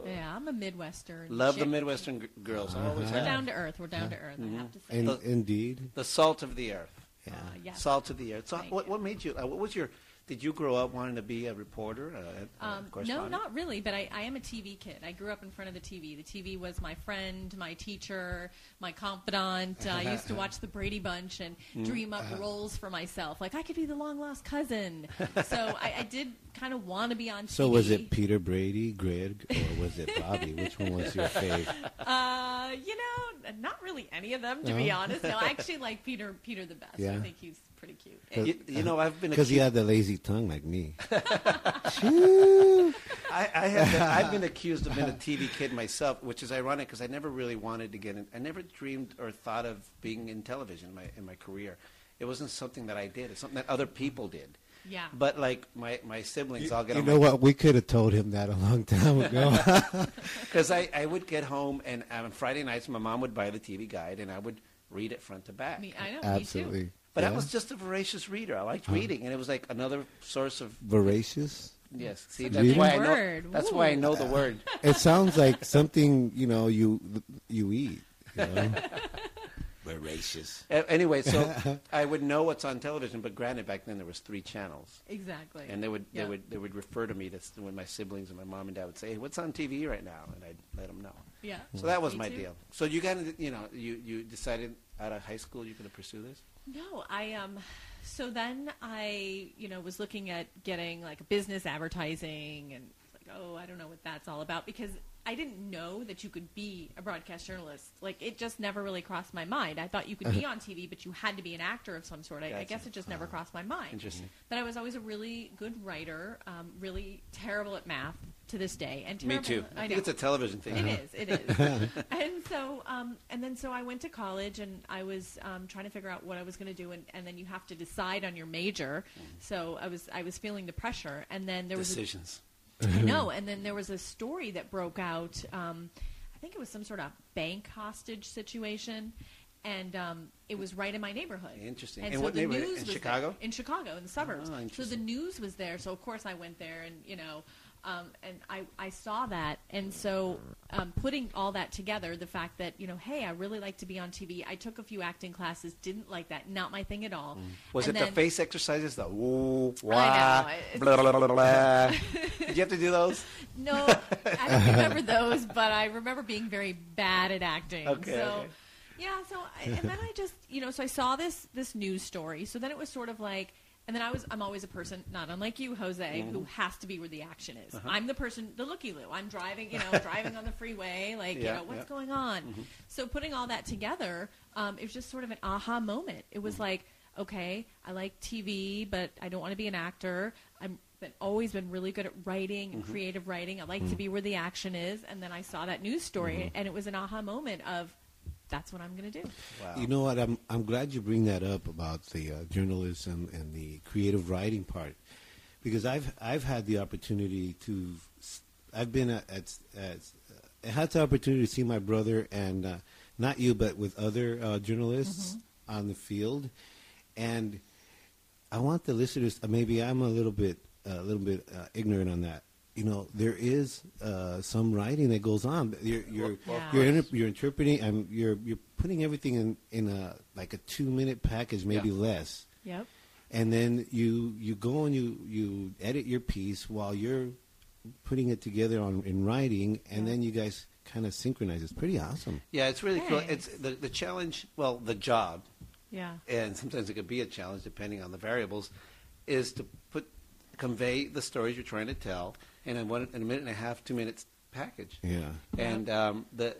[SPEAKER 3] Oh.
[SPEAKER 7] Yeah, I'm a Midwestern.
[SPEAKER 2] Love the Mm-hmm.
[SPEAKER 7] chick.
[SPEAKER 2] Midwestern g- girls. I always
[SPEAKER 7] We're
[SPEAKER 2] have
[SPEAKER 7] down to earth. We're down to earth. I have to say.
[SPEAKER 3] In,
[SPEAKER 2] Look.
[SPEAKER 3] indeed.
[SPEAKER 2] the salt of the earth.
[SPEAKER 3] Yeah.
[SPEAKER 7] Uh, yes.
[SPEAKER 2] Salt of the earth. So,
[SPEAKER 7] Thank
[SPEAKER 2] what,
[SPEAKER 7] you.
[SPEAKER 2] what made you? Uh, what was your? Did you grow up wanting to be a reporter? Uh,
[SPEAKER 7] Um, no, not really, but I, I am a TV kid. I grew up in front of the TV. The TV was my friend, my teacher, my confidant.
[SPEAKER 2] Uh-huh,
[SPEAKER 7] I used to watch The Brady Bunch and
[SPEAKER 2] Mm.
[SPEAKER 7] dream up roles for myself. Like, I could be the long lost cousin. so I, I did kind of want to be on TV.
[SPEAKER 3] So was it Peter Brady, Greg, or was it Bobby? Which one was *laughs* your fave?
[SPEAKER 7] Uh, you know, not really any of them, to be
[SPEAKER 2] Uh-huh.
[SPEAKER 3] No?
[SPEAKER 2] *laughs*
[SPEAKER 7] honest. No, I actually like Peter Peter the best. I
[SPEAKER 3] Yeah.
[SPEAKER 7] think he's pretty cute.
[SPEAKER 2] You, you know, I've
[SPEAKER 3] *laughs*
[SPEAKER 2] been a
[SPEAKER 3] Because he
[SPEAKER 2] kid-
[SPEAKER 3] Uh, had the lazy tongue like me.
[SPEAKER 2] I, I have
[SPEAKER 3] *laughs*
[SPEAKER 2] been, I've been accused of being a TV kid myself, which is ironic because I never really wanted to get in. I never dreamed or thought of being in television in my, in my career. It wasn't something that I did. It's something that other people did.
[SPEAKER 7] Yeah.
[SPEAKER 2] But like my, my siblings all get
[SPEAKER 3] you
[SPEAKER 2] on
[SPEAKER 3] know what? We could have told him that a long *laughs* time ago.
[SPEAKER 2] Because I, I would get home and on Friday nights my mom would buy the TV guide and I would read it front to back.
[SPEAKER 7] I mean, I know, me
[SPEAKER 3] Absolutely.
[SPEAKER 7] too.
[SPEAKER 2] but I
[SPEAKER 3] Yeah?
[SPEAKER 2] was just a voracious reader. I liked reading and it was like another source of
[SPEAKER 3] voracious.
[SPEAKER 2] yes. See,
[SPEAKER 3] That's a
[SPEAKER 2] that's
[SPEAKER 3] big
[SPEAKER 2] why I know.
[SPEAKER 7] word.
[SPEAKER 2] That's why I
[SPEAKER 7] Ooh.
[SPEAKER 2] know the
[SPEAKER 7] *laughs*
[SPEAKER 2] word.
[SPEAKER 3] It sounds like something you know you you eat. You know? *laughs* voracious.
[SPEAKER 2] A- Anyway, so I would know what's on television, but granted, back then there was three channels,
[SPEAKER 7] Exactly.
[SPEAKER 2] and they would
[SPEAKER 7] Yeah.
[SPEAKER 2] they would they would refer to me to s- when my siblings and my mom and dad would say, "Hey, what's on TV right now?" and I'd let them know.
[SPEAKER 7] Yeah.
[SPEAKER 2] So that was
[SPEAKER 7] Me
[SPEAKER 2] my
[SPEAKER 7] too.
[SPEAKER 2] deal. So you got into, you know you you decided out of high school you're going to pursue this.
[SPEAKER 7] No, I um so then I, you know, was looking at getting like business advertising and it's like, oh, I don't know what that's all about because I didn't know that you could be a broadcast journalist. Like it just never really crossed my mind. I thought you could be on TV, but you had to be an actor of some sort. I, I
[SPEAKER 2] Uh-huh. Gotcha. Uh-huh.
[SPEAKER 7] guess it just never crossed my mind.
[SPEAKER 2] Interesting.
[SPEAKER 7] But I was always a really good writer, um, really terrible at math to this day, and
[SPEAKER 2] me
[SPEAKER 7] terrible.
[SPEAKER 2] too.
[SPEAKER 7] I,
[SPEAKER 2] I,
[SPEAKER 7] know.
[SPEAKER 2] think it's a television thing. Uh-huh.
[SPEAKER 7] It is. It is. and so, um, and then so I went to college, and I was um, trying to figure out what I was going to do, and, and then you have to decide on your major. So I was I was feeling the pressure, and then there was a
[SPEAKER 2] Decisions.
[SPEAKER 7] I
[SPEAKER 2] Mm-hmm.
[SPEAKER 7] know. And then there was a story that broke out. Um, I think it was some sort of bank hostage situation, and um, it was right in my neighborhood.
[SPEAKER 2] Interesting. In what neighborhood? In
[SPEAKER 7] was there-
[SPEAKER 2] Chicago?
[SPEAKER 7] in Chicago, in the suburbs.
[SPEAKER 2] Ah,
[SPEAKER 7] so the
[SPEAKER 2] interesting.
[SPEAKER 7] news was there. So of course I went there, and you know. Um, and I, I saw that, and so um, putting all that together, the fact that you know, hey, I really like to be on TV. I took a few acting classes, didn't like that, not my thing at all.
[SPEAKER 2] Mm. Was
[SPEAKER 7] And
[SPEAKER 2] it the
[SPEAKER 7] then-
[SPEAKER 2] face exercises? The woo, wah,
[SPEAKER 7] know, it's-
[SPEAKER 2] blah, blah, blah,
[SPEAKER 7] *laughs*
[SPEAKER 2] blah. Did you have to do those?
[SPEAKER 7] No, I don't remember those, but I remember being very bad at
[SPEAKER 2] *laughs*
[SPEAKER 7] acting.
[SPEAKER 2] Okay,
[SPEAKER 7] so,
[SPEAKER 2] okay.
[SPEAKER 7] yeah. So, I, and
[SPEAKER 2] *laughs*
[SPEAKER 7] then I just, you know, so I saw this this news story. So then it was sort of like, and then I was, I'm always a person, not unlike you, Jose,
[SPEAKER 2] Mm-hmm.
[SPEAKER 7] who has to be where the action is.
[SPEAKER 2] Uh-huh.
[SPEAKER 7] I'm the person, the looky loo. I'm driving, you
[SPEAKER 2] *laughs*
[SPEAKER 7] know, driving on the freeway, like, you
[SPEAKER 2] Yeah,
[SPEAKER 7] know, what's
[SPEAKER 2] yeah. Mm-hmm.
[SPEAKER 7] going on? So putting all that together, um, it was just sort of an aha moment. It
[SPEAKER 2] Mm-hmm.
[SPEAKER 7] was like, okay, I like TV, but I don't want to be an actor. I'm been, always been really good at writing
[SPEAKER 2] Mm-hmm.
[SPEAKER 7] and creative writing. I like to be where the action is. And then I saw that news story,
[SPEAKER 2] Mm-hmm.
[SPEAKER 7] and it was an aha moment of, that's what I'm going to do.
[SPEAKER 2] Wow.
[SPEAKER 3] You know what? I'm I'm glad you bring that up about the uh, journalism and the creative writing part, because I've I've had the opportunity to, s- I've been at, at, at I had the opportunity to see my brother and uh, not you, but with other uh, journalists
[SPEAKER 2] Mm-hmm.
[SPEAKER 3] on the field, and I want the listeners. uh, Maybe I'm a little bit a little bit uh, ignorant on that. You know, there is uh, some writing that goes on. You're you're
[SPEAKER 7] Yeah.
[SPEAKER 3] you're, inter- you're interpreting. Um, you're you're putting everything in in a like a two minute package, maybe
[SPEAKER 2] Yeah.
[SPEAKER 3] less.
[SPEAKER 7] Yep.
[SPEAKER 3] And then you you go and you you edit your piece while you're putting it together on in writing, and then you guys kind of synchronize. It's pretty awesome.
[SPEAKER 2] Yeah, it's really cool. It's
[SPEAKER 7] Thanks.
[SPEAKER 2] the, the challenge. Well, the job,
[SPEAKER 7] Yeah.
[SPEAKER 2] and sometimes it could be a challenge depending on the variables, is to put convey the stories you're trying to tell in a one in a minute and a half, two minutes package.
[SPEAKER 3] Yeah.
[SPEAKER 2] And um, the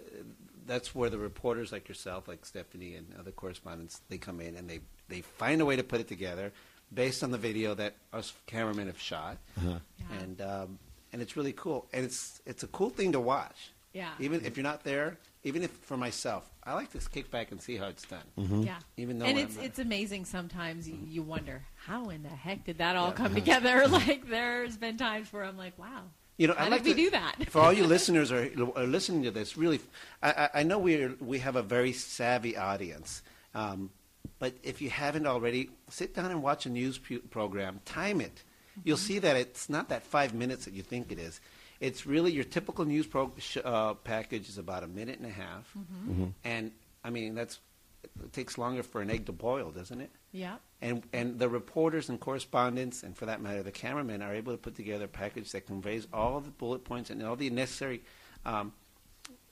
[SPEAKER 2] that's where the reporters like yourself, like Stephanie and other correspondents, they come in and they they find a way to put it together based on the video that us cameramen have shot,
[SPEAKER 7] Yeah.
[SPEAKER 2] and um, and it's really cool. And it's it's a cool thing to watch.
[SPEAKER 7] Yeah.
[SPEAKER 2] Even if you're not there, even if for myself, I like to kick back and see how it's done.
[SPEAKER 7] Yeah.
[SPEAKER 2] Even though
[SPEAKER 7] and
[SPEAKER 2] I'm
[SPEAKER 7] it's
[SPEAKER 2] not-
[SPEAKER 7] it's amazing sometimes you, you wonder how in the heck did that all
[SPEAKER 2] Yeah. *laughs*
[SPEAKER 7] come together? *laughs* like there's been times where I'm like, wow.
[SPEAKER 2] You know,
[SPEAKER 7] how
[SPEAKER 2] I
[SPEAKER 7] did
[SPEAKER 2] like
[SPEAKER 7] we
[SPEAKER 2] to
[SPEAKER 7] do that.
[SPEAKER 2] *laughs*
[SPEAKER 7] *laughs*
[SPEAKER 2] for all you listeners are, are listening to this. Really, I, I, I know we are, we have a very savvy audience, um, but if you haven't already, sit down and watch a news pu- program. Time it. You'll
[SPEAKER 7] Mm-hmm.
[SPEAKER 2] see that it's not that five minutes that you think it is. It's really your typical
[SPEAKER 7] Mm-hmm.
[SPEAKER 2] news pro- sh- uh, package is about a minute and a half, and I mean that's it takes longer for an egg to boil, doesn't it?
[SPEAKER 7] Yeah.
[SPEAKER 2] And, and the reporters and correspondents, and for that matter, the cameramen, are able to put together a package that conveys all the bullet points and all the necessary um,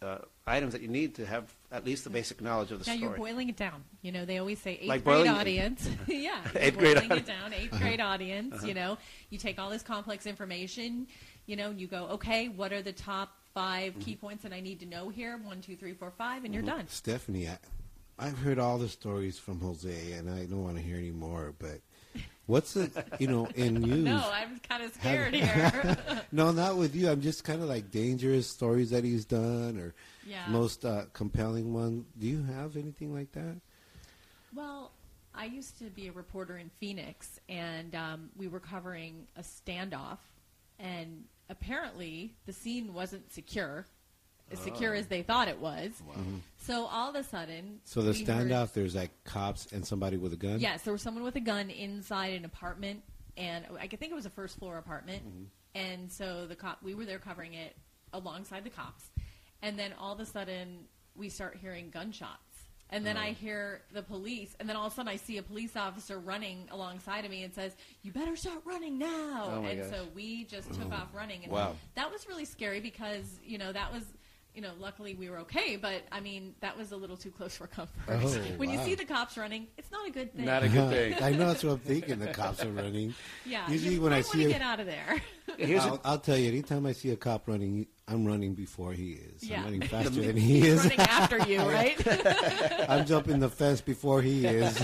[SPEAKER 2] uh, items that you need to have at least the basic knowledge of the
[SPEAKER 7] Now you're
[SPEAKER 2] story.
[SPEAKER 7] boiling it down. You know, they always say eighth
[SPEAKER 2] Like
[SPEAKER 7] grade
[SPEAKER 2] boiling- *laughs*
[SPEAKER 7] audience. *laughs* yeah, you're
[SPEAKER 2] Eighth grade Uh-huh. audi-
[SPEAKER 7] boiling it down. 8th grade audience. You know, you take all this complex information. You know, and you go, okay, what are the top 5 key
[SPEAKER 2] Mm-hmm.
[SPEAKER 7] points that I need to know here? One, two, three, four, five, and you're done.
[SPEAKER 3] Stephanie, I, I've heard all the stories from Jose, and I don't want to hear any more. But what's the, you know, in news?
[SPEAKER 7] *laughs* No, I'm kind of
[SPEAKER 2] *laughs*
[SPEAKER 7] scared here.
[SPEAKER 3] no, not with you. I'm just kind of like dangerous stories that he's done, or
[SPEAKER 7] Yeah.
[SPEAKER 3] most uh, compelling one. Do you have anything like that?
[SPEAKER 7] Well, I used to be a reporter in Phoenix, and um, we were covering a standoff, and apparently the scene wasn't secure, as secure as they thought it was. So all of a sudden,
[SPEAKER 3] So the
[SPEAKER 7] we heard-
[SPEAKER 3] standoff, there's like cops and somebody with a gun.
[SPEAKER 7] Yes, there was someone with a gun inside an apartment, and I could think it was a first floor apartment.
[SPEAKER 2] Mm-hmm.
[SPEAKER 7] And so the cop, we were there covering it alongside the cops, and then all of a sudden we start hearing gunshots. And then I
[SPEAKER 2] Oh.
[SPEAKER 7] hear the police, and then all of a sudden I see a police officer running alongside of me and says, "You better start running now!"
[SPEAKER 2] Oh, my
[SPEAKER 7] and
[SPEAKER 2] gosh.
[SPEAKER 7] so we just took off running. And
[SPEAKER 2] Wow.
[SPEAKER 7] that was really scary because you know that was. You know, luckily we were okay, but I mean, that was a little too close for comfort.
[SPEAKER 3] Oh,
[SPEAKER 7] *laughs* when you
[SPEAKER 3] wow.
[SPEAKER 7] see the cops running, it's not a good thing.
[SPEAKER 2] Not a good thing.
[SPEAKER 3] I know that's what I'm thinking. The cops are running.
[SPEAKER 7] Yeah.
[SPEAKER 3] Usually
[SPEAKER 7] you
[SPEAKER 3] when I
[SPEAKER 7] might
[SPEAKER 3] see
[SPEAKER 7] wanna
[SPEAKER 3] a-
[SPEAKER 7] get out of there.
[SPEAKER 3] *laughs*
[SPEAKER 2] Here's
[SPEAKER 3] I'll,
[SPEAKER 2] a,
[SPEAKER 3] I'll tell you, anytime I see a cop running, I'm running before he is.
[SPEAKER 7] Yeah.
[SPEAKER 2] *laughs*
[SPEAKER 3] I'm
[SPEAKER 7] *laughs*
[SPEAKER 3] running faster than he is.
[SPEAKER 7] running after
[SPEAKER 3] *laughs*
[SPEAKER 7] you, right?
[SPEAKER 3] I'm jumping the fence before he
[SPEAKER 2] *laughs*
[SPEAKER 3] is.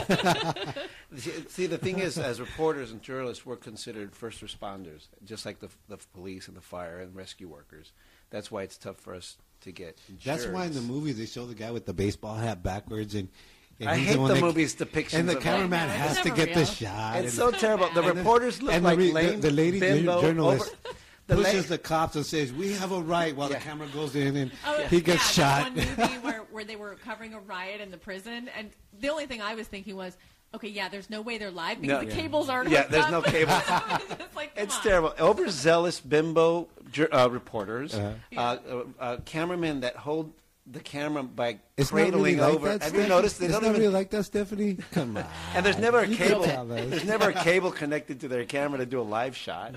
[SPEAKER 2] see, the thing is, as reporters and journalists, we're considered first responders, just like the, the police and the fire and rescue workers. That's why it's tough for us to get
[SPEAKER 3] That's why in the
[SPEAKER 2] insurance.
[SPEAKER 3] movies they show the guy with the baseball hat backwards and. and
[SPEAKER 2] I
[SPEAKER 3] he's
[SPEAKER 2] hate
[SPEAKER 3] one
[SPEAKER 2] the
[SPEAKER 3] that-
[SPEAKER 2] movies' depictions
[SPEAKER 3] And the
[SPEAKER 2] of-
[SPEAKER 7] I
[SPEAKER 3] cameraman
[SPEAKER 7] know, it's
[SPEAKER 3] has to
[SPEAKER 7] never
[SPEAKER 3] get
[SPEAKER 7] real.
[SPEAKER 3] the shot.
[SPEAKER 2] It's
[SPEAKER 3] and
[SPEAKER 2] so terrible. The
[SPEAKER 7] And the-
[SPEAKER 2] reporters look
[SPEAKER 3] and
[SPEAKER 2] like
[SPEAKER 3] the, re-
[SPEAKER 2] lame
[SPEAKER 3] the, the lady
[SPEAKER 2] bimbo
[SPEAKER 3] journalist
[SPEAKER 2] over- the la-
[SPEAKER 3] pushes the cops and says, "We have a right." While
[SPEAKER 2] Yeah.
[SPEAKER 3] the camera goes in and
[SPEAKER 7] *laughs* Oh,
[SPEAKER 3] he gets
[SPEAKER 7] yeah,
[SPEAKER 3] shot.
[SPEAKER 7] that One movie where, where they were covering a riot in the prison, and the only thing I was thinking was, okay, yeah, there's no way they're live because
[SPEAKER 2] No.
[SPEAKER 7] the cables aren't.
[SPEAKER 2] Yeah,
[SPEAKER 7] hooked
[SPEAKER 2] there's
[SPEAKER 7] up. *laughs*
[SPEAKER 2] no cable.
[SPEAKER 7] it's *laughs* like, come
[SPEAKER 2] It's
[SPEAKER 7] on.
[SPEAKER 2] terrible. Overzealous bimbo jur- uh, reporters, uh
[SPEAKER 3] Uh-huh.
[SPEAKER 2] uh, uh, cameramen that hold the camera by
[SPEAKER 3] *laughs* It's not
[SPEAKER 2] cradling
[SPEAKER 3] really like
[SPEAKER 2] over.
[SPEAKER 3] that,
[SPEAKER 2] Have you
[SPEAKER 3] Steph-
[SPEAKER 2] noticed? They
[SPEAKER 3] It's
[SPEAKER 2] don't
[SPEAKER 3] not
[SPEAKER 2] even.
[SPEAKER 3] really like that, Stephanie. Come on.
[SPEAKER 2] *laughs* and there's never a
[SPEAKER 3] You can
[SPEAKER 2] cable.
[SPEAKER 3] tell us.
[SPEAKER 2] There's never a cable connected to their camera to do a live shot.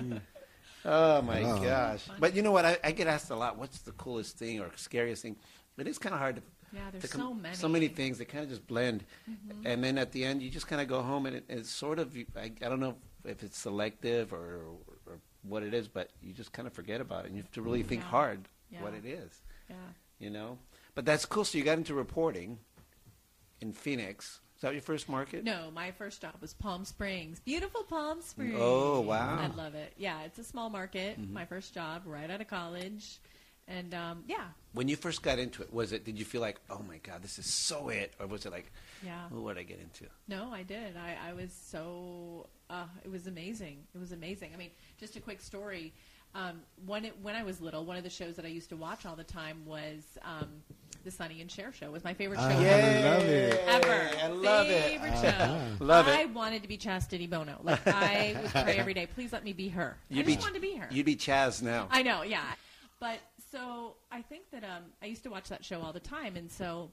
[SPEAKER 2] Oh my
[SPEAKER 3] Mm. Oh.
[SPEAKER 2] gosh! But you know what? I, I get asked a lot. What's the coolest thing or scariest thing? It is kind of hard to.
[SPEAKER 7] Yeah, there's
[SPEAKER 2] to
[SPEAKER 7] so many. Mm-hmm.
[SPEAKER 2] So many things. They kind of just blend, and then at the end, you just kind of go home, and it, it's sort of. you- I, I don't know if it's selective or, or what it is, but you just kind of forget about it, and you have to really think
[SPEAKER 7] Yeah.
[SPEAKER 2] hard
[SPEAKER 7] Yeah.
[SPEAKER 2] what it is
[SPEAKER 7] Yeah.
[SPEAKER 2] you know. But that's cool. So you got into reporting in Phoenix. Is that your first market?
[SPEAKER 7] No, my first job was Palm Springs. Beautiful Palm Springs.
[SPEAKER 2] Oh, wow. Mm-hmm.
[SPEAKER 7] I love it. Yeah, it's a small market. My first job right out of college. And um, yeah,
[SPEAKER 2] When you first got into it, was it? Did you feel like, oh my god, this is so it, or was it like,
[SPEAKER 7] Yeah.
[SPEAKER 2] oh, what did I get into?
[SPEAKER 7] No, I did. I, I was so. Uh, it was amazing. It was amazing. I mean, just a quick story. Um, when it, when I was little, one of the shows that I used to watch all the time was um, the Sonny and Cher show. It was my favorite
[SPEAKER 2] Ah.
[SPEAKER 7] show.
[SPEAKER 3] I love it.
[SPEAKER 7] Ever.
[SPEAKER 2] I love it. Uh-huh.
[SPEAKER 7] Favorite show.
[SPEAKER 2] Love
[SPEAKER 7] I
[SPEAKER 2] it.
[SPEAKER 7] wanted to be Chastity Bono. Like I would pray every day, please let me be her. I just wanted to be her.
[SPEAKER 2] You'd be Chaz now.
[SPEAKER 7] I know, yeah. But so I think that um, I used to watch that show all the time, and so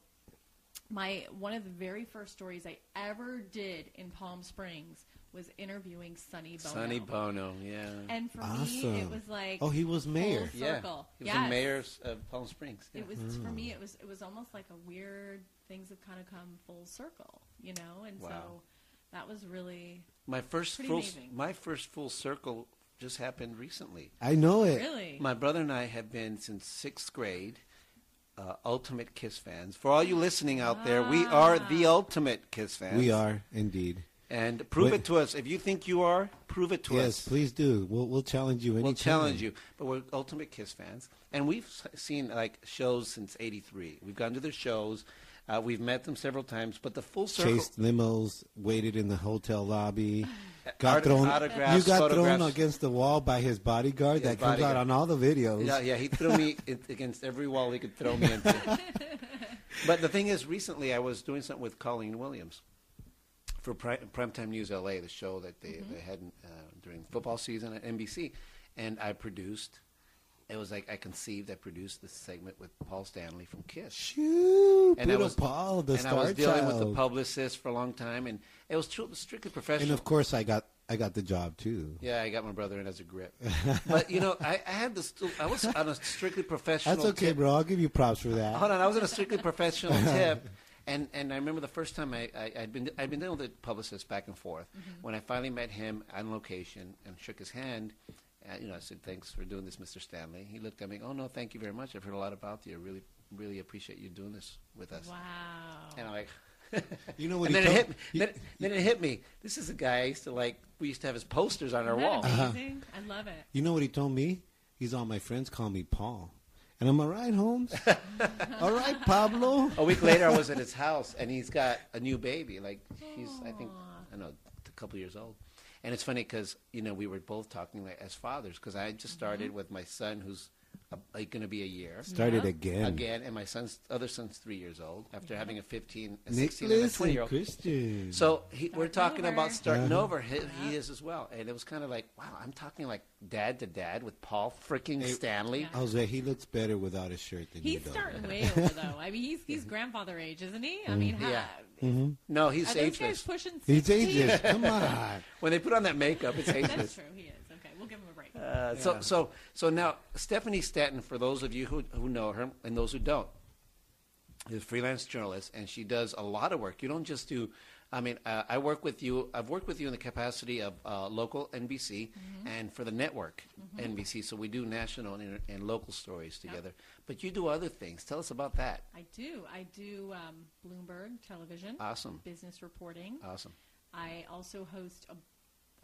[SPEAKER 7] my one of the very first stories I ever did in Palm Springs was interviewing Sonny Bono.
[SPEAKER 2] Sonny Bono. Yeah.
[SPEAKER 7] And for me, it
[SPEAKER 3] Awesome.
[SPEAKER 7] was like
[SPEAKER 3] Oh, he was mayor.
[SPEAKER 7] full
[SPEAKER 2] yeah.
[SPEAKER 7] circle.
[SPEAKER 2] He was
[SPEAKER 7] Yes.
[SPEAKER 2] the mayor of Palm Springs. Yeah.
[SPEAKER 7] It was
[SPEAKER 3] Hmm.
[SPEAKER 7] for me. It was it was almost like a weird things have kind of come full circle, you know, and so
[SPEAKER 2] Wow.
[SPEAKER 7] that was really
[SPEAKER 2] my first
[SPEAKER 7] pretty
[SPEAKER 2] full.
[SPEAKER 7] amazing.
[SPEAKER 2] My first full circle just happened recently.
[SPEAKER 3] I know it.
[SPEAKER 7] really
[SPEAKER 2] My brother and I have been since sixth grade uh, ultimate Kiss fans. For all you listening out there, we are the
[SPEAKER 7] Ah.
[SPEAKER 2] ultimate Kiss fans.
[SPEAKER 3] We are indeed.
[SPEAKER 2] And prove
[SPEAKER 3] Wait.
[SPEAKER 2] it to us. If you think you are, prove it to
[SPEAKER 3] Yes,
[SPEAKER 2] us.
[SPEAKER 3] please do. We'll, we'll challenge you.
[SPEAKER 2] We'll
[SPEAKER 3] anytime.
[SPEAKER 2] challenge you. But we're ultimate Kiss fans. And we've s- seen like shows since 83. We've gone to their shows. Uh, we've met them several times. But the full circle.
[SPEAKER 3] Chased limos, waited in the hotel lobby, got
[SPEAKER 2] Art-
[SPEAKER 3] thrown.
[SPEAKER 2] autographs,
[SPEAKER 3] you got thrown
[SPEAKER 2] photographs.
[SPEAKER 3] against the wall by his bodyguard
[SPEAKER 2] His
[SPEAKER 3] that comes
[SPEAKER 2] bodyguard.
[SPEAKER 3] out on all the videos.
[SPEAKER 2] Yeah, yeah, he threw me *laughs* in- against every wall he could throw me into. but the thing is, recently I was doing something with Colleen Williams for Pri- Primetime News LA, the show that they, they had uh, during football season at NBC, and I produced It was like I conceived, I produced this segment with Paul Stanley from Kiss.
[SPEAKER 8] Shoo,
[SPEAKER 2] And I
[SPEAKER 8] Peter
[SPEAKER 2] was-
[SPEAKER 8] Paul, the
[SPEAKER 2] and
[SPEAKER 8] star
[SPEAKER 2] I was dealing
[SPEAKER 8] child.
[SPEAKER 2] with the publicist for a long time, and it was tru- strictly professional.
[SPEAKER 8] and of course, I got I got the job too.
[SPEAKER 2] Yeah, I got my brother in as a
[SPEAKER 8] *laughs*
[SPEAKER 2] grip. but you know, I, I had this. I was on a strictly professional.
[SPEAKER 8] That's okay,
[SPEAKER 2] tip.
[SPEAKER 8] bro. I'll give you props for
[SPEAKER 2] Hold
[SPEAKER 8] that.
[SPEAKER 2] on, I was on a strictly
[SPEAKER 8] *laughs*
[SPEAKER 2] professional tip. And, and I remember the first time I, I, I'd been I'd been dealing with the publicist back and forth. When I finally met him on location and shook his hand, uh, you know, I said, "Thanks for doing this, Mr. Stanley." He looked at me, "Oh no, thank you very much. I've heard a lot about you. I really really appreciate you doing this with us."
[SPEAKER 7] Wow.
[SPEAKER 2] And I'm like,
[SPEAKER 8] You know what
[SPEAKER 2] and
[SPEAKER 8] he
[SPEAKER 2] then it
[SPEAKER 8] told-
[SPEAKER 2] hit me. Then, then it hit me. This is a guy I used to like. We used to have his posters on our
[SPEAKER 7] Isn't that
[SPEAKER 2] wall.
[SPEAKER 3] Uh-huh.
[SPEAKER 7] amazing? I love it.
[SPEAKER 8] You know what he told me? He's all my friends call me Paul, and I'm all right,
[SPEAKER 2] *laughs*
[SPEAKER 8] Holmes. all right, Pablo.
[SPEAKER 2] A week later, I was at his house, and he's got a new baby. Like he's, I think, I don't know, a couple years old. And it's funny because you know we were both talking like, as fathers because I just started with my son who's uh like going to be a year
[SPEAKER 8] Started
[SPEAKER 7] Yeah.
[SPEAKER 8] again.
[SPEAKER 2] again, and my son's other son's three years old after having a fifteen, a sixteen, and a
[SPEAKER 8] Nicholas
[SPEAKER 2] twenty year
[SPEAKER 8] and
[SPEAKER 2] old.
[SPEAKER 8] Christian.
[SPEAKER 2] So he, we're
[SPEAKER 7] Starting
[SPEAKER 2] talking
[SPEAKER 7] over.
[SPEAKER 2] about starting over. He, he is as well, and it was kind of like, wow, I'm talking like dad to dad with Paul freaking Stanley.
[SPEAKER 7] Yeah.
[SPEAKER 8] Jose, he looks better without a shirt than you
[SPEAKER 7] He's
[SPEAKER 8] do.
[SPEAKER 7] starting way over
[SPEAKER 2] *laughs*
[SPEAKER 7] though. I mean, he's he's grandfather age, isn't he? I mean, how,
[SPEAKER 2] Mm-hmm. Yeah. No, he's
[SPEAKER 7] are those guys
[SPEAKER 2] ageless.
[SPEAKER 7] pushing? 60?
[SPEAKER 8] He's ages. Come on.
[SPEAKER 2] When they put on that makeup, it's ageless.
[SPEAKER 7] That's true. He is. Okay, we'll give him a break.
[SPEAKER 2] Uh, so so so now Stephanie Stanton, for those of you who who know her and those who don't, is a freelance journalist and she does a lot of work. You don't just do. I mean, uh, I work with you. I've worked with you in the capacity of uh, local NBC and for the network NBC. So we do national and, inter- and local stories together. But you do other things. Tell us about that.
[SPEAKER 7] I do. I do um, Bloomberg Television.
[SPEAKER 2] Awesome. Oh.
[SPEAKER 7] Business reporting.
[SPEAKER 2] Awesome.
[SPEAKER 7] I also host a,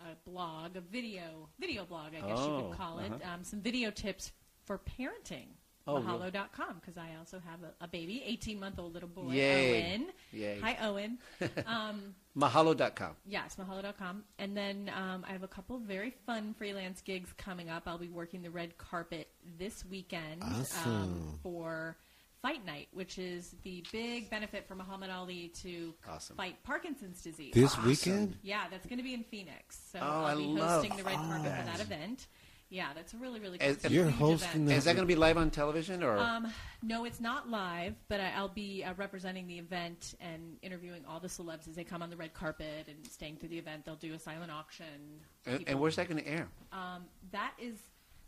[SPEAKER 7] a blog, a video video blog, I guess you
[SPEAKER 2] Oh,
[SPEAKER 7] could call it. Um, some video tips for parenting.
[SPEAKER 2] Oh, really?
[SPEAKER 7] Mahalo.com because I also have a, a baby, 18 month old little boy,
[SPEAKER 2] Yay.
[SPEAKER 7] Owen.
[SPEAKER 2] Yay.
[SPEAKER 7] Hi, Owen. um,
[SPEAKER 2] Mahalo.com.
[SPEAKER 7] Yes, mahalo.com. And then um, I have a couple of very fun freelance gigs coming up. I'll be working the red carpet this weekend um,
[SPEAKER 8] Awesome.
[SPEAKER 7] for Fight Night, which is the big benefit for Muhammad Ali to c-
[SPEAKER 2] Awesome.
[SPEAKER 7] fight Parkinson's disease.
[SPEAKER 8] This weekend?
[SPEAKER 7] yeah, that's going to be in Phoenix. So
[SPEAKER 2] Oh, I
[SPEAKER 7] I'll be
[SPEAKER 2] love
[SPEAKER 7] hosting the red carpet for that event. Yeah, that's a really, really cool
[SPEAKER 2] As-
[SPEAKER 7] huge
[SPEAKER 8] You're
[SPEAKER 7] event.
[SPEAKER 8] hosting
[SPEAKER 2] Is that going to be live on television or?
[SPEAKER 7] Um, no, it's not live, but I, I'll be uh, representing the event and interviewing all the celebs as they come on the red carpet and staying through the event. They'll do a silent auction.
[SPEAKER 2] and,
[SPEAKER 7] People-
[SPEAKER 2] and where's that going to air?
[SPEAKER 7] Um, that is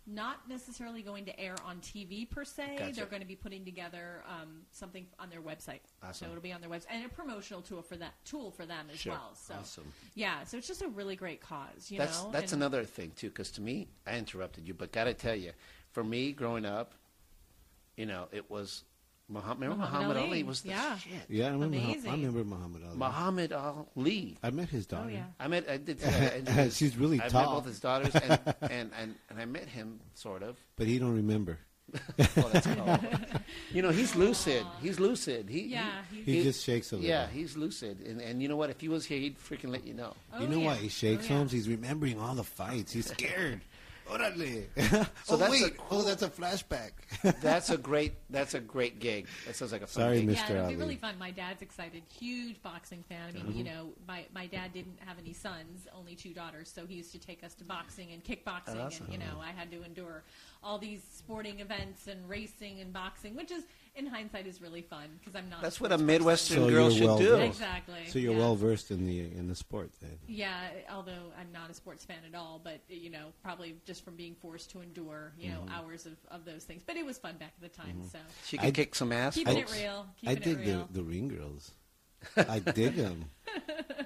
[SPEAKER 7] not necessarily going to air on TV per se.
[SPEAKER 2] Gotcha.
[SPEAKER 7] They're going to be putting together um, something on their website,
[SPEAKER 2] Awesome.
[SPEAKER 7] so it'll be on their website and a promotional tool for that tool for them as
[SPEAKER 2] Sure.
[SPEAKER 7] well. So
[SPEAKER 2] Awesome.
[SPEAKER 7] yeah, so it's just a really great cause. You
[SPEAKER 2] that's
[SPEAKER 7] know,
[SPEAKER 2] that's
[SPEAKER 7] And-
[SPEAKER 2] another thing too, because to me, I interrupted you, but gotta tell you, for me growing up, you know, it was Muhammad, remember
[SPEAKER 7] Muhammad
[SPEAKER 2] Muhammad Ali.
[SPEAKER 7] Ali,
[SPEAKER 2] was the
[SPEAKER 7] yeah.
[SPEAKER 2] shit.
[SPEAKER 8] Yeah, I remember. Mu-
[SPEAKER 7] Amazing.
[SPEAKER 8] I remember Muhammad Ali.
[SPEAKER 2] Muhammad Ali.
[SPEAKER 8] I met his daughter.
[SPEAKER 7] Oh yeah.
[SPEAKER 2] I met. I did.
[SPEAKER 8] *laughs*
[SPEAKER 2] I did-
[SPEAKER 8] She's really
[SPEAKER 2] I met
[SPEAKER 8] tall.
[SPEAKER 2] both his daughters, and and, and, and I met him sort of.
[SPEAKER 8] But he don't remember.
[SPEAKER 2] Well, that's cool.
[SPEAKER 7] *laughs*
[SPEAKER 2] you know, he's lucid. He's lucid. He he-
[SPEAKER 7] Yeah, he's-
[SPEAKER 8] He just shakes a little.
[SPEAKER 2] Yeah, he's lucid, and and you know what? If he was here, he'd freaking let you know.
[SPEAKER 7] Oh,
[SPEAKER 8] you know
[SPEAKER 7] yeah.
[SPEAKER 8] why he shakes
[SPEAKER 7] oh, yeah.
[SPEAKER 8] Holmes? He's remembering all the fights. He's scared. Orale.
[SPEAKER 2] So
[SPEAKER 8] *laughs* oh
[SPEAKER 2] that's
[SPEAKER 8] wait.
[SPEAKER 2] a
[SPEAKER 8] Oh, that's a flashback.
[SPEAKER 2] That's a great. That's a great gig. That sounds like a fun
[SPEAKER 8] Sorry,
[SPEAKER 2] gig.
[SPEAKER 8] Miss-
[SPEAKER 7] Yeah,
[SPEAKER 8] Mr.
[SPEAKER 7] it'll be
[SPEAKER 8] Ali.
[SPEAKER 7] really fun. My dad's excited, huge boxing fan. I mean,
[SPEAKER 2] Uh-huh.
[SPEAKER 7] you know, my, my dad didn't have any sons, only two daughters, so he used to take us to boxing and
[SPEAKER 2] Oh,
[SPEAKER 7] kickboxing, and you know, I had to endure all these sporting events and racing and boxing, which is in hindsight is really fun because I'm not.
[SPEAKER 2] That's
[SPEAKER 7] a
[SPEAKER 2] what a
[SPEAKER 7] sports
[SPEAKER 2] Midwestern
[SPEAKER 8] So
[SPEAKER 2] girl
[SPEAKER 8] you're
[SPEAKER 2] should
[SPEAKER 8] well
[SPEAKER 2] do.
[SPEAKER 8] versed.
[SPEAKER 7] person. Exactly.
[SPEAKER 8] so you're
[SPEAKER 7] yeah.
[SPEAKER 8] well versed in the in the sport then.
[SPEAKER 7] Yeah, although I'm not a sports fan at all, but you know, probably just from being forced to endure, you
[SPEAKER 2] Mm-hmm.
[SPEAKER 7] know, hours of, of those things. But it was fun back at the time, so
[SPEAKER 2] She can
[SPEAKER 8] I-
[SPEAKER 2] kick some ass.
[SPEAKER 7] keeping it
[SPEAKER 2] folks.
[SPEAKER 7] real,
[SPEAKER 8] I
[SPEAKER 7] keeping
[SPEAKER 8] dig
[SPEAKER 7] it real.
[SPEAKER 8] the the ring
[SPEAKER 7] *laughs*
[SPEAKER 8] girls. I dig them.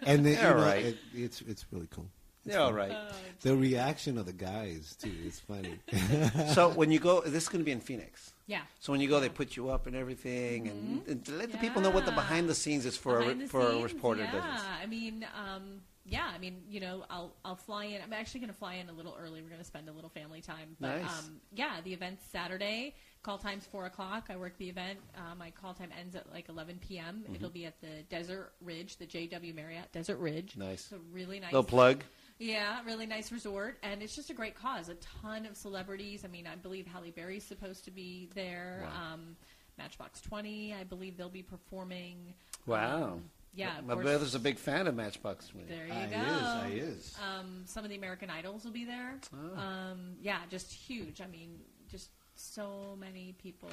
[SPEAKER 8] And then, you
[SPEAKER 2] They're
[SPEAKER 8] know,
[SPEAKER 2] right.
[SPEAKER 8] it, it's it's really cool.
[SPEAKER 2] They're all right.
[SPEAKER 8] The reaction of the guys too. It's
[SPEAKER 7] *laughs*
[SPEAKER 8] funny.
[SPEAKER 7] Uh.
[SPEAKER 2] so when you go, this is going to be in Phoenix.
[SPEAKER 7] yeah.
[SPEAKER 2] So when you go, they put you up and everything, and, and to let the people know what the
[SPEAKER 7] Mm-hmm. Yeah.
[SPEAKER 2] behind the scenes is for
[SPEAKER 7] Behind
[SPEAKER 2] a
[SPEAKER 7] the
[SPEAKER 2] for a
[SPEAKER 7] scenes,
[SPEAKER 2] reporter.
[SPEAKER 7] Yeah,
[SPEAKER 2] Business.
[SPEAKER 7] I mean, um, yeah, I mean, you know, I'll I'll fly in. I'm actually going to fly in a little early. We're going to spend a little family time. But
[SPEAKER 2] Nice.
[SPEAKER 7] um, yeah, the event's Saturday. Call time's four o'clock. I work the event. Uh, my call time ends at like 11 p.m.
[SPEAKER 2] Mm-hmm.
[SPEAKER 7] It'll be at the Desert Ridge, the J.W. Marriott Desert Ridge.
[SPEAKER 2] Nice.
[SPEAKER 7] It's a really nice.
[SPEAKER 2] Little plug.
[SPEAKER 7] Yeah, really nice resort, and it's just a great cause. A ton of celebrities. I mean, I believe Halle Berry's supposed to be there.
[SPEAKER 2] Wow.
[SPEAKER 7] Um, Matchbox Twenty, I believe they'll be performing.
[SPEAKER 2] Wow.
[SPEAKER 7] Um, yeah, of
[SPEAKER 2] My
[SPEAKER 7] course.
[SPEAKER 2] brother's a big fan of Matchbox. Twenty.
[SPEAKER 7] There you
[SPEAKER 8] I
[SPEAKER 7] go.
[SPEAKER 8] is. I is.
[SPEAKER 7] Um, some of the American Idols will be there.
[SPEAKER 2] Oh.
[SPEAKER 7] Um, yeah, just huge. I mean, just so many people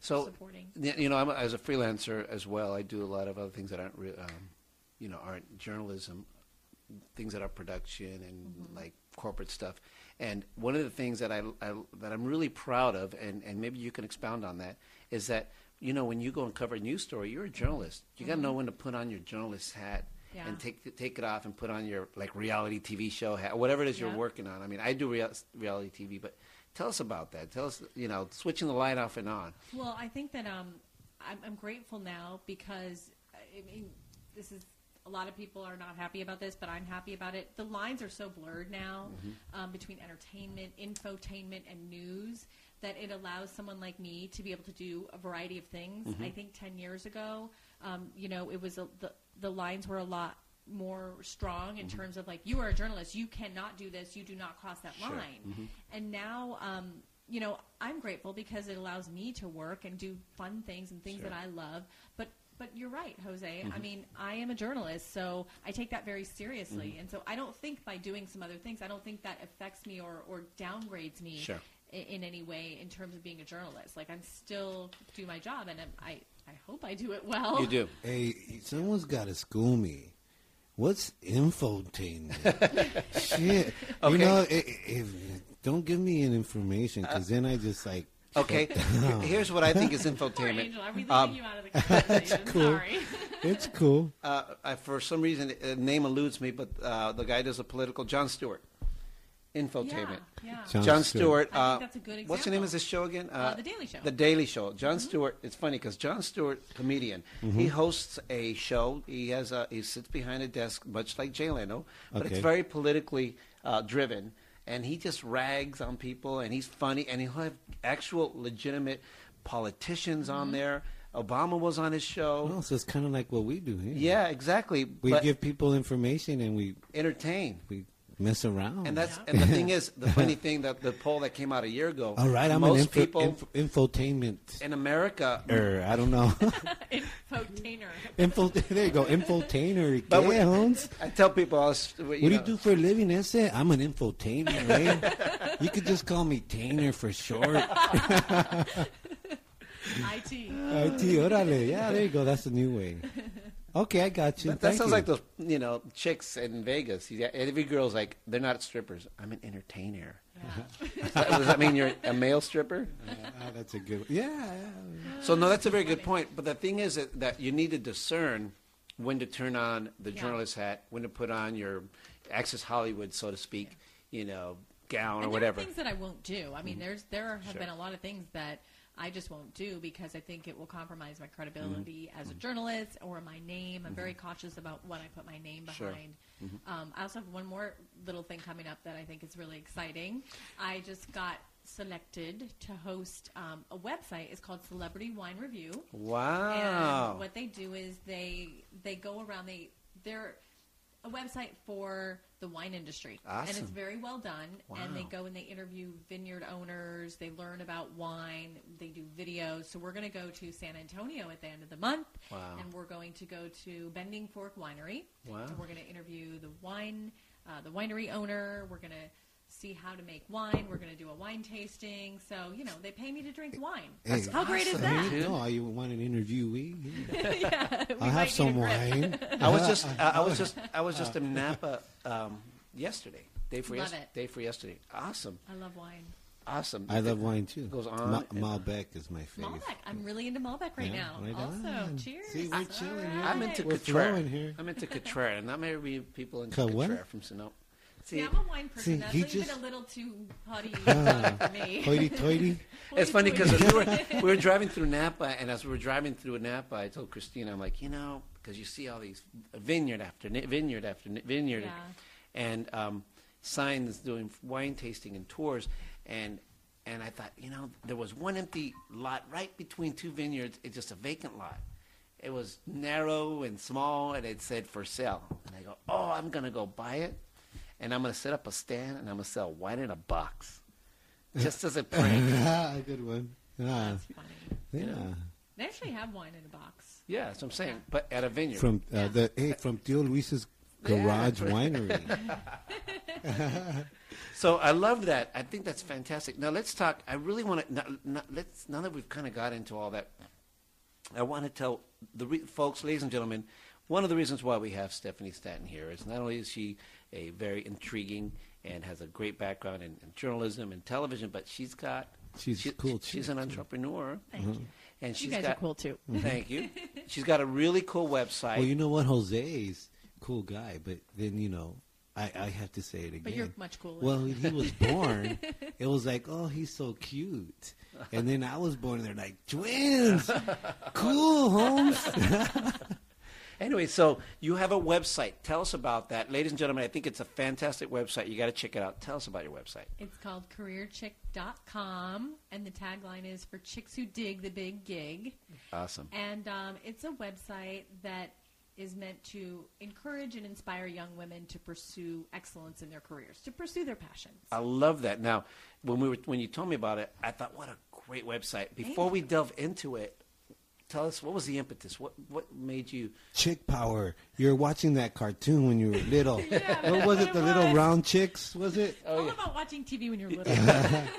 [SPEAKER 2] So,
[SPEAKER 7] supporting.
[SPEAKER 2] y- you know, I'm, a- as a freelancer as well, I do a lot of other things that aren't, re- um, you know, aren't journalism, things that are production and
[SPEAKER 7] Mm-hmm.
[SPEAKER 2] like corporate stuff. And one of the things that I, I that I'm really proud of, and, and maybe you can expound on that, is that you know when you go and cover a news story, you're a journalist. You got to know when to put on your journalist hat
[SPEAKER 7] Mm-hmm. Yeah.
[SPEAKER 2] and take take it off and put on your like reality TV show hat, whatever it is you're
[SPEAKER 7] Yeah.
[SPEAKER 2] working on. I mean, I do real, reality TV, but tell us about that. Tell us, you know, switching the light off and on.
[SPEAKER 7] Well, I think that um, I'm, I'm grateful now because I mean, this is a lot of people are not happy about this, but I'm happy about it. The lines are so blurred now um, between entertainment, infotainment, and news that it allows someone like me to be able to do a variety of things. I think 10 years ago, um, you know, it was a, the the lines were a lot more strong
[SPEAKER 2] Mm-hmm.
[SPEAKER 7] in terms of like you are a journalist, you cannot do this, you do not cross that
[SPEAKER 2] Sure. Mm-hmm.
[SPEAKER 7] line. And now, um, you know, I'm grateful because it allows me to work and do fun things and things
[SPEAKER 2] Sure. Mm-hmm.
[SPEAKER 7] that I love. But but you're right, Jose. I mean, I am a journalist, so I take that very seriously.
[SPEAKER 2] Mm-hmm.
[SPEAKER 7] And so I don't think by doing some other things, I don't think that affects me or, or downgrades me
[SPEAKER 2] Sure.
[SPEAKER 7] i- in, any way in terms of being a journalist. Like I'm still do my job, and I'm, I I hope I do it well.
[SPEAKER 2] You do.
[SPEAKER 3] Hey, someone's got to school me. What's infotainment? Shit.
[SPEAKER 2] Okay.
[SPEAKER 3] You know, i if, don't give me an information because then I just
[SPEAKER 2] Uh,
[SPEAKER 3] like.
[SPEAKER 2] *laughs* Okay, here- here's what I think is
[SPEAKER 7] Poor
[SPEAKER 2] infotainment.
[SPEAKER 7] Angel, are we leaving
[SPEAKER 2] Um,
[SPEAKER 7] you out
[SPEAKER 2] *laughs*
[SPEAKER 7] of the conversation? Sorry.
[SPEAKER 3] *laughs* It's cool.
[SPEAKER 2] Uh, I, for some reason, the uh, name eludes me, but uh, the guy does a political John Stewart. Infotainment.
[SPEAKER 7] Yeah, yeah.
[SPEAKER 3] John
[SPEAKER 2] John
[SPEAKER 3] Stewart.
[SPEAKER 2] Stewart.
[SPEAKER 7] I
[SPEAKER 2] uh,
[SPEAKER 7] think that's a good
[SPEAKER 2] What's the name
[SPEAKER 7] example.
[SPEAKER 2] of this show again?
[SPEAKER 7] Uh, The Daily Mm-hmm. Show.
[SPEAKER 2] The Daily Show. John Stewart. It's funny because John Stewart, comedian, he hosts a show. He has a, he sits behind a desk, much like Jay Leno, but it's
[SPEAKER 3] Okay.
[SPEAKER 2] very politically uh, driven. And he just rags on people, and he's funny, and he'll have actual legitimate politicians on there. Obama was on his show.
[SPEAKER 3] Mm-hmm. Oh, so it's kind of like what we do here.
[SPEAKER 2] Yeah, exactly.
[SPEAKER 3] We
[SPEAKER 2] but
[SPEAKER 3] give Oh, people information and we
[SPEAKER 2] entertain.
[SPEAKER 3] we mess around.
[SPEAKER 2] And that's and the thing is
[SPEAKER 3] *laughs*
[SPEAKER 2] the funny thing that the poll that came out a year ago.
[SPEAKER 3] all right. I'm
[SPEAKER 2] most
[SPEAKER 3] an info,
[SPEAKER 2] people
[SPEAKER 3] info, infotainment.
[SPEAKER 2] in America.
[SPEAKER 3] Er, I don't know. *laughs*
[SPEAKER 7] *laughs* Infotainer.
[SPEAKER 3] info, there you go. Infotainer.
[SPEAKER 2] But
[SPEAKER 3] yeah,
[SPEAKER 2] we-
[SPEAKER 3] Holmes.
[SPEAKER 2] I tell people, I was, you
[SPEAKER 3] What do you
[SPEAKER 2] know,
[SPEAKER 3] do for a living? That's it. I'm an infotainer, right? you could just call me Tainer for short.
[SPEAKER 2] *laughs*
[SPEAKER 7] IT.
[SPEAKER 3] IT, órale. Yeah, there you go. That's the new way. Okay, I got you.
[SPEAKER 2] That, that
[SPEAKER 3] Thank
[SPEAKER 2] sounds
[SPEAKER 3] you.
[SPEAKER 2] like those you know chicks in Vegas. Yeah, every girl's like, they're not strippers. I'm an entertainer. Does that- Does that mean you're a male stripper?
[SPEAKER 3] Ah, that's a good. Yeah, yeah.
[SPEAKER 2] So no, that's a very good point. But the thing is that, that you need to discern when to turn on the
[SPEAKER 7] Yeah.
[SPEAKER 2] journalist hat, when to put on your Access Hollywood, so to speak, you know, gown or
[SPEAKER 7] and
[SPEAKER 2] whatever. Mm-hmm.
[SPEAKER 7] There are things that I won't do. I mean, there's there are- have
[SPEAKER 2] Sure.
[SPEAKER 7] been a lot of things that I just won't do because I think it will compromise my credibility
[SPEAKER 2] Mm-hmm.
[SPEAKER 7] as a journalist or my name. I'm very cautious about what I put my name
[SPEAKER 2] Sure. Mm-hmm.
[SPEAKER 7] behind. Um, I also have one more little thing coming up that I think is really exciting. I just got selected to host um, a website. It's called Celebrity Wine Review.
[SPEAKER 2] Wow. Oh.
[SPEAKER 7] And what they do is they they go around they they're a website for the wine industry. And
[SPEAKER 2] Awesome.
[SPEAKER 7] it's very well done. And they
[SPEAKER 2] Wow.
[SPEAKER 7] go and they interview vineyard owners, they learn about wine, they do videos. So we're gonna go to San Antonio at the end of the month.
[SPEAKER 2] Wow.
[SPEAKER 7] And we're going to go to Bending Fork Winery.
[SPEAKER 2] Wow.
[SPEAKER 7] And we're gonna interview the wine uh, the winery owner. We're gonna see how to make wine. We're gonna do a wine tasting. So, you know, they pay me to drink wine.
[SPEAKER 3] That's
[SPEAKER 7] how great is that?
[SPEAKER 3] You know, you want an
[SPEAKER 2] *laughs*
[SPEAKER 3] interviewee?
[SPEAKER 7] We
[SPEAKER 3] I
[SPEAKER 7] might
[SPEAKER 3] have
[SPEAKER 7] need
[SPEAKER 3] some
[SPEAKER 7] a grip.
[SPEAKER 3] wine.
[SPEAKER 2] I was just, I, I was
[SPEAKER 7] *laughs*
[SPEAKER 2] just, I was just in Napa um, yesterday. Day for
[SPEAKER 7] Love
[SPEAKER 2] yes-
[SPEAKER 7] it.
[SPEAKER 2] day for yesterday. Awesome,
[SPEAKER 7] I love wine.
[SPEAKER 2] awesome. *laughs*
[SPEAKER 3] I love wine too.
[SPEAKER 2] Goes on
[SPEAKER 3] Ma-
[SPEAKER 2] and-
[SPEAKER 3] Malbec is my favorite.
[SPEAKER 7] Malbec.
[SPEAKER 3] *laughs*
[SPEAKER 7] I'm really into Malbec right
[SPEAKER 3] Yeah,
[SPEAKER 7] now.
[SPEAKER 3] right
[SPEAKER 7] also,
[SPEAKER 3] on.
[SPEAKER 7] cheers.
[SPEAKER 3] See, we're
[SPEAKER 7] All
[SPEAKER 3] chilling here.
[SPEAKER 2] I'm into
[SPEAKER 3] We're
[SPEAKER 2] Contrera.
[SPEAKER 3] flowing here.
[SPEAKER 2] I'm into Contrera, and not many people into
[SPEAKER 3] Ca- what?
[SPEAKER 2] Contrera from Sonoma. See,
[SPEAKER 7] See, I'm a wine person.
[SPEAKER 3] See,
[SPEAKER 7] That's
[SPEAKER 3] he
[SPEAKER 7] even
[SPEAKER 3] just- Ah,
[SPEAKER 7] a little too haughty
[SPEAKER 3] *laughs*
[SPEAKER 7] for me.
[SPEAKER 3] Hoity
[SPEAKER 7] *laughs*
[SPEAKER 3] toity.
[SPEAKER 2] it's funny because
[SPEAKER 7] Hoity-toity.
[SPEAKER 2] we were,
[SPEAKER 7] *laughs*
[SPEAKER 2] we were driving through Napa, and as we were driving through Napa, I told Christina, I'm like, you know, because you see all these vineyard after ni- vineyard after ni- vineyard,
[SPEAKER 7] Yeah.
[SPEAKER 2] and um, signs doing wine tasting and tours, and and I thought, you know, there was one empty lot right between two vineyards. It's just a vacant lot. It was narrow and small, and it said for sale. And I go, oh, I'm gonna go buy it, and I'm gonna set up a stand, and I'm gonna sell wine in a box, just as a prank.
[SPEAKER 3] ah, good one. Ah,
[SPEAKER 7] That's funny.
[SPEAKER 3] yeah.
[SPEAKER 7] They actually have wine in a box.
[SPEAKER 2] Yeah, that's what I'm saying. But at a vineyard.
[SPEAKER 3] From uh,
[SPEAKER 7] *laughs*
[SPEAKER 3] the hey, from Theo Luis's garage
[SPEAKER 2] Yeah.
[SPEAKER 3] winery.
[SPEAKER 2] So I love that. I think that's fantastic. Now let's talk. I really want to. Now, now, let's now that we've kind of got into all that, I want to tell the re- folks, ladies and gentlemen, one of the reasons why we have Stephanie Stanton here is not only is she a very intriguing and has a great background in, in journalism and television, but she's got
[SPEAKER 8] She's
[SPEAKER 2] she-
[SPEAKER 8] cool,
[SPEAKER 2] She's
[SPEAKER 8] too. Mm-hmm.
[SPEAKER 2] an entrepreneur.
[SPEAKER 7] Thank you.
[SPEAKER 2] And she's
[SPEAKER 7] you guys
[SPEAKER 2] got,
[SPEAKER 7] are cool too.
[SPEAKER 2] Thank
[SPEAKER 7] *laughs*
[SPEAKER 2] you. She's got a really cool website.
[SPEAKER 8] Well, you know what, Jose's cool guy, but then you know, I, I have to say it again.
[SPEAKER 7] But you're much cooler.
[SPEAKER 8] Well, when he was
[SPEAKER 7] *laughs*
[SPEAKER 8] born, it was like, oh, he's so cute, and then I was born, and they're like twins, cool, Holmes.
[SPEAKER 2] Anyway, so you have a website. Tell us about that. Ladies and gentlemen, I think it's a fantastic website. You got to check it out. Tell us about your website.
[SPEAKER 7] It's called careerchick.com, and the tagline is for chicks who dig the big gig.
[SPEAKER 2] Awesome.
[SPEAKER 7] And um, it's a website that is meant to encourage and inspire young women to pursue excellence in their careers, to pursue their passions.
[SPEAKER 2] I love that. Now, when we were when you told me about it, I thought what a great website. Before we delve into it, tell us what was the impetus? What what made you
[SPEAKER 8] Chick power. You're watching that cartoon when you were little.
[SPEAKER 7] *laughs* Yeah,
[SPEAKER 8] what was
[SPEAKER 7] that's
[SPEAKER 8] it?
[SPEAKER 7] what
[SPEAKER 8] The
[SPEAKER 7] it
[SPEAKER 8] little
[SPEAKER 7] was.
[SPEAKER 8] round chicks? Was it?
[SPEAKER 7] All
[SPEAKER 2] oh, yeah.
[SPEAKER 7] about watching
[SPEAKER 2] *laughs*
[SPEAKER 7] TV when you're little.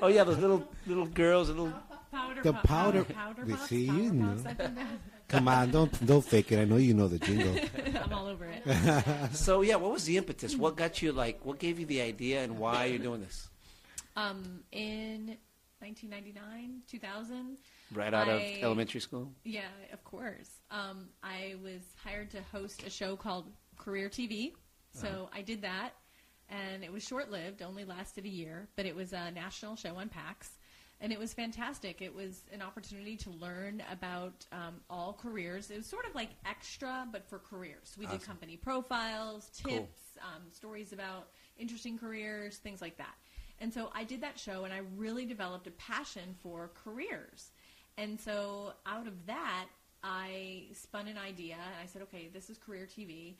[SPEAKER 2] Oh yeah, those little little girls, little
[SPEAKER 7] powder,
[SPEAKER 8] The
[SPEAKER 7] puff-
[SPEAKER 8] powder-
[SPEAKER 7] powder,
[SPEAKER 8] they
[SPEAKER 7] puffs,
[SPEAKER 8] see
[SPEAKER 7] powder
[SPEAKER 8] you
[SPEAKER 7] puffs,
[SPEAKER 8] know.
[SPEAKER 7] I've been there.
[SPEAKER 8] Come on, don't don't fake it. I know you know the
[SPEAKER 7] *laughs*
[SPEAKER 8] jingle. *laughs*
[SPEAKER 7] I'm all over it.
[SPEAKER 2] So yeah, what was the impetus? What got you like what gave you the idea and why you're doing this?
[SPEAKER 7] Um, in 1999, 2000.
[SPEAKER 2] Right out of
[SPEAKER 7] I-
[SPEAKER 2] elementary school?
[SPEAKER 7] Yeah, of course. Um, I was hired to host a show called Career TV, so I did that, and it was short lived, only lasted a year, but it was a national show on PAX, and it was fantastic. It was an opportunity to learn about um, all careers. It was sort of like extra, but for careers. We did company profiles, tips,
[SPEAKER 2] Cool.
[SPEAKER 7] um, stories about interesting careers, things like that. And so I did that show, and I really developed a passion for careers. And so out of that, I spun an idea, and I said, okay, this is career TV.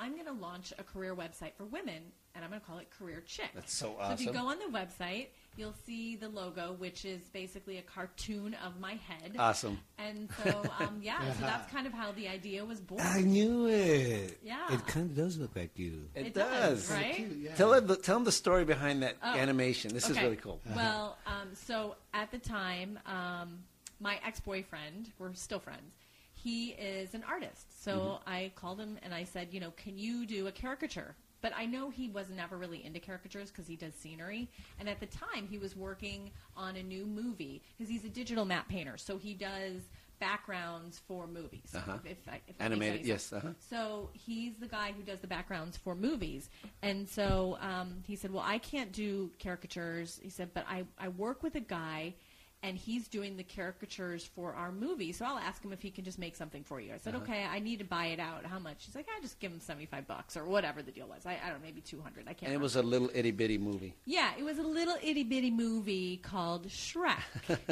[SPEAKER 7] I'm going to launch a career website for women, and I'm going to call it Career Chick.
[SPEAKER 2] That's so
[SPEAKER 7] if you
[SPEAKER 2] awesome.
[SPEAKER 7] go on the website, you'll see the logo, which is basically a cartoon of my head.
[SPEAKER 2] Awesome.
[SPEAKER 7] And so, um, yeah, so that's kind of how the idea was born.
[SPEAKER 2] Ah,
[SPEAKER 8] I knew it.
[SPEAKER 7] Yeah.
[SPEAKER 8] It kind of does look like you.
[SPEAKER 2] It,
[SPEAKER 7] It does, right?
[SPEAKER 2] Tell them the, tell them the story behind that
[SPEAKER 7] Oh.
[SPEAKER 2] animation. This is
[SPEAKER 7] Okay.
[SPEAKER 2] really cool.
[SPEAKER 7] *laughs* Well, um, so at the time, um, my ex-boyfriend, we're still friends. He is an artist, so
[SPEAKER 2] Mm-hmm.
[SPEAKER 7] I called him and I said, you know, can you do a caricature? But I know he was never really into caricatures because he does scenery. And at the time, he was working on a new movie because he's a digital map painter, so he does backgrounds for movies.
[SPEAKER 2] Uh-huh.
[SPEAKER 7] If, I- if that makes
[SPEAKER 2] Animated,
[SPEAKER 7] any
[SPEAKER 2] yes,
[SPEAKER 7] sense.
[SPEAKER 2] uh-huh.
[SPEAKER 7] So he's the guy who does the backgrounds for movies. And so um, he said, Well, I can't do caricatures. He said, But I, I work with a guy and he's doing the caricatures for our movie. So I'll ask him if he can just make something for you. I
[SPEAKER 2] Uh-huh.
[SPEAKER 7] said, Okay, I need to buy it out. How much? He's like, I just give him 75 bucks or whatever the deal was. I, I don't know, maybe 200. I can't
[SPEAKER 2] And it
[SPEAKER 7] remember.
[SPEAKER 2] was a little itty bitty movie.
[SPEAKER 7] Yeah, it was a little itty bitty movie called Shrek.
[SPEAKER 2] *laughs*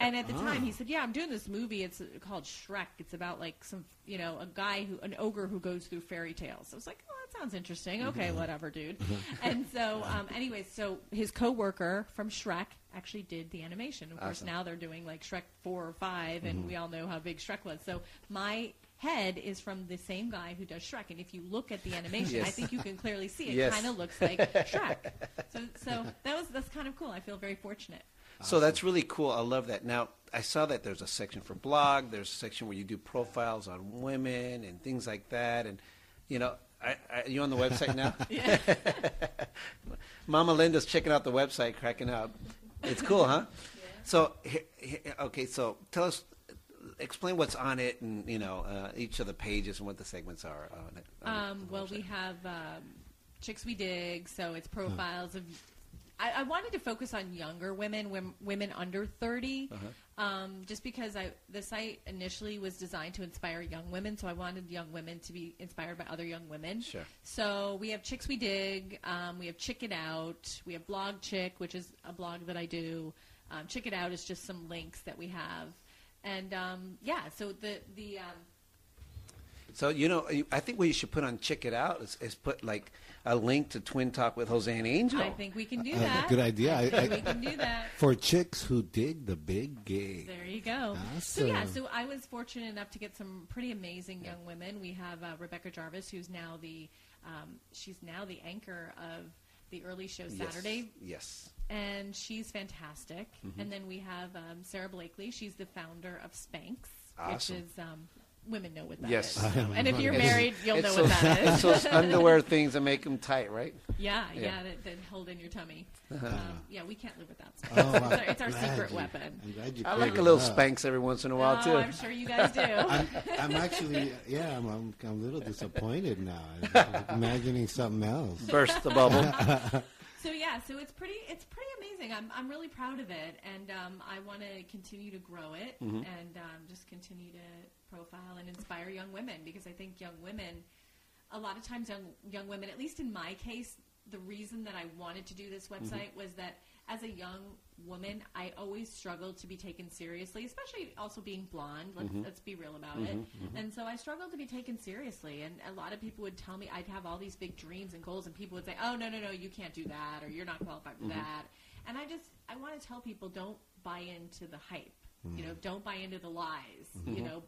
[SPEAKER 7] and at the time,
[SPEAKER 2] Ah.
[SPEAKER 7] he said, "Yeah, I'm doing this movie. It's uh, called Shrek. It's about like some, you know, a guy who, an ogre who goes through fairy tales." I was like, "Oh, that sounds
[SPEAKER 2] Mm-hmm.
[SPEAKER 7] interesting. Okay, whatever, dude." *laughs* and so, um, anyway, so his coworker from Shrek actually did the animation. Of course,
[SPEAKER 2] Awesome. Mm-hmm.
[SPEAKER 7] now they're doing like Shrek four or 5 and we all know how big Shrek was. So my head is from the same guy who does Shrek, and if you look at the animation, I
[SPEAKER 2] *laughs* Yes.
[SPEAKER 7] think you can clearly see it
[SPEAKER 2] Yes.
[SPEAKER 7] kind of looks like Shrek. So, so that was that's kind of cool. I feel very fortunate.
[SPEAKER 2] So that's really cool. I love that. Now, I saw that there's a section for blog, there's a section where you do profiles on women and things like that. And, you know, I, I, you on the website
[SPEAKER 7] *laughs*
[SPEAKER 2] now? *laughs* Mama Linda's checking out the website, cracking up. It's cool, huh? So, he- he- okay, so tell us, explain what's on it and, you know, uh, each of the pages and what the segments are on it. on the- on
[SPEAKER 7] Um,
[SPEAKER 2] the
[SPEAKER 7] well, we
[SPEAKER 2] website.
[SPEAKER 7] have um, chicks we dig, so it's profiles of. I, I wanted to focus on younger women, wom- women under 30 um, just because I the site initially was designed to inspire young women, so I wanted young women to be inspired by other young women.
[SPEAKER 2] Sure.
[SPEAKER 7] So we have chicks we dig, um, we have chick it out, we have blog chick, which is a blog that I do. Um, chick it out is just some links that we have, and um, yeah, so the the. Um,
[SPEAKER 2] So you know, you- I think what you should put on "Check It Out" is, is put like a link to Twin Talk with Jose and Angel.
[SPEAKER 7] I think we can do
[SPEAKER 8] Uh,
[SPEAKER 7] that.
[SPEAKER 8] good idea.
[SPEAKER 7] I
[SPEAKER 8] I-
[SPEAKER 7] think
[SPEAKER 8] I-
[SPEAKER 7] we can do that.
[SPEAKER 8] For chicks who dig the big gig.
[SPEAKER 7] There you go. So
[SPEAKER 8] Awesome.
[SPEAKER 7] yeah, so I was fortunate enough to get some pretty amazing young women. We have uh, Rebecca Jarvis, who's now the um, she's now the anchor of the early show
[SPEAKER 2] Yes.
[SPEAKER 7] Saturday,
[SPEAKER 2] Yes.
[SPEAKER 7] and she's fantastic.
[SPEAKER 2] Mm-hmm.
[SPEAKER 7] And then we have um, Sarah Blakely. She's the founder of Spanx,
[SPEAKER 2] Awesome.
[SPEAKER 7] which is um, women know what that is.
[SPEAKER 2] Yes. *laughs*
[SPEAKER 7] So- and if you're
[SPEAKER 2] It's-
[SPEAKER 7] married, you'll
[SPEAKER 2] it's
[SPEAKER 7] know
[SPEAKER 2] those,
[SPEAKER 7] what that is.
[SPEAKER 2] *laughs* It's those
[SPEAKER 7] *laughs*
[SPEAKER 2] underwear things that make them tight, right?
[SPEAKER 7] Yeah,
[SPEAKER 2] *laughs* Yeah.
[SPEAKER 7] yeah, that, that hold in
[SPEAKER 2] *laughs*
[SPEAKER 7] your tummy. Um, yeah, we can't live without Spanx. *laughs*
[SPEAKER 3] Oh,
[SPEAKER 7] it's
[SPEAKER 3] I'm
[SPEAKER 7] our, it's our
[SPEAKER 3] glad
[SPEAKER 7] secret
[SPEAKER 3] you-
[SPEAKER 7] weapon.
[SPEAKER 3] I'm glad you
[SPEAKER 2] I
[SPEAKER 3] cleared
[SPEAKER 2] like a
[SPEAKER 3] it
[SPEAKER 2] little
[SPEAKER 3] up.
[SPEAKER 2] spanks every once in a while,
[SPEAKER 7] oh,
[SPEAKER 2] too.
[SPEAKER 7] I'm sure you guys
[SPEAKER 2] *laughs*
[SPEAKER 7] do.
[SPEAKER 3] I'm, I'm actually, yeah, I'm, I'm, I'm a little disappointed now. I'm imagining something else.
[SPEAKER 2] Burst the bubble.
[SPEAKER 7] so yeah, so it's pretty, it's pretty amazing. I'm, I'm really proud of it, and um, I want to continue to grow it and um, just continue to profile and inspire young women because I think young women, a lot of times young young women, at least in my case, the reason that I wanted to do this website was that as a young woman, I always struggled to be taken seriously, especially also being blonde. Let's, let's be real about it. And so I struggled to be taken seriously. And a lot of people would tell me I'd have all these big dreams and goals, and people would say, "Oh no, no, no, you can't do that, or you're not qualified for that." And I just I want to tell people don't buy into the hype. You know, don't buy into the lies. You know,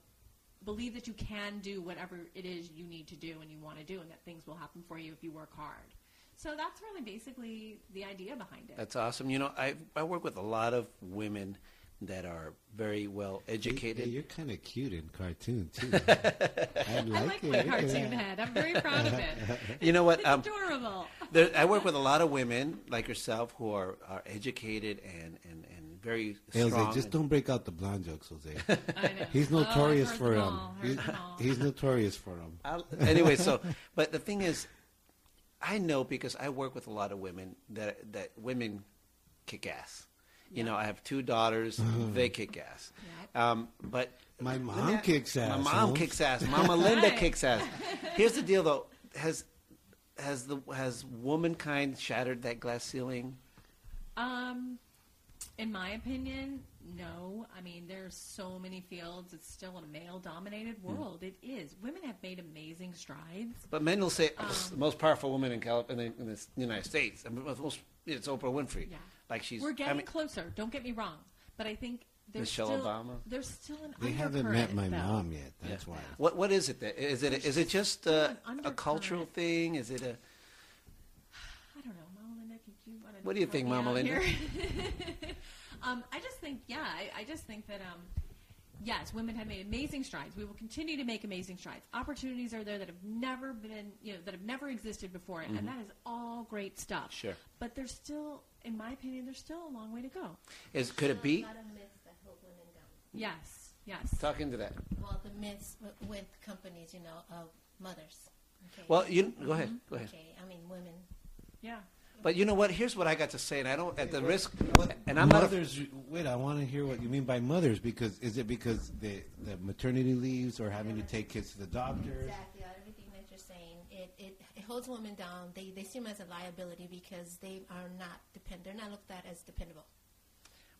[SPEAKER 7] believe that you can do whatever it is you need to do and you want to do, and that things will happen for you if you work hard. So that's really basically the idea behind
[SPEAKER 2] *laughs*
[SPEAKER 7] it.
[SPEAKER 2] That's awesome. You know, I I work with a lot of women that are very well
[SPEAKER 3] Hey,
[SPEAKER 2] educated.
[SPEAKER 3] you're kind of cute in cartoon
[SPEAKER 2] *laughs*
[SPEAKER 3] too. I like,
[SPEAKER 7] I
[SPEAKER 3] it.
[SPEAKER 7] like my
[SPEAKER 3] Look at
[SPEAKER 7] cartoon
[SPEAKER 3] that.
[SPEAKER 7] head. I'm very proud
[SPEAKER 3] *laughs*
[SPEAKER 7] of it.
[SPEAKER 2] you know what? Um,
[SPEAKER 7] Adorable.
[SPEAKER 2] there, I work with a lot of women like yourself who are, are educated and, and, and very
[SPEAKER 3] Hey,
[SPEAKER 2] strong.
[SPEAKER 3] Jose, just
[SPEAKER 2] and-
[SPEAKER 3] don't break out the blonde
[SPEAKER 2] *laughs*
[SPEAKER 3] jokes, Jose.
[SPEAKER 7] I know.
[SPEAKER 3] He's
[SPEAKER 7] Oh, I've
[SPEAKER 3] notorious
[SPEAKER 7] heard
[SPEAKER 3] for
[SPEAKER 7] them
[SPEAKER 3] him.
[SPEAKER 7] all, heard
[SPEAKER 3] He's,
[SPEAKER 7] them all.
[SPEAKER 3] he's notorious for him.
[SPEAKER 2] I'll, anyway, so *laughs* but the thing is, I know because I work with a lot of women that that women kick ass. You know, I have two daughters; they kick ass.
[SPEAKER 7] Yep.
[SPEAKER 2] Um, but
[SPEAKER 3] My
[SPEAKER 2] let
[SPEAKER 3] Mm-hmm. mom
[SPEAKER 2] me a-
[SPEAKER 3] kicks
[SPEAKER 2] My
[SPEAKER 3] ass,
[SPEAKER 2] mom
[SPEAKER 3] Holmes.
[SPEAKER 2] kicks
[SPEAKER 3] *laughs*
[SPEAKER 2] ass. Mama Linda
[SPEAKER 7] Right.
[SPEAKER 2] kicks ass. Here's the deal, though: has has the has womankind shattered that glass ceiling?
[SPEAKER 7] Um, in my opinion, no. I mean, there's so many fields. It's still a male-dominated
[SPEAKER 3] Hmm.
[SPEAKER 7] world. It is. Women have made amazing strides.
[SPEAKER 2] But men will say "Oh, this is the most powerful woman in Calif- in the, in the United States. I mean, the most, it's Oprah Winfrey.
[SPEAKER 7] Yeah.
[SPEAKER 2] Like she's.
[SPEAKER 7] We're
[SPEAKER 2] I
[SPEAKER 7] getting
[SPEAKER 2] mean,
[SPEAKER 7] closer. Don't get me wrong, but I think there's
[SPEAKER 2] Michelle
[SPEAKER 7] still,
[SPEAKER 2] Obama?
[SPEAKER 7] There's still an
[SPEAKER 3] They haven't met
[SPEAKER 7] undercurrent,
[SPEAKER 3] my
[SPEAKER 7] though.
[SPEAKER 3] mom yet. That's why.
[SPEAKER 2] What what is it? That is it? Is it just a,
[SPEAKER 7] an
[SPEAKER 2] a cultural
[SPEAKER 7] undercurrent.
[SPEAKER 2] thing? Is it a?
[SPEAKER 7] I don't know, Mama Linda. If you want to,
[SPEAKER 2] What do you think, Mama Linda?
[SPEAKER 7] *laughs* um, I just think, yeah, I, I just think that, um, yes, women have made amazing strides. We will continue to make amazing strides. Opportunities are there that have never been, you know, that have never existed before, and that is all great stuff.
[SPEAKER 2] Mm-hmm. Sure.
[SPEAKER 7] but there's still, in my opinion, there's still a long way to go.
[SPEAKER 2] Is could it be?
[SPEAKER 4] lot of myths that hold women down.
[SPEAKER 7] Yes, yes.
[SPEAKER 2] Talk into that.
[SPEAKER 4] Well, the myths w- with companies, you know, of mothers. Okay.
[SPEAKER 2] Well, you go ahead.
[SPEAKER 7] Mm-hmm.
[SPEAKER 2] Go ahead.
[SPEAKER 4] Okay, I mean women.
[SPEAKER 7] yeah.
[SPEAKER 2] But you know what? Here's what I got to say, and I don't at the risk. And I'm not. A,
[SPEAKER 3] mothers, wait, I want to hear what you mean by mothers because is it because the, the maternity leaves or having to take kids to the doctors?
[SPEAKER 4] Exactly. Everything that you're saying, it, it, it holds women down. They, they see them as a liability because they are not depend. They're not looked at as dependable.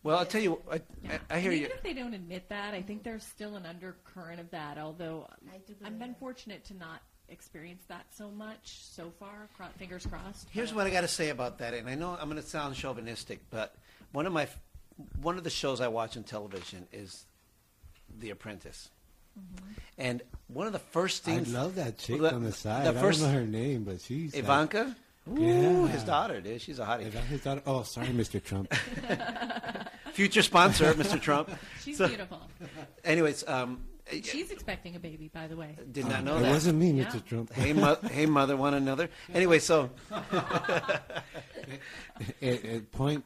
[SPEAKER 2] well, I'll tell you. I,
[SPEAKER 7] Yeah.
[SPEAKER 2] I, I hear
[SPEAKER 7] and
[SPEAKER 2] you.
[SPEAKER 7] Even if they don't admit that, I think there's still an undercurrent of that. Although
[SPEAKER 4] I do
[SPEAKER 7] I've
[SPEAKER 4] believe
[SPEAKER 7] been
[SPEAKER 4] that.
[SPEAKER 7] fortunate to not experience that so much so far. Cro- fingers crossed.
[SPEAKER 2] Here's
[SPEAKER 7] but-
[SPEAKER 2] what I got to say about that, and I know I'm going to sound chauvinistic, but one of my one of the shows I watch on television is The Apprentice, and one of the first
[SPEAKER 3] I
[SPEAKER 2] things
[SPEAKER 3] love that chick
[SPEAKER 2] Well,
[SPEAKER 3] on the side.
[SPEAKER 2] The
[SPEAKER 3] I
[SPEAKER 2] first
[SPEAKER 3] don't know her name, but she's like-
[SPEAKER 2] Ivanka, Ooh,
[SPEAKER 3] Yeah.
[SPEAKER 2] his daughter, dude, she's a hottie.
[SPEAKER 3] Ivanka- his daughter-
[SPEAKER 2] *laughs*
[SPEAKER 3] oh, sorry, Mr. Trump.
[SPEAKER 2] Future sponsor, Mr. Trump.
[SPEAKER 7] She's
[SPEAKER 2] So- *laughs*
[SPEAKER 7] beautiful.
[SPEAKER 2] Anyways, um,
[SPEAKER 7] She's expecting a baby, by the way.
[SPEAKER 2] did not know
[SPEAKER 3] Um, it
[SPEAKER 2] that.
[SPEAKER 3] wasn't me,
[SPEAKER 7] Yeah.
[SPEAKER 3] Mr. Trump.
[SPEAKER 2] hey, mo- hey, mother, one another. Anyway, so
[SPEAKER 3] *laughs* It, it point.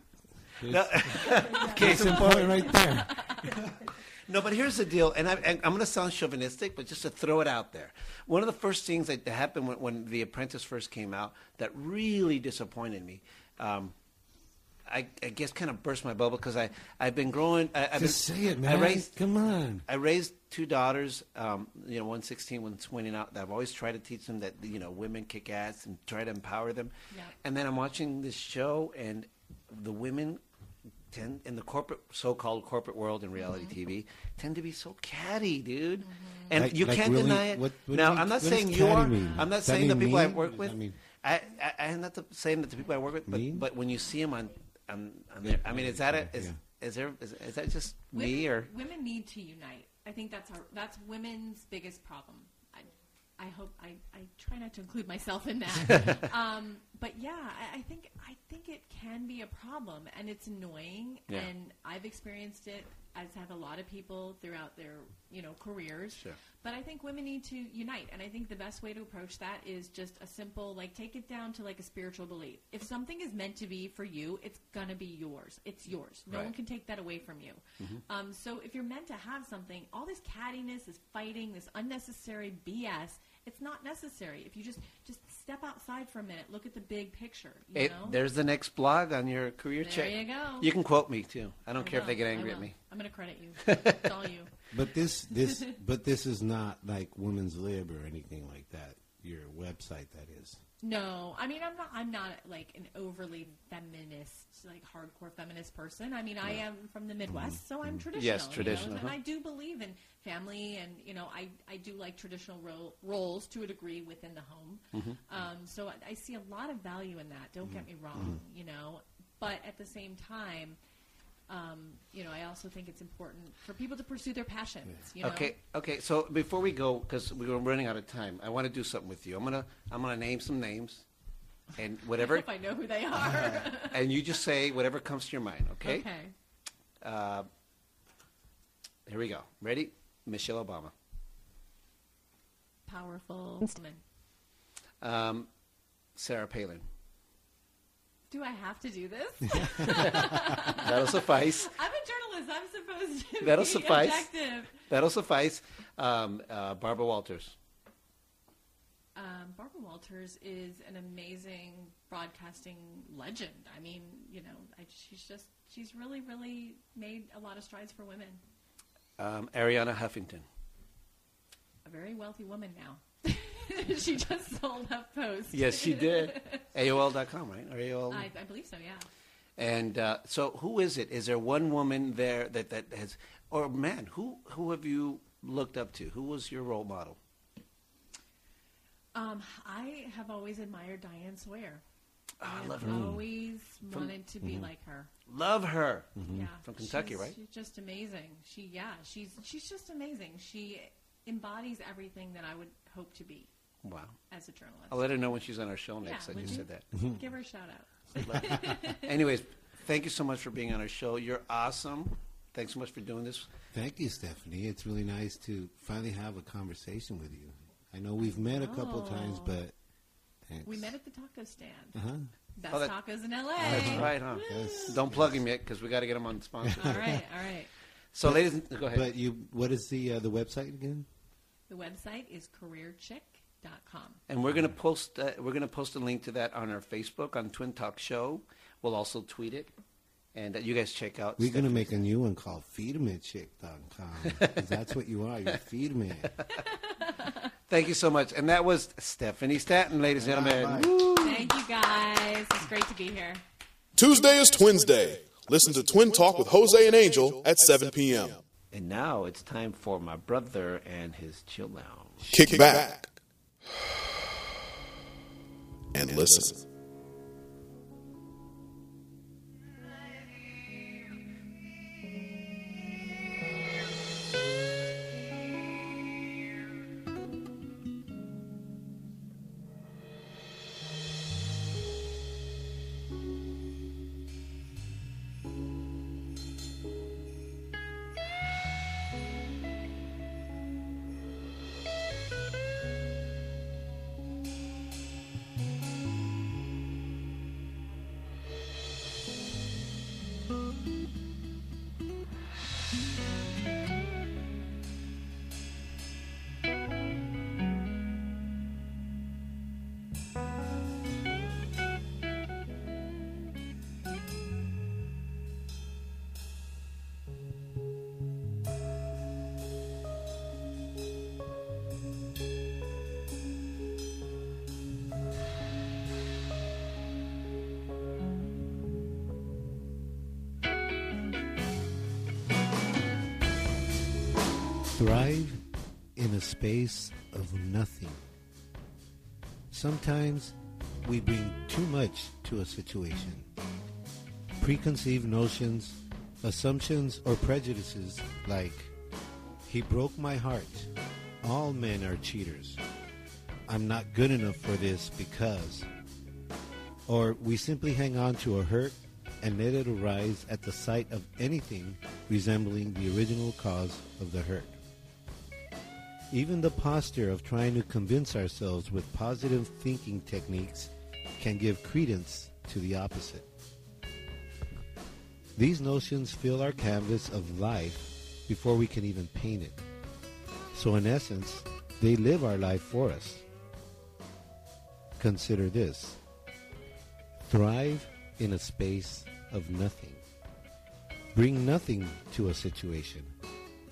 [SPEAKER 2] no, *laughs*
[SPEAKER 3] Case in point, right there.
[SPEAKER 2] no, but here's the deal, and, I, and I'm going to sound chauvinistic, but just to throw it out there, one of the first things that happened when, when The Apprentice first came out that really disappointed me. Um, I, I guess kind of burst my bubble because I I've been growing. I, I've
[SPEAKER 3] Just
[SPEAKER 2] been,
[SPEAKER 3] say it,
[SPEAKER 2] I
[SPEAKER 3] man.
[SPEAKER 2] raised
[SPEAKER 3] Come on.
[SPEAKER 2] I raised two daughters, um, you know, one 16, one 20. Now, I've always tried to teach them that, you know, women kick ass and try to empower them.
[SPEAKER 7] Yeah.
[SPEAKER 2] And then I'm watching this show, and the women tend, in the corporate, so called corporate world and reality TV, tend to be so catty, dude. And
[SPEAKER 3] Like-
[SPEAKER 2] you
[SPEAKER 3] like
[SPEAKER 2] can't
[SPEAKER 3] really-
[SPEAKER 2] deny it.
[SPEAKER 3] what- what do
[SPEAKER 2] now,
[SPEAKER 3] you-
[SPEAKER 2] I'm not
[SPEAKER 3] what does
[SPEAKER 2] saying you
[SPEAKER 3] catty
[SPEAKER 2] are.
[SPEAKER 3] mean?
[SPEAKER 2] I'm not
[SPEAKER 3] Does that
[SPEAKER 2] saying the
[SPEAKER 3] mean
[SPEAKER 2] people I
[SPEAKER 3] mean?
[SPEAKER 2] work
[SPEAKER 3] Does
[SPEAKER 2] with.
[SPEAKER 3] that mean-
[SPEAKER 2] I, I, I'm not the, saying that the people I work with, but,
[SPEAKER 3] Mean?
[SPEAKER 2] but when you see them on, on, on there, I mean, is that a, is, is there, is, is that just me
[SPEAKER 7] women,
[SPEAKER 2] or?
[SPEAKER 7] women need to unite. I think that's our that's women's biggest problem. I, I hope I, I try not to include myself
[SPEAKER 2] *laughs*
[SPEAKER 7] in that. um, but yeah, I, I think I think it can be a problem, and it's annoying.
[SPEAKER 2] Yeah.
[SPEAKER 7] And I've experienced it, as have a lot of people throughout their you know careers.
[SPEAKER 2] Sure.
[SPEAKER 7] But I think women need to unite, and I think the best way to approach that is just a simple like take it down to like a spiritual belief. If something is meant to be for you, it's gonna be yours. It's yours.
[SPEAKER 2] Right.
[SPEAKER 7] No
[SPEAKER 2] Mm-hmm.
[SPEAKER 7] one can take that away from you. Um, so if you're meant to have something, all this cattiness, this fighting, this unnecessary BS, it's not necessary. If you just just step outside for a minute, look at the big picture. You
[SPEAKER 2] It,
[SPEAKER 7] know,
[SPEAKER 2] there's the next blog on your career
[SPEAKER 7] There
[SPEAKER 2] check.
[SPEAKER 7] you go.
[SPEAKER 2] You can quote me too. I don't
[SPEAKER 7] I
[SPEAKER 2] care if they
[SPEAKER 7] will.
[SPEAKER 2] get
[SPEAKER 7] I
[SPEAKER 2] angry at
[SPEAKER 7] will.
[SPEAKER 2] me.
[SPEAKER 7] I'm gonna credit
[SPEAKER 2] *laughs*
[SPEAKER 7] you. It's all you.
[SPEAKER 3] But this this but this is not like women's lib or anything like that. Your website that is.
[SPEAKER 7] No, I mean I'm not. I'm not like an overly feminist, like hardcore feminist person. I mean I am from the Midwest, so I'm traditional.
[SPEAKER 2] Mm-hmm. Yes,
[SPEAKER 7] you know,
[SPEAKER 2] traditional, uh-huh.
[SPEAKER 7] and
[SPEAKER 2] huh?
[SPEAKER 7] I do believe in family, and you know I I do like traditional ro- roles to a degree within the home.
[SPEAKER 2] Mm-hmm.
[SPEAKER 7] Um, so I, I see a lot of value in that. Don't get me wrong,
[SPEAKER 2] Mm-hmm.
[SPEAKER 7] you know, but at the same time. Um, you know, I also think it's important for people to pursue their passions. You know?
[SPEAKER 2] Okay, okay. So before we go, because we were running out of time, I want to do something with you. I'm gonna I'm gonna name some names, and
[SPEAKER 7] *laughs* I *laughs*
[SPEAKER 2] whatever,
[SPEAKER 7] hope I know who they are.
[SPEAKER 2] and you just say whatever comes to your mind. *laughs* Okay.
[SPEAKER 7] *laughs* okay.
[SPEAKER 2] Here we go. Ready? Michelle Obama,
[SPEAKER 7] Powerful woman.
[SPEAKER 2] um, Sarah Palin.
[SPEAKER 7] Do I have to
[SPEAKER 2] *laughs*
[SPEAKER 7] do this?
[SPEAKER 2] That'll suffice.
[SPEAKER 7] *laughs* I'm a journalist. I'm supposed
[SPEAKER 2] *laughs*
[SPEAKER 7] to
[SPEAKER 2] That'll
[SPEAKER 7] be
[SPEAKER 2] suffice.
[SPEAKER 7] objective.
[SPEAKER 2] That'll suffice. Um, uh, Barbara Walters.
[SPEAKER 7] Um, Barbara Walters is an amazing broadcasting legend. I mean, you know, I, she's just she's really, really made a lot of strides for women.
[SPEAKER 2] Um, Ariana Huffington.
[SPEAKER 7] A very wealthy woman now. *laughs* she just sold that post.
[SPEAKER 2] Yes, she did. AOL.com, right? Or AOL.
[SPEAKER 7] *laughs* I, I believe so. Yeah.
[SPEAKER 2] And uh, so, who is it? Is there one woman there that, that has, or man, who who have you looked up to? Who was your role model?
[SPEAKER 7] Um, I have always admired Diane Sawyer. I
[SPEAKER 2] I love
[SPEAKER 7] have
[SPEAKER 2] her. Mm-hmm.
[SPEAKER 7] Always wanted to be like her.
[SPEAKER 2] Love her.
[SPEAKER 7] Yeah,
[SPEAKER 2] Mm-hmm. From Kentucky,
[SPEAKER 7] Mm-hmm. she's,
[SPEAKER 2] right?
[SPEAKER 7] She's just amazing. She, yeah, she's she's just amazing. She embodies everything that I would hope to be
[SPEAKER 2] Wow.
[SPEAKER 7] as a journalist.
[SPEAKER 2] I'll let her know when she's on our show next.
[SPEAKER 7] Yeah,
[SPEAKER 2] I
[SPEAKER 7] would
[SPEAKER 2] just
[SPEAKER 7] you?
[SPEAKER 2] said that. Mm-hmm.
[SPEAKER 7] Give her a shout out.
[SPEAKER 2] Anyways, thank you so much for being on our show. You're awesome. Thanks so much for doing this.
[SPEAKER 3] Thank you, Stephanie. It's really nice to finally have a conversation with you. I know we've met a couple
[SPEAKER 7] Oh.
[SPEAKER 3] times, but thanks.
[SPEAKER 7] We met at the taco stand.
[SPEAKER 3] Uh-huh.
[SPEAKER 7] Best
[SPEAKER 2] Oh, that-
[SPEAKER 7] tacos in L.A.
[SPEAKER 2] That's right, huh?
[SPEAKER 3] Yes.
[SPEAKER 2] Don't plug him yet because we got to get him on sponsor.
[SPEAKER 7] All right, all right.
[SPEAKER 2] *laughs* So, ladies, and- go ahead.
[SPEAKER 3] But you, what is the uh, the website again?
[SPEAKER 7] The website is careerchick.com.
[SPEAKER 2] And we're gonna post uh, we're gonna post a link to that on our Facebook on Twin Talk Show. We'll also tweet it, and uh, you guys check out.
[SPEAKER 3] We're gonna
[SPEAKER 2] Stephanie's-
[SPEAKER 3] make a new one called
[SPEAKER 2] *laughs*
[SPEAKER 3] FeedMeChick.com because that's what you are. You're feed me.
[SPEAKER 2] Thank you so much, and that was Stephanie Stanton, ladies and gentlemen.
[SPEAKER 7] Thank you guys. It's great to be here.
[SPEAKER 1] Tuesday is Twins Day. Listen to Twin Talk with Jose and Angel at 7 p.m.
[SPEAKER 2] And now it's time for my brother and his chill lounge.
[SPEAKER 1] Kick back and listen.
[SPEAKER 3] Thrive in a space of nothing. Sometimes we bring too much to a situation. Preconceived notions, assumptions, or prejudices like, he broke my heart. All men are cheaters. I'm not good enough for this because. Or we simply hang on to a hurt and let it arise at the sight of anything resembling the original cause of the hurt. Even the posture of trying to convince ourselves with positive thinking techniques can give credence to the opposite. These notions fill our canvas of life before we can even paint it. So in essence, they live our life for us. Consider this. Thrive in a space of nothing. Bring nothing to a situation,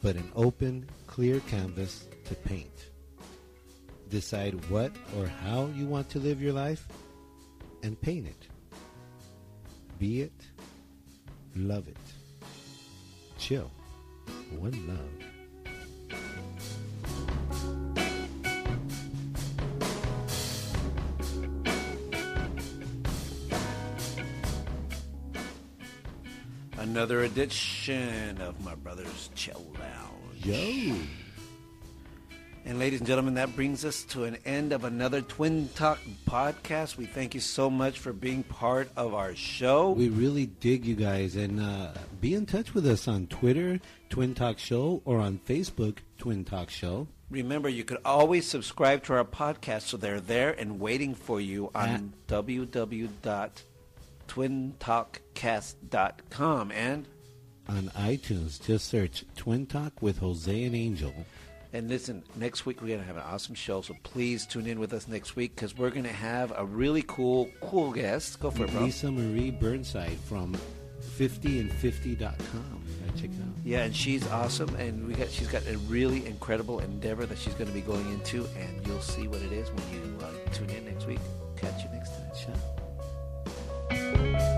[SPEAKER 3] but an open, clear canvas to paint. Decide what or how you want to live your life and paint it. Be it, love it. Chill. One love.
[SPEAKER 8] Another edition of my brother's Chill Lounge.
[SPEAKER 3] Yo.
[SPEAKER 8] And ladies and gentlemen, that brings us to an end of another Twin Talk podcast. We thank you so much for being part of our show.
[SPEAKER 3] We really dig you guys and uh, be in touch with us on Twitter, Twin Talk Show, or on Facebook, Twin Talk Show.
[SPEAKER 8] Remember, you could always subscribe to our podcast so they're there and waiting for you on www.twintalkcast.com. And
[SPEAKER 3] On iTunes, just search Twin Talk with Jose and Angel.
[SPEAKER 8] and listen, next week we're going to have an awesome show, so please tune in with us next week because we're going to have a really cool, cool guest. Go for it, bro.
[SPEAKER 3] Lisa Marie Burnside from 50and50.com. You gotta check it out.
[SPEAKER 8] Yeah, and she's awesome, and we got she's got a really incredible endeavor that she's going to be going into, and you'll see what it is when you uh, tune in next week. Catch you next time.
[SPEAKER 3] Ciao.